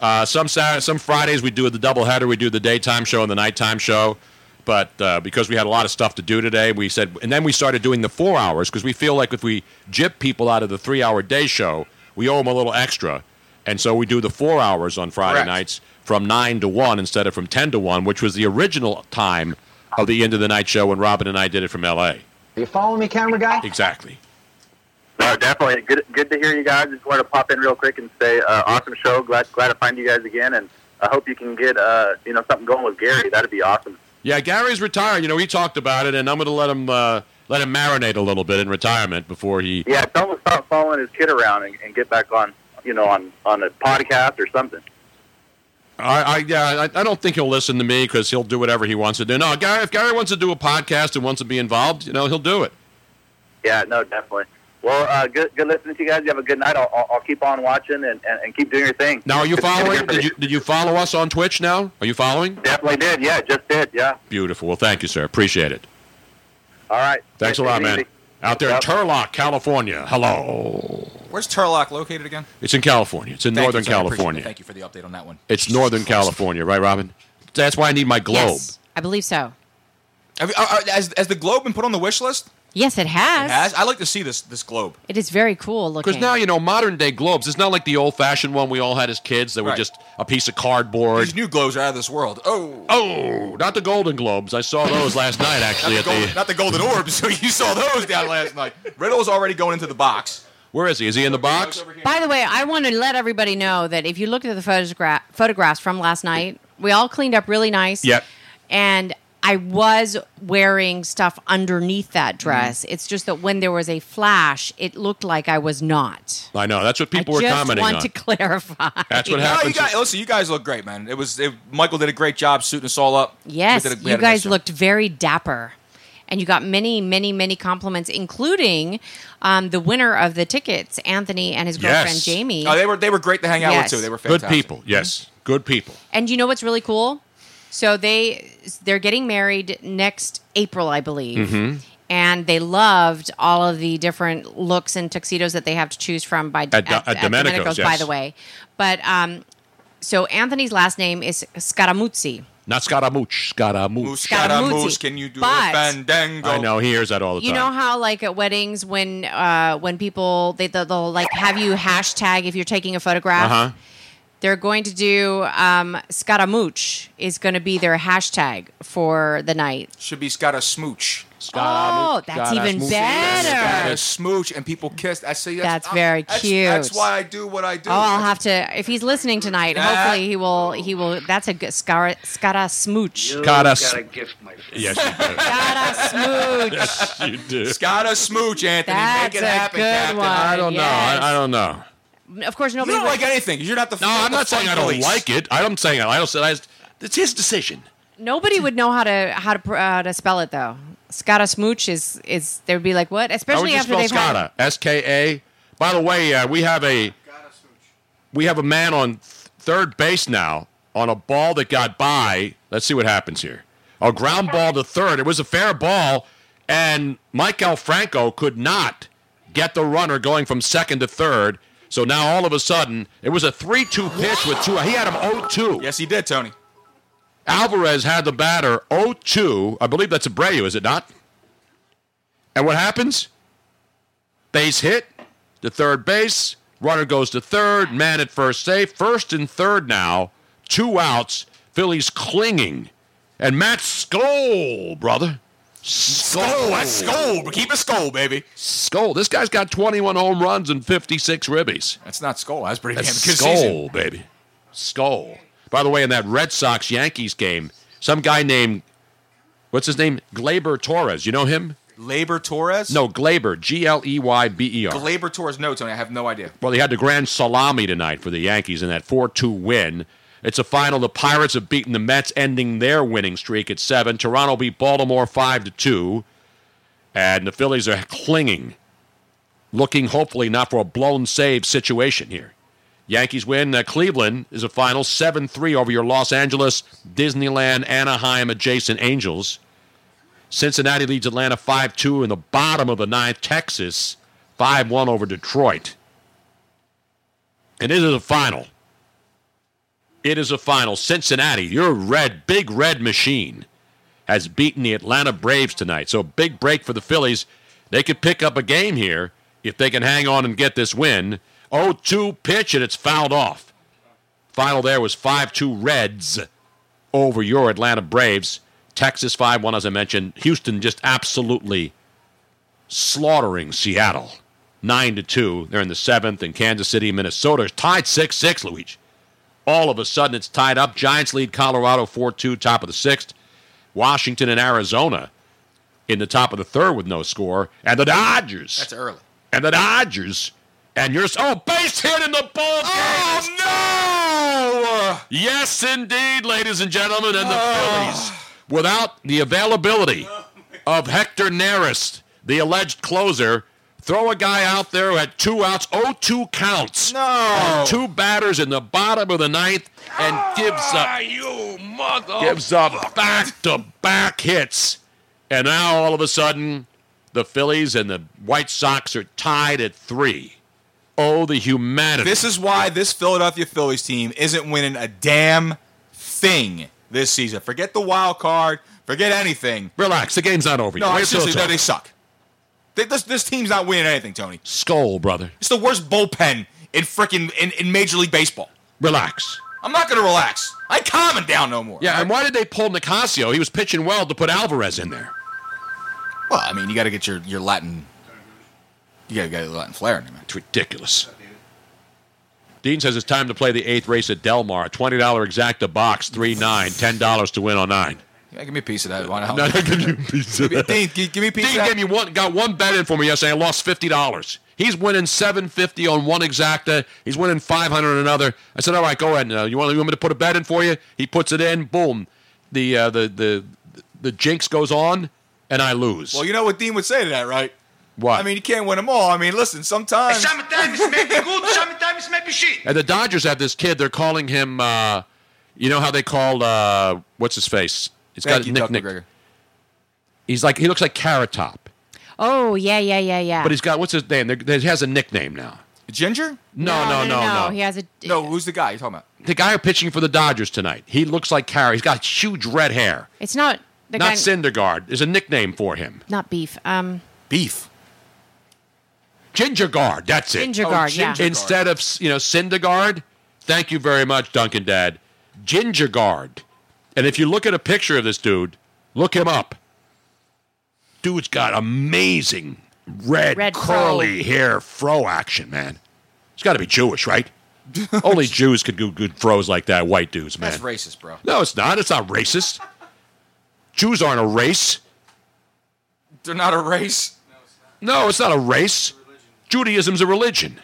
Speaker 4: Uh, some Saturday, some Fridays we do the doubleheader. We do the daytime show and the nighttime show. But uh, because we had a lot of stuff to do today, we said, and then we started doing the four hours because we feel like if we jip people out of the three hour day show, we owe them a little extra. And so we do the four hours on Friday
Speaker 5: Correct.
Speaker 4: nights from 9 to 1 instead of from 10 to 1, which was the original time of the end of the night show when Robin and I did it from LA.
Speaker 23: You following me, camera guy?
Speaker 4: Exactly.
Speaker 22: No, Uh, definitely. Good, good to hear you guys. Just wanted to pop in real quick and say, uh, awesome show. Glad, glad to find you guys again, and I hope you can get, uh, you know, something going with Gary. That'd be awesome.
Speaker 4: Yeah, Gary's retired. You know, he talked about it, and I'm going to let him uh, let him marinate a little bit in retirement before he.
Speaker 22: Yeah, tell him to stop following his kid around and, and get back on, you know, on on a podcast or something.
Speaker 4: I, I yeah, I, I don't think he'll listen to me because he'll do whatever he wants to do. No, Gary, if Gary wants to do a podcast and wants to be involved, you know, he'll do it.
Speaker 22: Yeah, no, definitely. Well, uh, good, good listening to you guys. You have a good night. I'll, I'll, I'll keep on watching and, and, and keep doing your thing.
Speaker 4: Now, are you
Speaker 22: Good to hear
Speaker 4: following?
Speaker 22: from
Speaker 4: Did you did you follow us on Twitch? Now, are you following?
Speaker 22: Definitely did. Yeah, just did. Yeah.
Speaker 4: Beautiful. Well, thank you, sir. Appreciate it.
Speaker 22: All right.
Speaker 4: Thanks a lot,
Speaker 22: Take it
Speaker 4: man.
Speaker 22: easy.
Speaker 4: Out there in Turlock, California. Hello.
Speaker 5: Where's Turlock located again?
Speaker 4: It's in California. It's in
Speaker 5: Thank you,
Speaker 4: Northern
Speaker 5: sir. I appreciate it.
Speaker 4: California.
Speaker 5: Thank you for the update on that one.
Speaker 4: It's Northern California, right, Robin? That's why I need my globe.
Speaker 7: Yes, I believe so.
Speaker 5: Have, are, are- has, has the globe been put on the wish list?
Speaker 7: Yes, it
Speaker 5: It
Speaker 7: has.
Speaker 5: has. I like to see this this globe.
Speaker 7: It is very cool looking.
Speaker 4: Because now you know modern day globes. It's not like the old fashioned one we all had as kids that were
Speaker 5: Right.
Speaker 4: just a piece of cardboard.
Speaker 5: These new globes are out of this world. Oh,
Speaker 4: oh, not the Golden Globes. I saw those last night
Speaker 5: not
Speaker 4: actually
Speaker 5: the,
Speaker 4: at
Speaker 5: golden,
Speaker 4: the.
Speaker 5: not the golden orbs. So you saw those down last night. Riddle's already going into the box.
Speaker 4: Where is he? Is he in the box?
Speaker 7: By the way, I want to let everybody know that if you look at the photograph, photographs from last night, we all cleaned up really nice.
Speaker 4: Yep.
Speaker 7: And I was wearing stuff underneath that dress. It's just that when there was a flash, it looked like I was not.
Speaker 4: I know. That's what people were
Speaker 7: Just
Speaker 4: commenting
Speaker 7: want
Speaker 4: on.
Speaker 7: to clarify.
Speaker 4: That's what
Speaker 5: No,
Speaker 4: happens.
Speaker 5: you guys, listen, you guys look great, man. It was it, Michael did a great job suiting us all up.
Speaker 7: Yes,
Speaker 5: We did a- we
Speaker 7: you
Speaker 5: had a nice
Speaker 7: guys
Speaker 5: show.
Speaker 7: looked very dapper. And you got many, many, many compliments, including um, the winner of the tickets, Anthony and his girlfriend Jamie.
Speaker 5: Oh, they were they were great to hang out
Speaker 7: Yes. Mm-hmm.
Speaker 5: with too. They were
Speaker 4: Good
Speaker 5: fantastic.
Speaker 4: people. Yes, good people.
Speaker 7: And you know what's really cool? So they they're getting married next April, I believe.
Speaker 4: Mm-hmm.
Speaker 7: And they loved all of the different looks and tuxedos that they have to choose from by
Speaker 4: At Do- at Domenico's,
Speaker 7: by
Speaker 4: yes.
Speaker 7: the way. But um, so Anthony's last name is Scaramuzzi.
Speaker 4: Not Scaramouche. Scaramouche.
Speaker 7: Scaramouche,
Speaker 5: can you do
Speaker 7: but-
Speaker 5: a fandango?
Speaker 4: I know. He hears that all the
Speaker 7: You
Speaker 4: time.
Speaker 7: know how like at weddings when uh, when people they they'll, they'll like have you hashtag if you're taking a photograph.
Speaker 4: uh huh.
Speaker 7: They're going to do um, Scaramouche is going to be their hashtag for the night.
Speaker 5: Should be Scott a smooch.
Speaker 7: Scott a- Oh, that's Scott a even smooch. better.
Speaker 5: Scott a smooch, and people kissed. I see.
Speaker 7: That's very cute.
Speaker 5: That's why I do what I do.
Speaker 7: Oh, I'll have to. If he's listening tonight,
Speaker 5: Yeah.
Speaker 7: hopefully he will. He will. That's a good Scara, Scara smooch.
Speaker 4: Scara s- Yes,
Speaker 7: Scara
Speaker 4: you
Speaker 7: smooch.
Speaker 4: do. yes, you do.
Speaker 5: Scott a smooch, Anthony.
Speaker 7: That's
Speaker 5: Make it
Speaker 7: a
Speaker 5: happen,
Speaker 7: good
Speaker 5: Captain.
Speaker 7: one,
Speaker 4: I don't know. I, I don't know.
Speaker 7: Of course,
Speaker 5: You
Speaker 7: nobody.
Speaker 5: don't
Speaker 7: would-
Speaker 5: like anything. You're not the.
Speaker 4: No, I'm not saying I don't like it. I'm saying I don't say I. It's his decision.
Speaker 7: Nobody would know how to how to pr- how to spell it though. Scara smooch is is they would be like what? Especially
Speaker 4: How would
Speaker 7: after
Speaker 4: you
Speaker 7: they've
Speaker 4: spell
Speaker 7: had.
Speaker 4: Skada? S K A. By the way, uh, we have a we have a man on th- third base now on a ball that got by. Let's see what happens here. A ground ball to third. It was a fair ball, and Mike Alfranco could not get the runner going from second to third. So now all of a sudden, it was a 3 2 pitch with two. He had him 0 2.
Speaker 5: Yes, he did, Tony.
Speaker 4: Alvarez had the batter 0 2. I believe that's Abreu, is it not? And what happens? Base hit to third base. Runner goes to third. Man at first safe. First and third now. Two outs. Phillies clinging. And Matt Skoll, brother.
Speaker 5: Oh,
Speaker 4: Skoll.
Speaker 5: that's skull. Keep it skull, baby.
Speaker 4: Skoll. This guy's got 21 home runs and 56 ribbies.
Speaker 5: That's not skull. That's pretty
Speaker 4: That's
Speaker 5: damn good
Speaker 4: Skull,
Speaker 5: season.
Speaker 4: baby. Skull. By the way, in that Red Sox Yankees game, some guy named what's his name? Glaber Torres. You know him?
Speaker 5: Labor Torres.
Speaker 4: No, Glaber. G L E Y B E R.
Speaker 5: Labor Torres. No, Tony. I have no idea.
Speaker 4: Well, they had the grand salami tonight for the Yankees in that 4 2 win. It's a final. The Pirates have beaten the Mets, ending their winning streak at seven. Toronto beat Baltimore 5 to 2. And the Phillies are clinging, looking hopefully not for a blown save situation here. Yankees win. Uh, Cleveland is a final 7 3 over your Los Angeles, Disneyland, Anaheim adjacent Angels. Cincinnati leads Atlanta 5 2 in the bottom of the ninth. Texas 5 1 over Detroit. And it is a final. It is a final. Cincinnati, your red, big red machine, has beaten the Atlanta Braves tonight. So, big break for the Phillies. They could pick up a game here if they can hang on and get this win. 0 2 pitch, and it's fouled off. Final there was 5 2 Reds over your Atlanta Braves. Texas 5 1, as I mentioned. Houston just absolutely slaughtering Seattle. 9 to 2. They're in the seventh, and Kansas City, Minnesota is tied 6 6, Luigi. All of a sudden, it's tied up. Giants lead Colorado 4 2, top of the sixth. Washington and Arizona in the top of the third with no score. And the Dodgers.
Speaker 21: That's early.
Speaker 4: And the Dodgers. And you're. Oh, base hit in the ball. Oh, no! Yes, indeed, ladies and gentlemen, and the Phillies. Without the availability of Hector Neris, the alleged closer, throw a guy out there who had two outs, 0 2 counts. No. Two batters in the bottom of the ninth and gives up. you mother. Oh. Gives up back to back hits. And now all of a sudden, the Phillies and the White Sox are tied at three. Oh, the humanity.
Speaker 5: This is why this Philadelphia Phillies team isn't winning a damn thing this season. Forget the wild card. Forget anything.
Speaker 4: Relax, the game's not over
Speaker 5: No,
Speaker 4: yet.
Speaker 5: I
Speaker 4: Wait till
Speaker 5: seriously,
Speaker 4: it's
Speaker 5: no,
Speaker 4: over.
Speaker 5: they suck. They- this, this team's not winning anything, Tony.
Speaker 4: Skull, brother.
Speaker 5: It's the worst bullpen in freaking in, in Major League Baseball.
Speaker 4: Relax.
Speaker 5: I'm not going to relax. I calming down no more.
Speaker 4: Yeah, and why did they pull Nicasio? He was pitching well to put Alvarez in there.
Speaker 5: Well, I mean, you got to get your, your Latin. You got to get your Latin flair in there, man.
Speaker 4: It's ridiculous. Dean says it's time to play the eighth race at Del Mar. Twenty dollar exacta box, three nine, ten dollars to win on nine.
Speaker 5: Yeah, give me a piece of that. Why not?
Speaker 4: No, no, give me a piece of
Speaker 5: Give me-
Speaker 4: that.
Speaker 5: Dean, gi- give me a piece
Speaker 4: Dean
Speaker 5: of that.
Speaker 4: gave me one, got one bet in for me yesterday. I lost fifty dollars. He's winning seven fifty on one exacta. He's winning five hundred on another. I said, all right, go ahead. Uh, you want you want me to put a bet in for you? He puts it in. Boom. The uh, the the the jinx goes on, and I lose.
Speaker 5: Well, you know what Dean would say to that, right?
Speaker 4: What?
Speaker 5: I mean, you can't win them all. I mean, listen, sometimes.
Speaker 24: Sometimes it may be good, sometimes it may be shit.
Speaker 4: And the Dodgers have this kid. They're calling him. Uh, you know how they call uh, what's his face? He's
Speaker 5: Thank
Speaker 4: got
Speaker 5: you,
Speaker 4: a
Speaker 5: Doug
Speaker 4: nick, nick. He's like he looks like Carrot Top,
Speaker 7: Oh yeah, yeah, yeah, yeah.
Speaker 4: but he's got what's his name? There- There, he has a nickname now.
Speaker 5: Ginger?
Speaker 4: No, no, no, no.
Speaker 7: He has a
Speaker 5: No, who's the guy you're talking about?
Speaker 4: The guy pitching for the Dodgers tonight. He looks like Carrot. He's got huge red hair.
Speaker 7: It's not the
Speaker 4: Not
Speaker 7: guy.
Speaker 4: Syndergaard. There's a nickname for him.
Speaker 7: not beef. Um,
Speaker 4: Beef. Gingergard. That's it.
Speaker 7: Gingergard, Oh, yeah. Gingergard.
Speaker 4: Instead of you know Syndergaard. Thank you very much, Duncan Dad. Gingergard. And if you look at a picture of this dude, look him up. Dude's got amazing red,
Speaker 25: Red
Speaker 4: curly
Speaker 25: fro.
Speaker 4: hair fro action, man. He's got to be Jewish, right? Only Jews could do good froze like that. White dudes, man.
Speaker 5: That's racist, bro.
Speaker 4: No, it's not. It's not racist. Jews aren't a race.
Speaker 5: They're not a race.
Speaker 4: No, it's not a race. Judaism's a religion.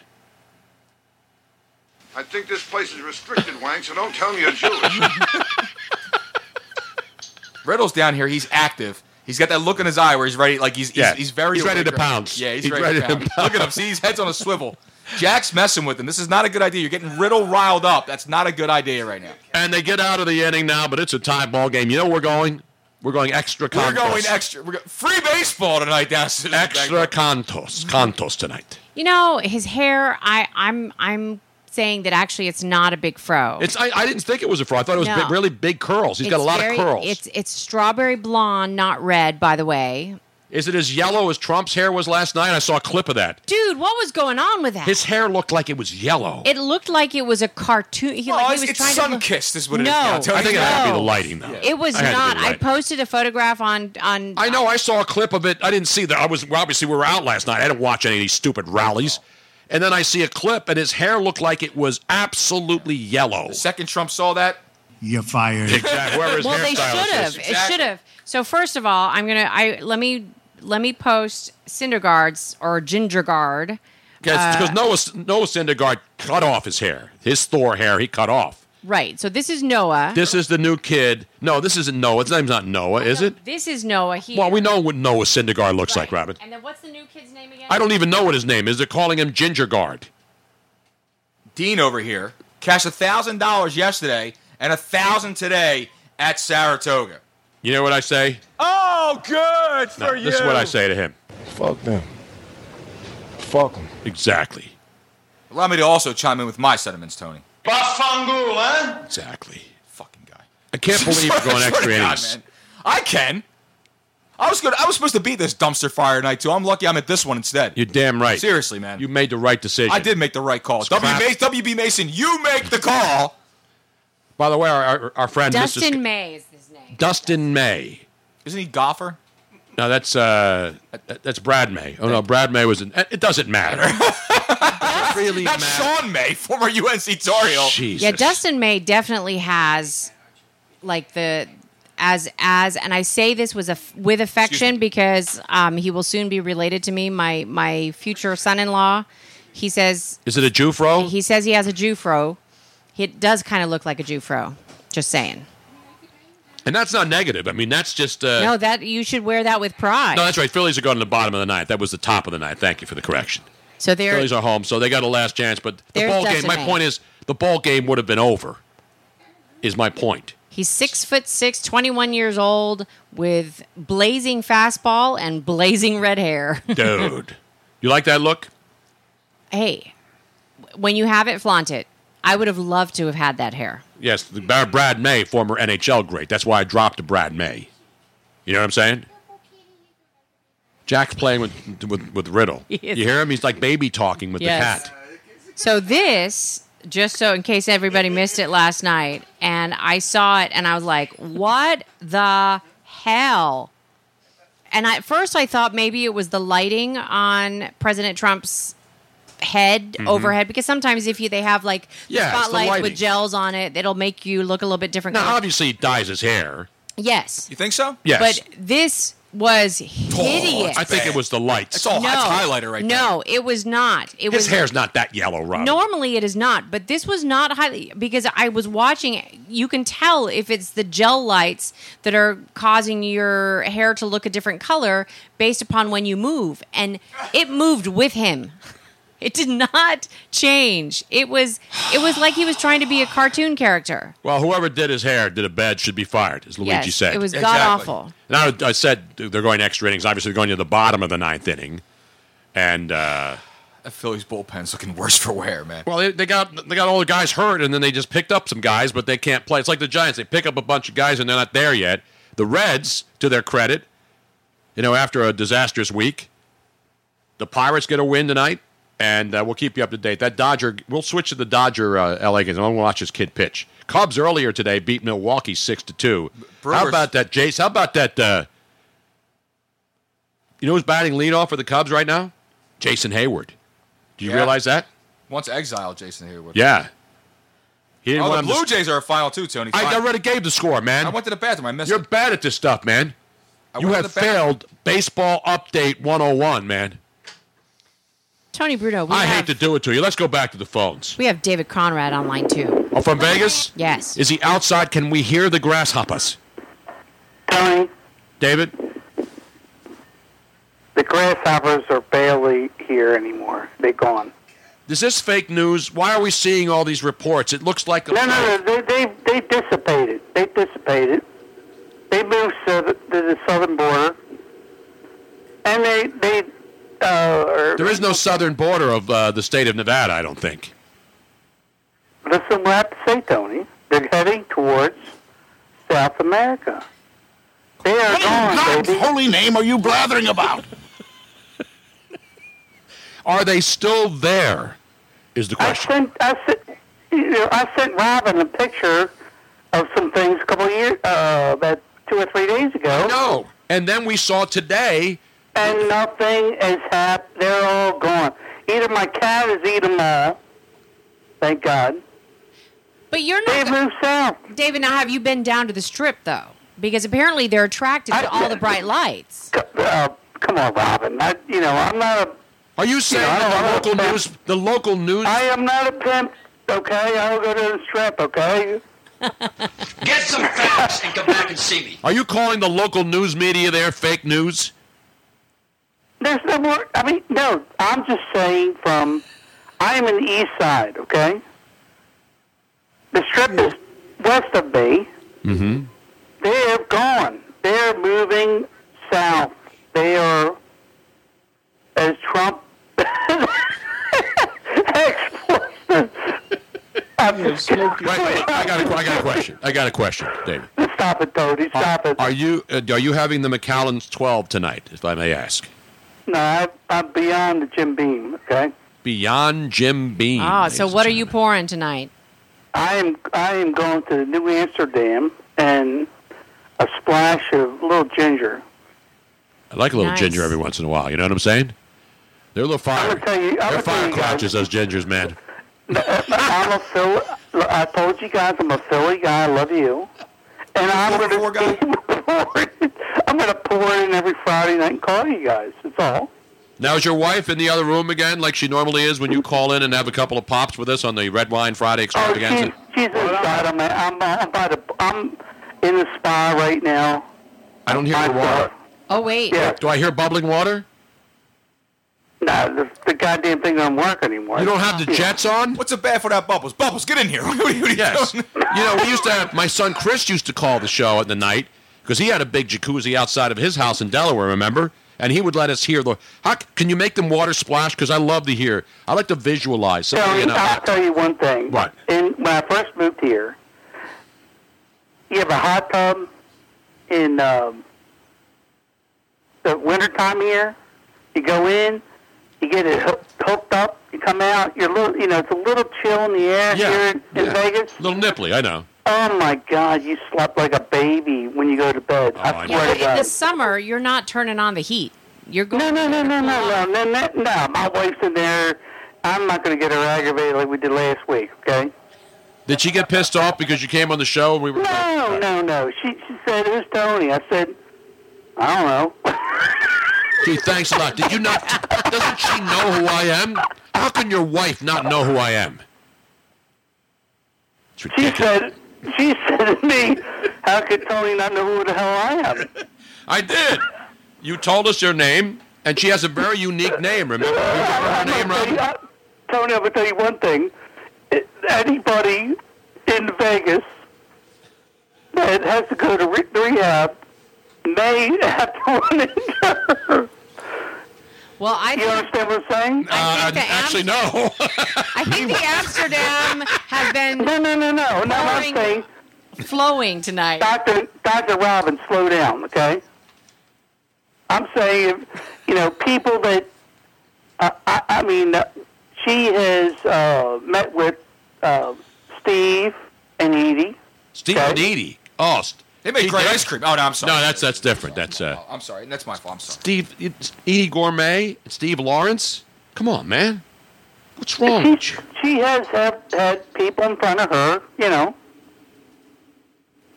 Speaker 1: I think this place is restricted, Wang, so don't tell me you're Jewish.
Speaker 5: Riddle's down here. He's active. He's got that look in his eye where he's ready, like he's he's,
Speaker 4: Yeah.
Speaker 5: he's very
Speaker 4: He's ready to
Speaker 5: awake.
Speaker 4: pounce.
Speaker 5: Yeah, he's,
Speaker 4: He's
Speaker 5: ready, to
Speaker 4: ready to
Speaker 5: pounce. Look at him. See, his head's on a swivel. Jack's messing with him. This is not a good idea. You're getting Riddle riled up. That's not a good idea right now.
Speaker 4: And they get out of the inning now, but it's a tie ball game. You know where we're going? We're going extra
Speaker 5: We're
Speaker 4: cantos.
Speaker 5: going extra. We're go- free baseball tonight, down
Speaker 4: extra cantos. Cantos tonight.
Speaker 7: you know his hair. I, I'm, I'm saying that actually it's not a big
Speaker 5: Oh.
Speaker 7: fro.
Speaker 4: It's I, I didn't think it was a fraud. I thought it was
Speaker 7: No.
Speaker 4: big, really big curls. He's got a
Speaker 7: It's
Speaker 4: lot
Speaker 7: very-
Speaker 4: of curls.
Speaker 7: It's it's strawberry blonde, not red, by the way.
Speaker 4: Is it as yellow as Trump's hair was last night? I saw a clip of that.
Speaker 7: Dude, what was going on with that?
Speaker 4: His hair looked like it was yellow.
Speaker 7: it looked like it was a cartoon. He, like, he was
Speaker 5: it's
Speaker 7: trying to
Speaker 5: sun
Speaker 7: look-
Speaker 5: kissed. Is what it is.
Speaker 7: No.
Speaker 5: now, Tony.
Speaker 4: I think it had to be the lighting though.
Speaker 7: It was
Speaker 4: I had to be
Speaker 7: not.
Speaker 4: the
Speaker 7: I
Speaker 4: lighting.
Speaker 7: posted a photograph on on.
Speaker 4: I know. I saw a clip of it. I didn't see that. I was well, obviously we were out last night. I didn't watch any of these stupid rallies. And then I see a clip, and his hair looked like it was absolutely yellow. The
Speaker 5: second Trump saw that,
Speaker 2: You're fired.
Speaker 4: Exactly. Whoever's
Speaker 7: well, they should
Speaker 4: hairstylist is.
Speaker 7: have. It should have. So first of all, I'm gonna. I let me let me post Cinderguards or Gingerguard.
Speaker 4: Because
Speaker 7: Uh,
Speaker 4: Noah, Noah Syndergaard cut off his hair. His Thor hair, he cut off.
Speaker 7: Right. So this is Noah.
Speaker 4: This is the new kid. No, this isn't Noah. His name's not Noah, is it?
Speaker 7: This is Noah. He.
Speaker 4: Well, we know what Noah Syndergaard looks like, Robin.
Speaker 7: And then what's the new kid's name again?
Speaker 4: I don't even know what his name is. They're calling him Gingerguard.
Speaker 5: Dean over here cashed a thousand dollars yesterday and a thousand today at Saratoga.
Speaker 4: You know what I say?
Speaker 5: Oh, good
Speaker 4: No, this is what I say to him.
Speaker 5: Fuck them.
Speaker 4: Fuck him. Exactly.
Speaker 5: Allow me to also chime in with my sentiments, Tony.
Speaker 24: Bafangul, huh?
Speaker 4: Exactly. I can't believe we're going
Speaker 5: Swear to
Speaker 4: extra
Speaker 5: God,
Speaker 4: innings.
Speaker 5: man. I can. I was good. I was supposed to beat this dumpster fire tonight too. I'm lucky I'm at this one instead.
Speaker 4: You're damn right.
Speaker 5: Seriously, man.
Speaker 4: You made the right decision.
Speaker 5: I did make the right call. W.
Speaker 4: crap.
Speaker 5: Mason, WB Mason, you make the call.
Speaker 4: By the way, our, our, our friend Mr.
Speaker 7: Dustin
Speaker 4: Sc-
Speaker 7: May is his name.
Speaker 4: Dustin May.
Speaker 5: Isn't he golfer?
Speaker 4: No, that's uh, that- that's Brad May. Oh no, Brad May was. An, it doesn't matter. really
Speaker 5: That's Sean May, former UNC Tar Heel.
Speaker 4: Jeez.
Speaker 7: Yeah, Dustin May definitely has like the as as and I say this was a f- with affection because um, he will soon be related to me, my my future son-in-law. He says
Speaker 4: Is it a Jufro?
Speaker 7: he says he has a Jufro. It does kind of look like a Jufro. Just saying.
Speaker 4: And that's not negative. I mean, that's just. Uh,
Speaker 7: no, that you should wear that with pride.
Speaker 4: no, that's right. Phillies are going to the bottom of the ninth. That was the top of the ninth. Thank you for the correction.
Speaker 7: so there
Speaker 4: Phillies are home, so they got a last chance. But the
Speaker 7: There's
Speaker 4: ball game.
Speaker 7: Dustin
Speaker 4: My
Speaker 7: May.
Speaker 4: point is, the ball game would have been over. Is my point.
Speaker 7: He's six foot six, 21 years old, with blazing fastball and blazing red hair.
Speaker 4: Dude. you like that look?
Speaker 7: hey, w- when you have it, flaunt it. I would have loved to have had that hair.
Speaker 4: Yes, the, Bar- Brad May, former NHL great. That's why I dropped to Brad May. You know what I'm saying? Jack's playing with with, with Riddle.
Speaker 7: He
Speaker 4: you
Speaker 7: is.
Speaker 4: hear him? He's like baby talking with
Speaker 7: Yes.
Speaker 4: the cat.
Speaker 7: So this, just so in case everybody missed it last night, and I saw it and I was like, what the hell? And I, at first I thought maybe it was the lighting on President Trump's head
Speaker 21: Mhm.
Speaker 7: overhead because sometimes if you they have like the
Speaker 4: Mm-hmm. Yeah, it's the
Speaker 7: spotlight
Speaker 4: lighting.
Speaker 7: with gels on it it'll make you look a little bit different
Speaker 4: Now,
Speaker 7: color.
Speaker 4: obviously, he dyes his hair.
Speaker 7: yes
Speaker 5: You think so?
Speaker 4: Yes.
Speaker 7: but this was hideous
Speaker 4: I think it was the lights.
Speaker 5: That's all. that's highlighter right there.
Speaker 7: no it was not it
Speaker 4: his
Speaker 7: was
Speaker 4: hair's not that yellow, Rob.
Speaker 7: Normally it is not, but this was not highly because I was watching it. You can tell if it's the gel lights that are causing your hair to look a different color based upon when you move. And it moved with him. It did not change. It was it was like he was trying to be a cartoon character.
Speaker 4: Well, whoever did his hair did a bad should be fired, as Luigi
Speaker 7: Yes,
Speaker 4: said.
Speaker 7: it was god-awful.
Speaker 4: And I, I said they're going extra innings. Obviously, they're going to the bottom of the ninth inning, and uh,
Speaker 5: That Phillies bullpen's looking worse for wear, man.
Speaker 4: Well, they, they got they got all the guys hurt, and then they just picked up some guys, but they can't play. It's like the Giants; they pick up a bunch of guys, and they're not there yet. The Reds, to their credit, you know, after a disastrous week, the Pirates get a win tonight, and uh, we'll keep you up to date. That Dodger, we'll switch to the Dodger uh, LA games. I'm going to watch this kid pitch. Cubs earlier today beat Milwaukee six to two. How
Speaker 5: Brewers-
Speaker 4: about that, Jace? How about that? Uh, you know who's batting leadoff for the Cubs right now? Jason Hayward. Do you
Speaker 5: Yeah.
Speaker 4: realize that?
Speaker 5: Once exiled, Jason Hayward.
Speaker 4: Yeah. He didn't
Speaker 5: Oh, the
Speaker 4: want him to-
Speaker 5: Blue Jays are a final two, Tony.
Speaker 4: I,
Speaker 5: Fine.
Speaker 4: I already gave the score, man.
Speaker 5: I went to the bathroom. I missed
Speaker 4: You're
Speaker 5: it.
Speaker 4: bad at this stuff, man.
Speaker 5: I
Speaker 4: You
Speaker 5: went to
Speaker 4: have
Speaker 5: the bathroom.
Speaker 4: failed Baseball Update 101, man.
Speaker 7: Tony Bruno, we
Speaker 4: I
Speaker 7: have,
Speaker 4: hate to do it to you. Let's go back to the phones.
Speaker 7: we have David Conrad online too.
Speaker 4: Oh, from Vegas?
Speaker 7: Yes.
Speaker 4: Is he outside? Can we hear the grasshoppers? Tony. David?
Speaker 12: The grasshoppers are barely here anymore. They're gone.
Speaker 4: Is this fake news? Why are we seeing all these reports? It looks like a
Speaker 12: No, no, no. They, they, they dissipated. They dissipated. They moved to the, to the southern border, and they they uh, are,
Speaker 4: There is no southern border of uh, the state of Nevada, I don't think.
Speaker 12: listen. What I have to say, Tony. They're heading towards South America. They are gone,
Speaker 21: God's
Speaker 12: baby.
Speaker 21: holy name are you blathering about?
Speaker 4: Are they still there? Is the
Speaker 12: I
Speaker 4: question.
Speaker 12: sent I sent you know, I sent Robin a picture of some things a couple of years uh, about two or three days ago.
Speaker 4: No, and then we saw today.
Speaker 12: And nothing has happened. They're all gone. Either my cat has eaten them all. Thank God.
Speaker 7: But you're not. They've
Speaker 12: moved south.
Speaker 7: David, now have you been down to the strip though? Because apparently they're attracted to all the bright lights.
Speaker 12: Uh, come on, Robin. I, you know, I'm not a.
Speaker 4: Are you
Speaker 12: saying that the local news?
Speaker 4: The local news?
Speaker 12: I am not a pimp. Okay, I don't go to the strip. Okay.
Speaker 20: Get some facts and come back and see me.
Speaker 4: Are you calling the local news media there fake news?
Speaker 12: There's no more. I mean, no. I'm just saying from. I am in the east side. Okay. The strip is west of me.
Speaker 4: Mm-hmm.
Speaker 12: They're gone. They're moving south. They are, as Trump expressed it. I'm just
Speaker 4: Wait, I got a, I got a question. I got a question, David.
Speaker 12: The stop it, though. Dude, stop it.
Speaker 4: Are you uh, are you having the McAllen's twelve tonight, if I may ask?
Speaker 12: No, I, I'm beyond the Jim Beam. Okay.
Speaker 4: Beyond Jim Beam.
Speaker 7: Ah, so what are you pouring tonight?
Speaker 12: I am I am going to New Amsterdam and a splash of little ginger.
Speaker 4: I like a little
Speaker 12: Nice.
Speaker 4: ginger every once in a while. You know what I'm saying? They're a little fire.
Speaker 12: I'll tell you. I'll
Speaker 4: They're
Speaker 12: tell
Speaker 4: fire
Speaker 12: you guys.
Speaker 4: clutches, those gingers, man.
Speaker 12: I'm a Philly. I told you guys I'm a Philly guy. I love you. And I'm going to pour it. I'm going to pour it in every Friday night and call you guys. That's all.
Speaker 4: Now is your wife in the other room again, like she normally is when you call in and have a couple of pops with us on the Red Wine Friday extravaganza?
Speaker 12: She's inside. I'm, I'm, I'm, by the, I'm in the spa right now.
Speaker 4: I don't hear the water.
Speaker 7: Oh wait.
Speaker 4: Do I hear bubbling water?
Speaker 12: No, the, the goddamn thing doesn't work anymore.
Speaker 4: You don't have the jets on?
Speaker 5: What's it bad for that bubbles? Bubbles, get in here. What are you doing?
Speaker 4: Yes. you know, we used to have my son Chris used to call the show at the night because he had a big jacuzzi outside of his house in Delaware. Remember? And he would let us hear the. How c- can you make them water splash? Because I love to hear. I like to visualize. Something in a
Speaker 12: I'll
Speaker 4: hot
Speaker 12: tell you one thing.
Speaker 4: What?
Speaker 12: In, when I first moved here, you have a hot tub in um, the wintertime here. You go in, you get it hook- hooked up, you come out, you're a little, you know, it's a little chill in the air here in, in Vegas.
Speaker 4: little nipply. I know.
Speaker 12: Oh my God, you slept like a baby when you go to bed.
Speaker 4: Oh,
Speaker 12: I
Speaker 7: Yeah,
Speaker 12: swear
Speaker 7: but
Speaker 12: to
Speaker 7: in
Speaker 12: God.
Speaker 7: the summer, you're not turning on the heat. You're going. No, no,
Speaker 12: no, no, no, no, no, no. My wife's in there. I'm not going to get her aggravated like we did last week, okay?
Speaker 4: Did she get pissed off because you came on the show and we were?
Speaker 12: No, no, no. She, she said, who's Tony? I said, I don't know.
Speaker 4: Gee, thanks a lot. Did you not? Doesn't she know who I am? How can your wife not know who I am?
Speaker 12: She said, she said to me, how could Tony not know who the hell I am?
Speaker 4: I did. You told us your name, and she has a very unique name. Remember?
Speaker 12: I'm gonna tell you- I- Tony, I'm going to tell you one thing. Anybody in Vegas that has to go to re- rehab may have to run into her.
Speaker 7: Well, I
Speaker 12: you understand what I'm saying?
Speaker 4: Uh, actually, no.
Speaker 7: I think the Amsterdam has been
Speaker 12: no, no, no, no, no.
Speaker 7: Flowing,
Speaker 12: I'm saying,
Speaker 7: flowing tonight.
Speaker 12: Doctor, Doctor Robin, slow down, okay? I'm saying, if, you know, people that, uh, I, I mean, uh, she has uh, met with uh, Steve and Edie.
Speaker 4: Steve and Edie. Oh, st-
Speaker 5: They make great ice cream. Oh, no, I'm sorry.
Speaker 4: no, that's that's different. That's uh,
Speaker 5: I'm sorry. That's my fault. I'm sorry.
Speaker 4: Steve it's Edie Gourmet and Steve Lawrence. Come on, man. What's wrong with you?
Speaker 12: She has had, had people in front of her, you know.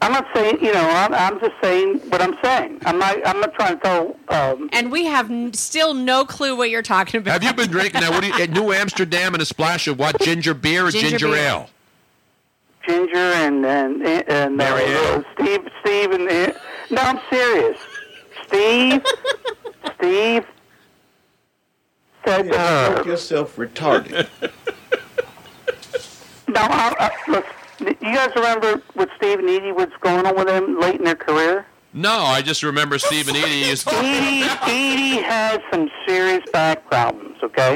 Speaker 12: I'm not saying, you know, I'm, I'm just saying what I'm saying. I'm not, I'm not trying to tell. Um,
Speaker 7: and we have n- still no clue what you're talking about.
Speaker 4: Have you been drinking that? What do you, at New Amsterdam and a splash of what? Ginger beer or
Speaker 7: Ginger
Speaker 4: ginger,
Speaker 7: beer.
Speaker 4: ale?
Speaker 12: Ginger and and and uh, Steve, Steve and uh, no, I'm serious. Steve, Steve said, uh,
Speaker 6: yourself retarded.
Speaker 12: "No, I, I, look, you guys remember with Steve and Edie what's going on with them late in their career?
Speaker 4: No, I just remember Steve and Edie used to.
Speaker 12: Edie, Edie has some serious back problems, okay?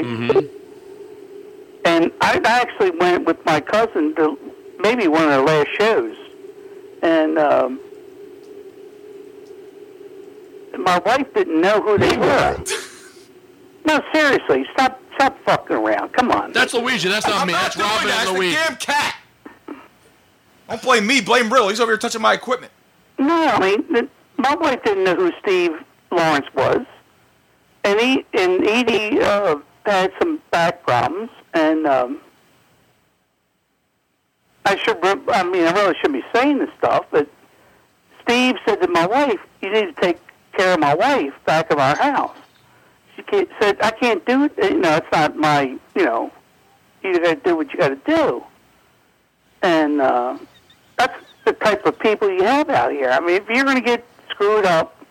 Speaker 12: And I actually went with my cousin to maybe one of their last shows. And um, my wife didn't know who they were. no, seriously, stop stop fucking around. Come on.
Speaker 4: That's Luigi. That's not me. That's Robin and Luigi.
Speaker 5: Damn cat. Don't blame me. Blame Rill. He's over here touching my equipment.
Speaker 12: No, I mean, th- my wife didn't know who Steve Lawrence was, and he and Edie uh, had some back problems, and um, I should. re- I mean, I really shouldn't be saying this stuff, but Steve said to my wife, "You need to take care of my wife back of our house." She can't, said, "I can't do it. You know, it's not my. You know, you got to do what you got to do." And uh, that's the type of people you have out here. I mean, if you're going to get screwed up,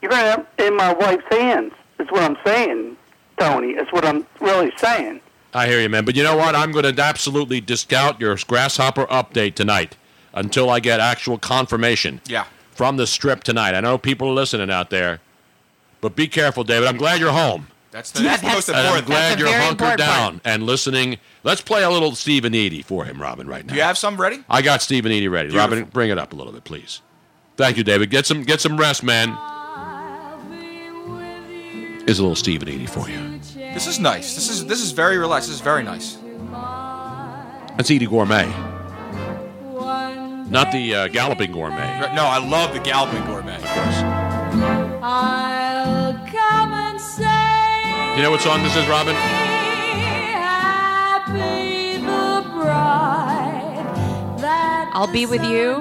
Speaker 12: you're going to end up in my wife's hands. Is what I'm saying, Tony. Is what I'm really saying.
Speaker 4: I hear you, man. But you know what? I'm going to absolutely discount your grasshopper update tonight until I get actual confirmation
Speaker 5: Yeah.
Speaker 4: from the strip tonight. I know people are listening out there, but be careful, David. I'm glad you're home.
Speaker 5: That's the,
Speaker 4: And
Speaker 5: that's the most important.
Speaker 4: I'm glad you're hunkered down and listening. Let's play a little Stephen Eady for him, Robin, right now.
Speaker 5: Do you have some ready?
Speaker 4: I got Stephen Eady ready.
Speaker 5: Beautiful.
Speaker 4: Robin, bring it up a little bit, please. Thank you, David. Get some get some rest, man. Is a little Stephen Eady for you.
Speaker 5: This is nice. This is this is very relaxed. This is very nice.
Speaker 4: That's Edie Gourmet. Not the uh, Galloping Gourmet.
Speaker 5: No, I love the Galloping Gourmet. Of
Speaker 4: course.
Speaker 11: I'll come and say
Speaker 4: You know what song this is, Robin?
Speaker 11: happy the bride that
Speaker 7: I'll be with you.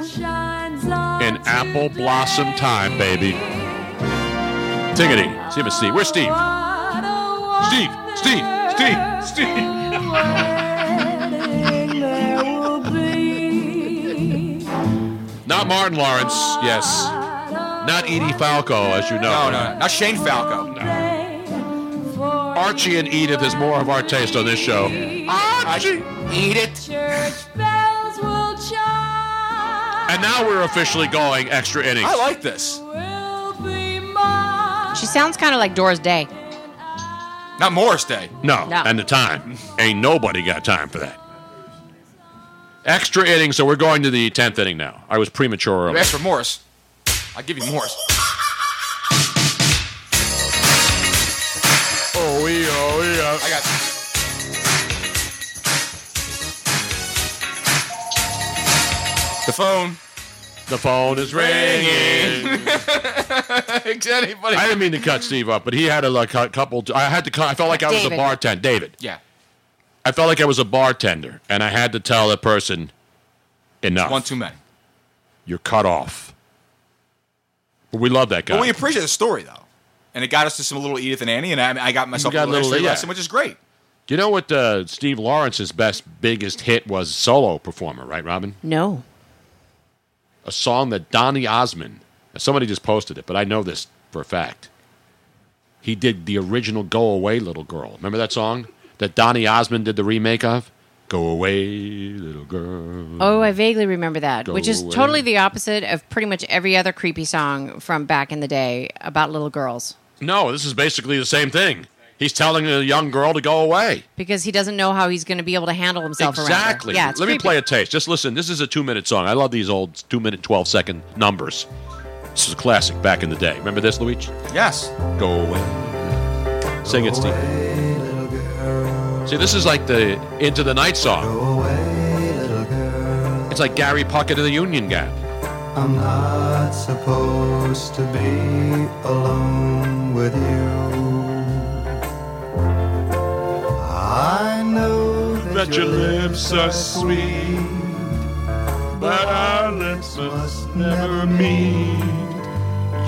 Speaker 4: In Apple Blossom Time, baby. Tiggity. Steve and Steve. Where's Steve? Steve. Steve. Steve.
Speaker 11: wedding there will be.
Speaker 4: Not Martin Lawrence. Yes. Not Edie Falco, as you know.
Speaker 5: No, no, not Shane Falco.
Speaker 4: Archie and Edith is more of our taste on this show. Archie. Eat it.
Speaker 11: Church bells will chime.
Speaker 4: And now we're officially going extra innings.
Speaker 5: I like this.
Speaker 7: She sounds kind of like Doris Day.
Speaker 5: Not Morris Day.
Speaker 4: No.
Speaker 7: No.
Speaker 4: And the time. Ain't nobody got time for that. Extra inning, so we're going to the 10th inning now. I was premature
Speaker 5: You
Speaker 4: earlier.
Speaker 5: asked for Morris. I give you Morris.
Speaker 4: Oh, yeah, oh, yeah.
Speaker 5: I got. The phone.
Speaker 4: The phone is ringing.
Speaker 5: anybody?
Speaker 4: I didn't mean to cut Steve up, but he had a like, a couple. I had to. cut- I felt like I was a
Speaker 5: David.
Speaker 4: bartender. David.
Speaker 5: Yeah.
Speaker 4: I felt like I was a bartender, and I had to tell the person, enough.
Speaker 5: One too many.
Speaker 4: You're cut off. But we love that guy.
Speaker 5: But we appreciate the story though, and it got us to some little Edith and Annie, and I, I got myself
Speaker 4: got
Speaker 5: a little,
Speaker 4: a little-
Speaker 5: history
Speaker 4: yeah.
Speaker 5: lesson, which is great.
Speaker 4: you know what uh, Steve Lawrence's best, biggest hit was solo performer, right, Robin?
Speaker 7: No.
Speaker 4: A song that Donny Osmond, somebody just posted it, but I know this for a fact. He did the original Go Away Little Girl. Remember that song that Donny Osmond did the remake of? Go Away Little
Speaker 12: Hmm.
Speaker 4: Girl.
Speaker 7: Oh, I vaguely remember that,
Speaker 4: Go
Speaker 7: which is
Speaker 4: away.
Speaker 7: totally the opposite of pretty much every other creepy song from back in the day about little girls
Speaker 4: No, this is basically the same thing. He's telling a young girl to go away.
Speaker 7: because he doesn't know how he's going to be able to handle himself around. her.
Speaker 4: Exactly.
Speaker 7: Yeah, it's
Speaker 4: Let me
Speaker 7: creepy.
Speaker 4: play a taste. Just listen. This is a two minute song. I love these old two minute, 12 second numbers. This is a classic back in the day. Remember this, Luigi?
Speaker 5: Yes.
Speaker 4: Go away. Sing it, Steve. See, this is like the Into the Night song. It's like Gary Puckett of the Union Gap.
Speaker 6: I'm not supposed to be alone with you. I know that, your lips are sweet, but
Speaker 4: uh,
Speaker 6: our lips must never meet.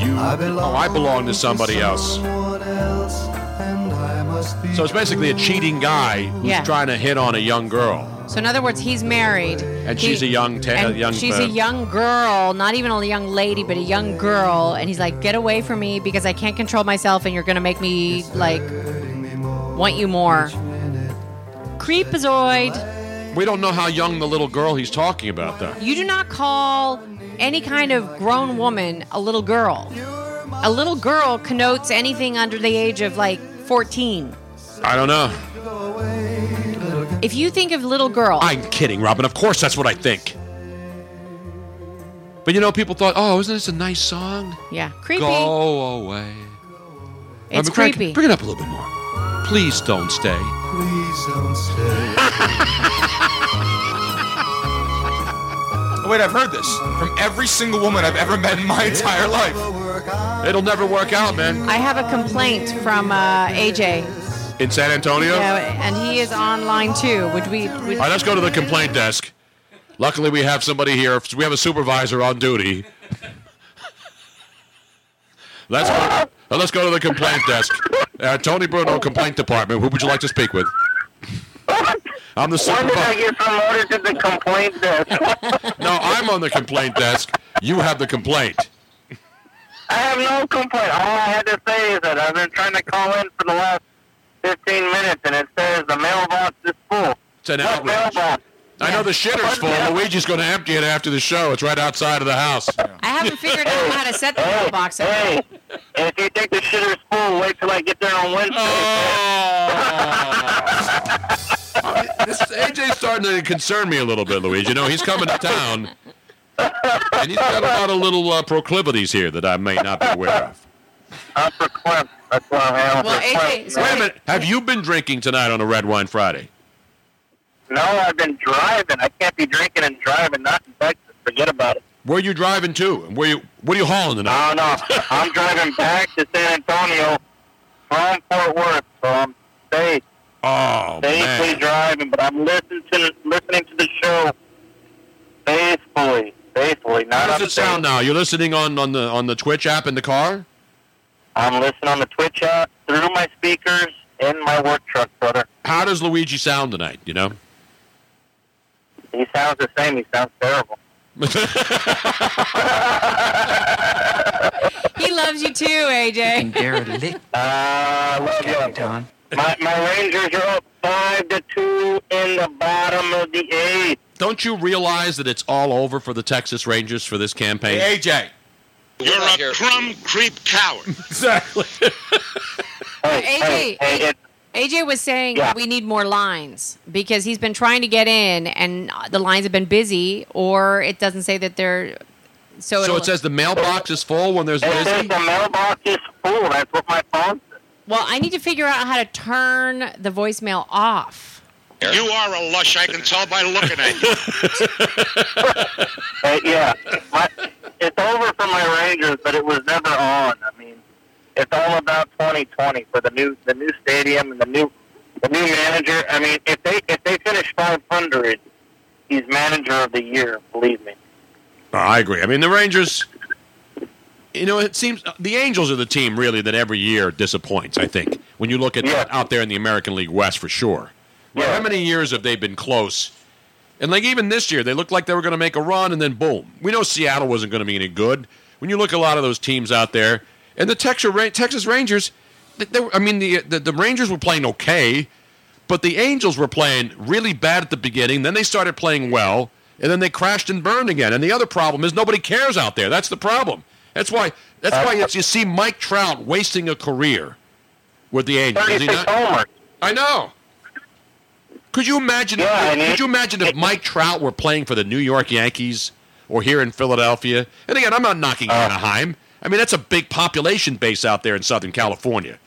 Speaker 6: You I belong
Speaker 4: Oh, I belong to somebody else.
Speaker 6: someone else, and I must be.
Speaker 4: So it's basically a cheating guy who's
Speaker 7: Yeah.
Speaker 4: trying to hit on a young girl.
Speaker 7: So in other words, he's married,
Speaker 4: And
Speaker 7: He-
Speaker 4: she's a young ta-
Speaker 7: and
Speaker 4: a young
Speaker 7: she's
Speaker 4: uh,
Speaker 7: a young girl, not even a young lady, but a young girl, and he's like, "Get away from me because I can't control myself, and you're going to make me like want you more." Creepazoid.
Speaker 4: We don't know how young the little girl he's talking about, though.
Speaker 7: You do not call any kind of grown woman a little girl. A little girl connotes anything under the age of like 14.
Speaker 4: I don't know.
Speaker 7: If you think of little girl,
Speaker 4: I'm kidding, Robin. Of course that's what I think. But you know, people thought, oh, isn't this a nice song?
Speaker 7: yeah, creepy.
Speaker 4: Go away.
Speaker 7: It's
Speaker 4: Robin, crack-
Speaker 7: creepy.
Speaker 4: Bring it up a little bit more. Please don't stay.
Speaker 6: Please don't stay.
Speaker 5: Oh, wait, I've heard this from every single woman I've ever met in my entire life.
Speaker 4: It'll never work out, man.
Speaker 7: I have a complaint from uh, AJ.
Speaker 4: In San Antonio? Oh.
Speaker 7: Yeah, and he is online too. Would we? Would,
Speaker 4: All right, let's go to the complaint desk. Luckily, we have somebody here. We have a supervisor on duty. Let's go, uh, let's go to the complaint desk. Uh, Tony Bruno, complaint department. Who would you like to speak with? I'm the
Speaker 12: When did I
Speaker 4: supervisor.
Speaker 12: get promoted to the complaint desk?
Speaker 4: No, I'm on the complaint desk. You have the complaint.
Speaker 12: I have no complaint. All I had to say is that I've been trying to call in for the last 15 minutes, and it says the mailbox is full.
Speaker 4: It's an outrage. I know the shitter's full. Luigi's going to empty it after the show. It's right outside of the house. Oh.
Speaker 7: I haven't figured out how to set the mailbox up.
Speaker 12: Hey,
Speaker 22: And if you think the shitter's full, wait till I get there on Wednesday.
Speaker 4: Oh. This AJ's starting to concern me a little bit, Luigi. You know, he's coming to town, and he's got a lot of little uh, proclivities here that I may not be aware of.
Speaker 7: Well, AJ, so
Speaker 4: Wait a minute. Have you been drinking tonight on a Red Wine Friday?
Speaker 22: No, I've been driving. I can't be drinking and driving. Not in Texas. Forget about it.
Speaker 4: Where are you driving to? And where you? What are you hauling tonight?
Speaker 22: Oh no, I'm driving back to San Antonio from Fort Worth, so I'm safe.
Speaker 4: Oh
Speaker 22: Safely driving, but I'm listening to listening to the show faithfully, faithfully. Not
Speaker 4: How
Speaker 22: on
Speaker 4: does
Speaker 22: the
Speaker 4: it sound now? You're listening on, on the on the Twitch app in the car.
Speaker 22: I'm listening on the Twitch app through my speakers in my work truck, brother.
Speaker 4: How does Luigi sound tonight? You know.
Speaker 22: He sounds the same. He sounds terrible.
Speaker 7: he loves you too, AJ.
Speaker 22: Uh, love you. My, my Rangers are up five to two in the bottom of the eighth.
Speaker 4: Don't you realize that it's all over for the Texas Rangers for this campaign?
Speaker 5: Hey, AJ.
Speaker 4: You're a crumb creep coward. exactly.
Speaker 7: AJ, AJ was saying
Speaker 4: Yeah.
Speaker 7: we need more lines because he's been trying to get in, and the lines have been busy, or it doesn't say that they're. So,
Speaker 4: So
Speaker 7: it'll-
Speaker 4: it says the mailbox is full when there's
Speaker 22: It says
Speaker 4: busy.
Speaker 22: the mailbox is full. That's what my phone.
Speaker 7: Well, I need to figure out how to turn the voicemail off.
Speaker 1: You are a lush. I can tell by looking at you.
Speaker 22: Uh, yeah, my, it's over for my Rangers, but it was never on. I mean, it's all about 2020 for the new the new stadium and the new the new manager. I mean, if they if they finish 500, he's manager of the year. Believe me.
Speaker 4: Oh, I agree. I mean, the Rangers. You know, it seems the Angels are the team really that every year disappoints. I think when you look at out there in the American League West for sure. Well, How many years have they been close? And like even this year, they looked like they were going to make a run, and then boom. We know Seattle wasn't going to be any good. When you look at a lot of those teams out there, and the Texas Ra- Texas Rangers, they, they were, I mean, the, the the Rangers were playing okay, but the Angels were playing really bad at the beginning. Then they started playing well, and then they crashed and burned again. And the other problem is nobody cares out there. That's the problem. That's why. That's why it's, you see Mike Trout wasting a career with the Angels. Is he
Speaker 22: 36
Speaker 4: not-
Speaker 22: homers.
Speaker 4: I know. Could you imagine?
Speaker 22: Yeah,
Speaker 4: could,
Speaker 22: and
Speaker 4: you imagine if Mike Trout were playing for the New York Yankees or here in Philadelphia? And again, I'm not knocking
Speaker 22: Uh.
Speaker 4: Anaheim. I mean, that's a big population base out there in Southern California.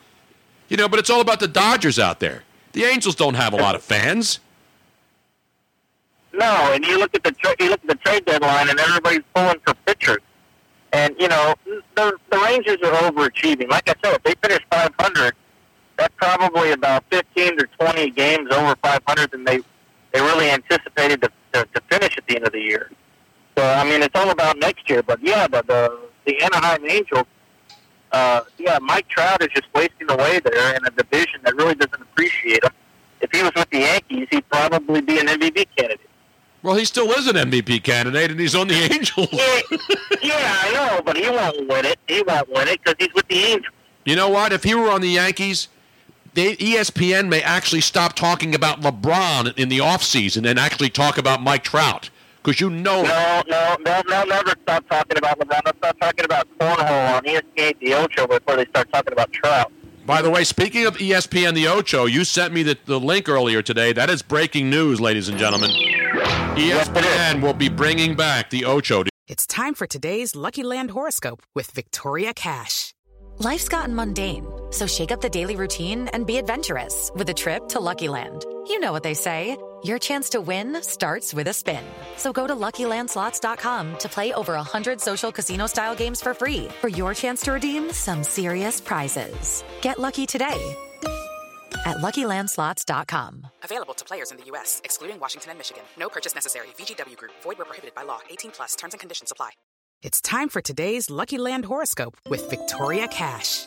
Speaker 4: You know, but it's all about the Dodgers out there. The Angels don't have a lot of fans.
Speaker 22: No, and you look at the tra- you look at the trade deadline, and everybody's pulling for pitchers. And you know the the Rangers are overachieving. Like I said, if they finish 500, that's probably about 15 to 20 games over 500 than they they really anticipated to, to, to finish at the end of the year. So I mean, it's all about next year. But yeah, the the, the Anaheim Angels, uh, yeah, Mike Trout is just wasting away there in a division that really doesn't appreciate him. If he was with the Yankees, he'd probably be an MVP candidate.
Speaker 4: Well, he still is an MVP candidate, and he's on the Angels.
Speaker 22: Yeah, I know, but he won't win it. He won't win it because he's with the Angels.
Speaker 4: You know what? If he were on the Yankees, they, E ESPN may actually stop talking about LeBron in the offseason and actually talk about Mike Trout because you know
Speaker 22: No, no, they'll, they'll never stop talking about LeBron. They'll stop talking about cornhole on E ESPN the Ocho before they start talking about Trout.
Speaker 4: By the way, speaking of E ESPN The Ocho, you sent me the, the link earlier today. That is breaking news, ladies and gentlemen. E ESPN will be bringing back The Ocho.
Speaker 25: It's time for today's Lucky Land horoscope with Victoria Cash.
Speaker 2: Life's gotten mundane, so shake up the daily routine and be adventurous with a trip to Lucky Land. You know what they say your chance to win starts with a spin. So go to luckylandslots.com to play over 100 social casino style games for free for your chance to redeem some serious prizes. Get lucky today at luckylandslots.com.
Speaker 25: Available to players in the U.S., excluding Washington and Michigan. No purchase necessary. VGW Group, void were prohibited by law. 18 plus terms and conditions apply. It's time for today's Lucky Land horoscope with Victoria Cash.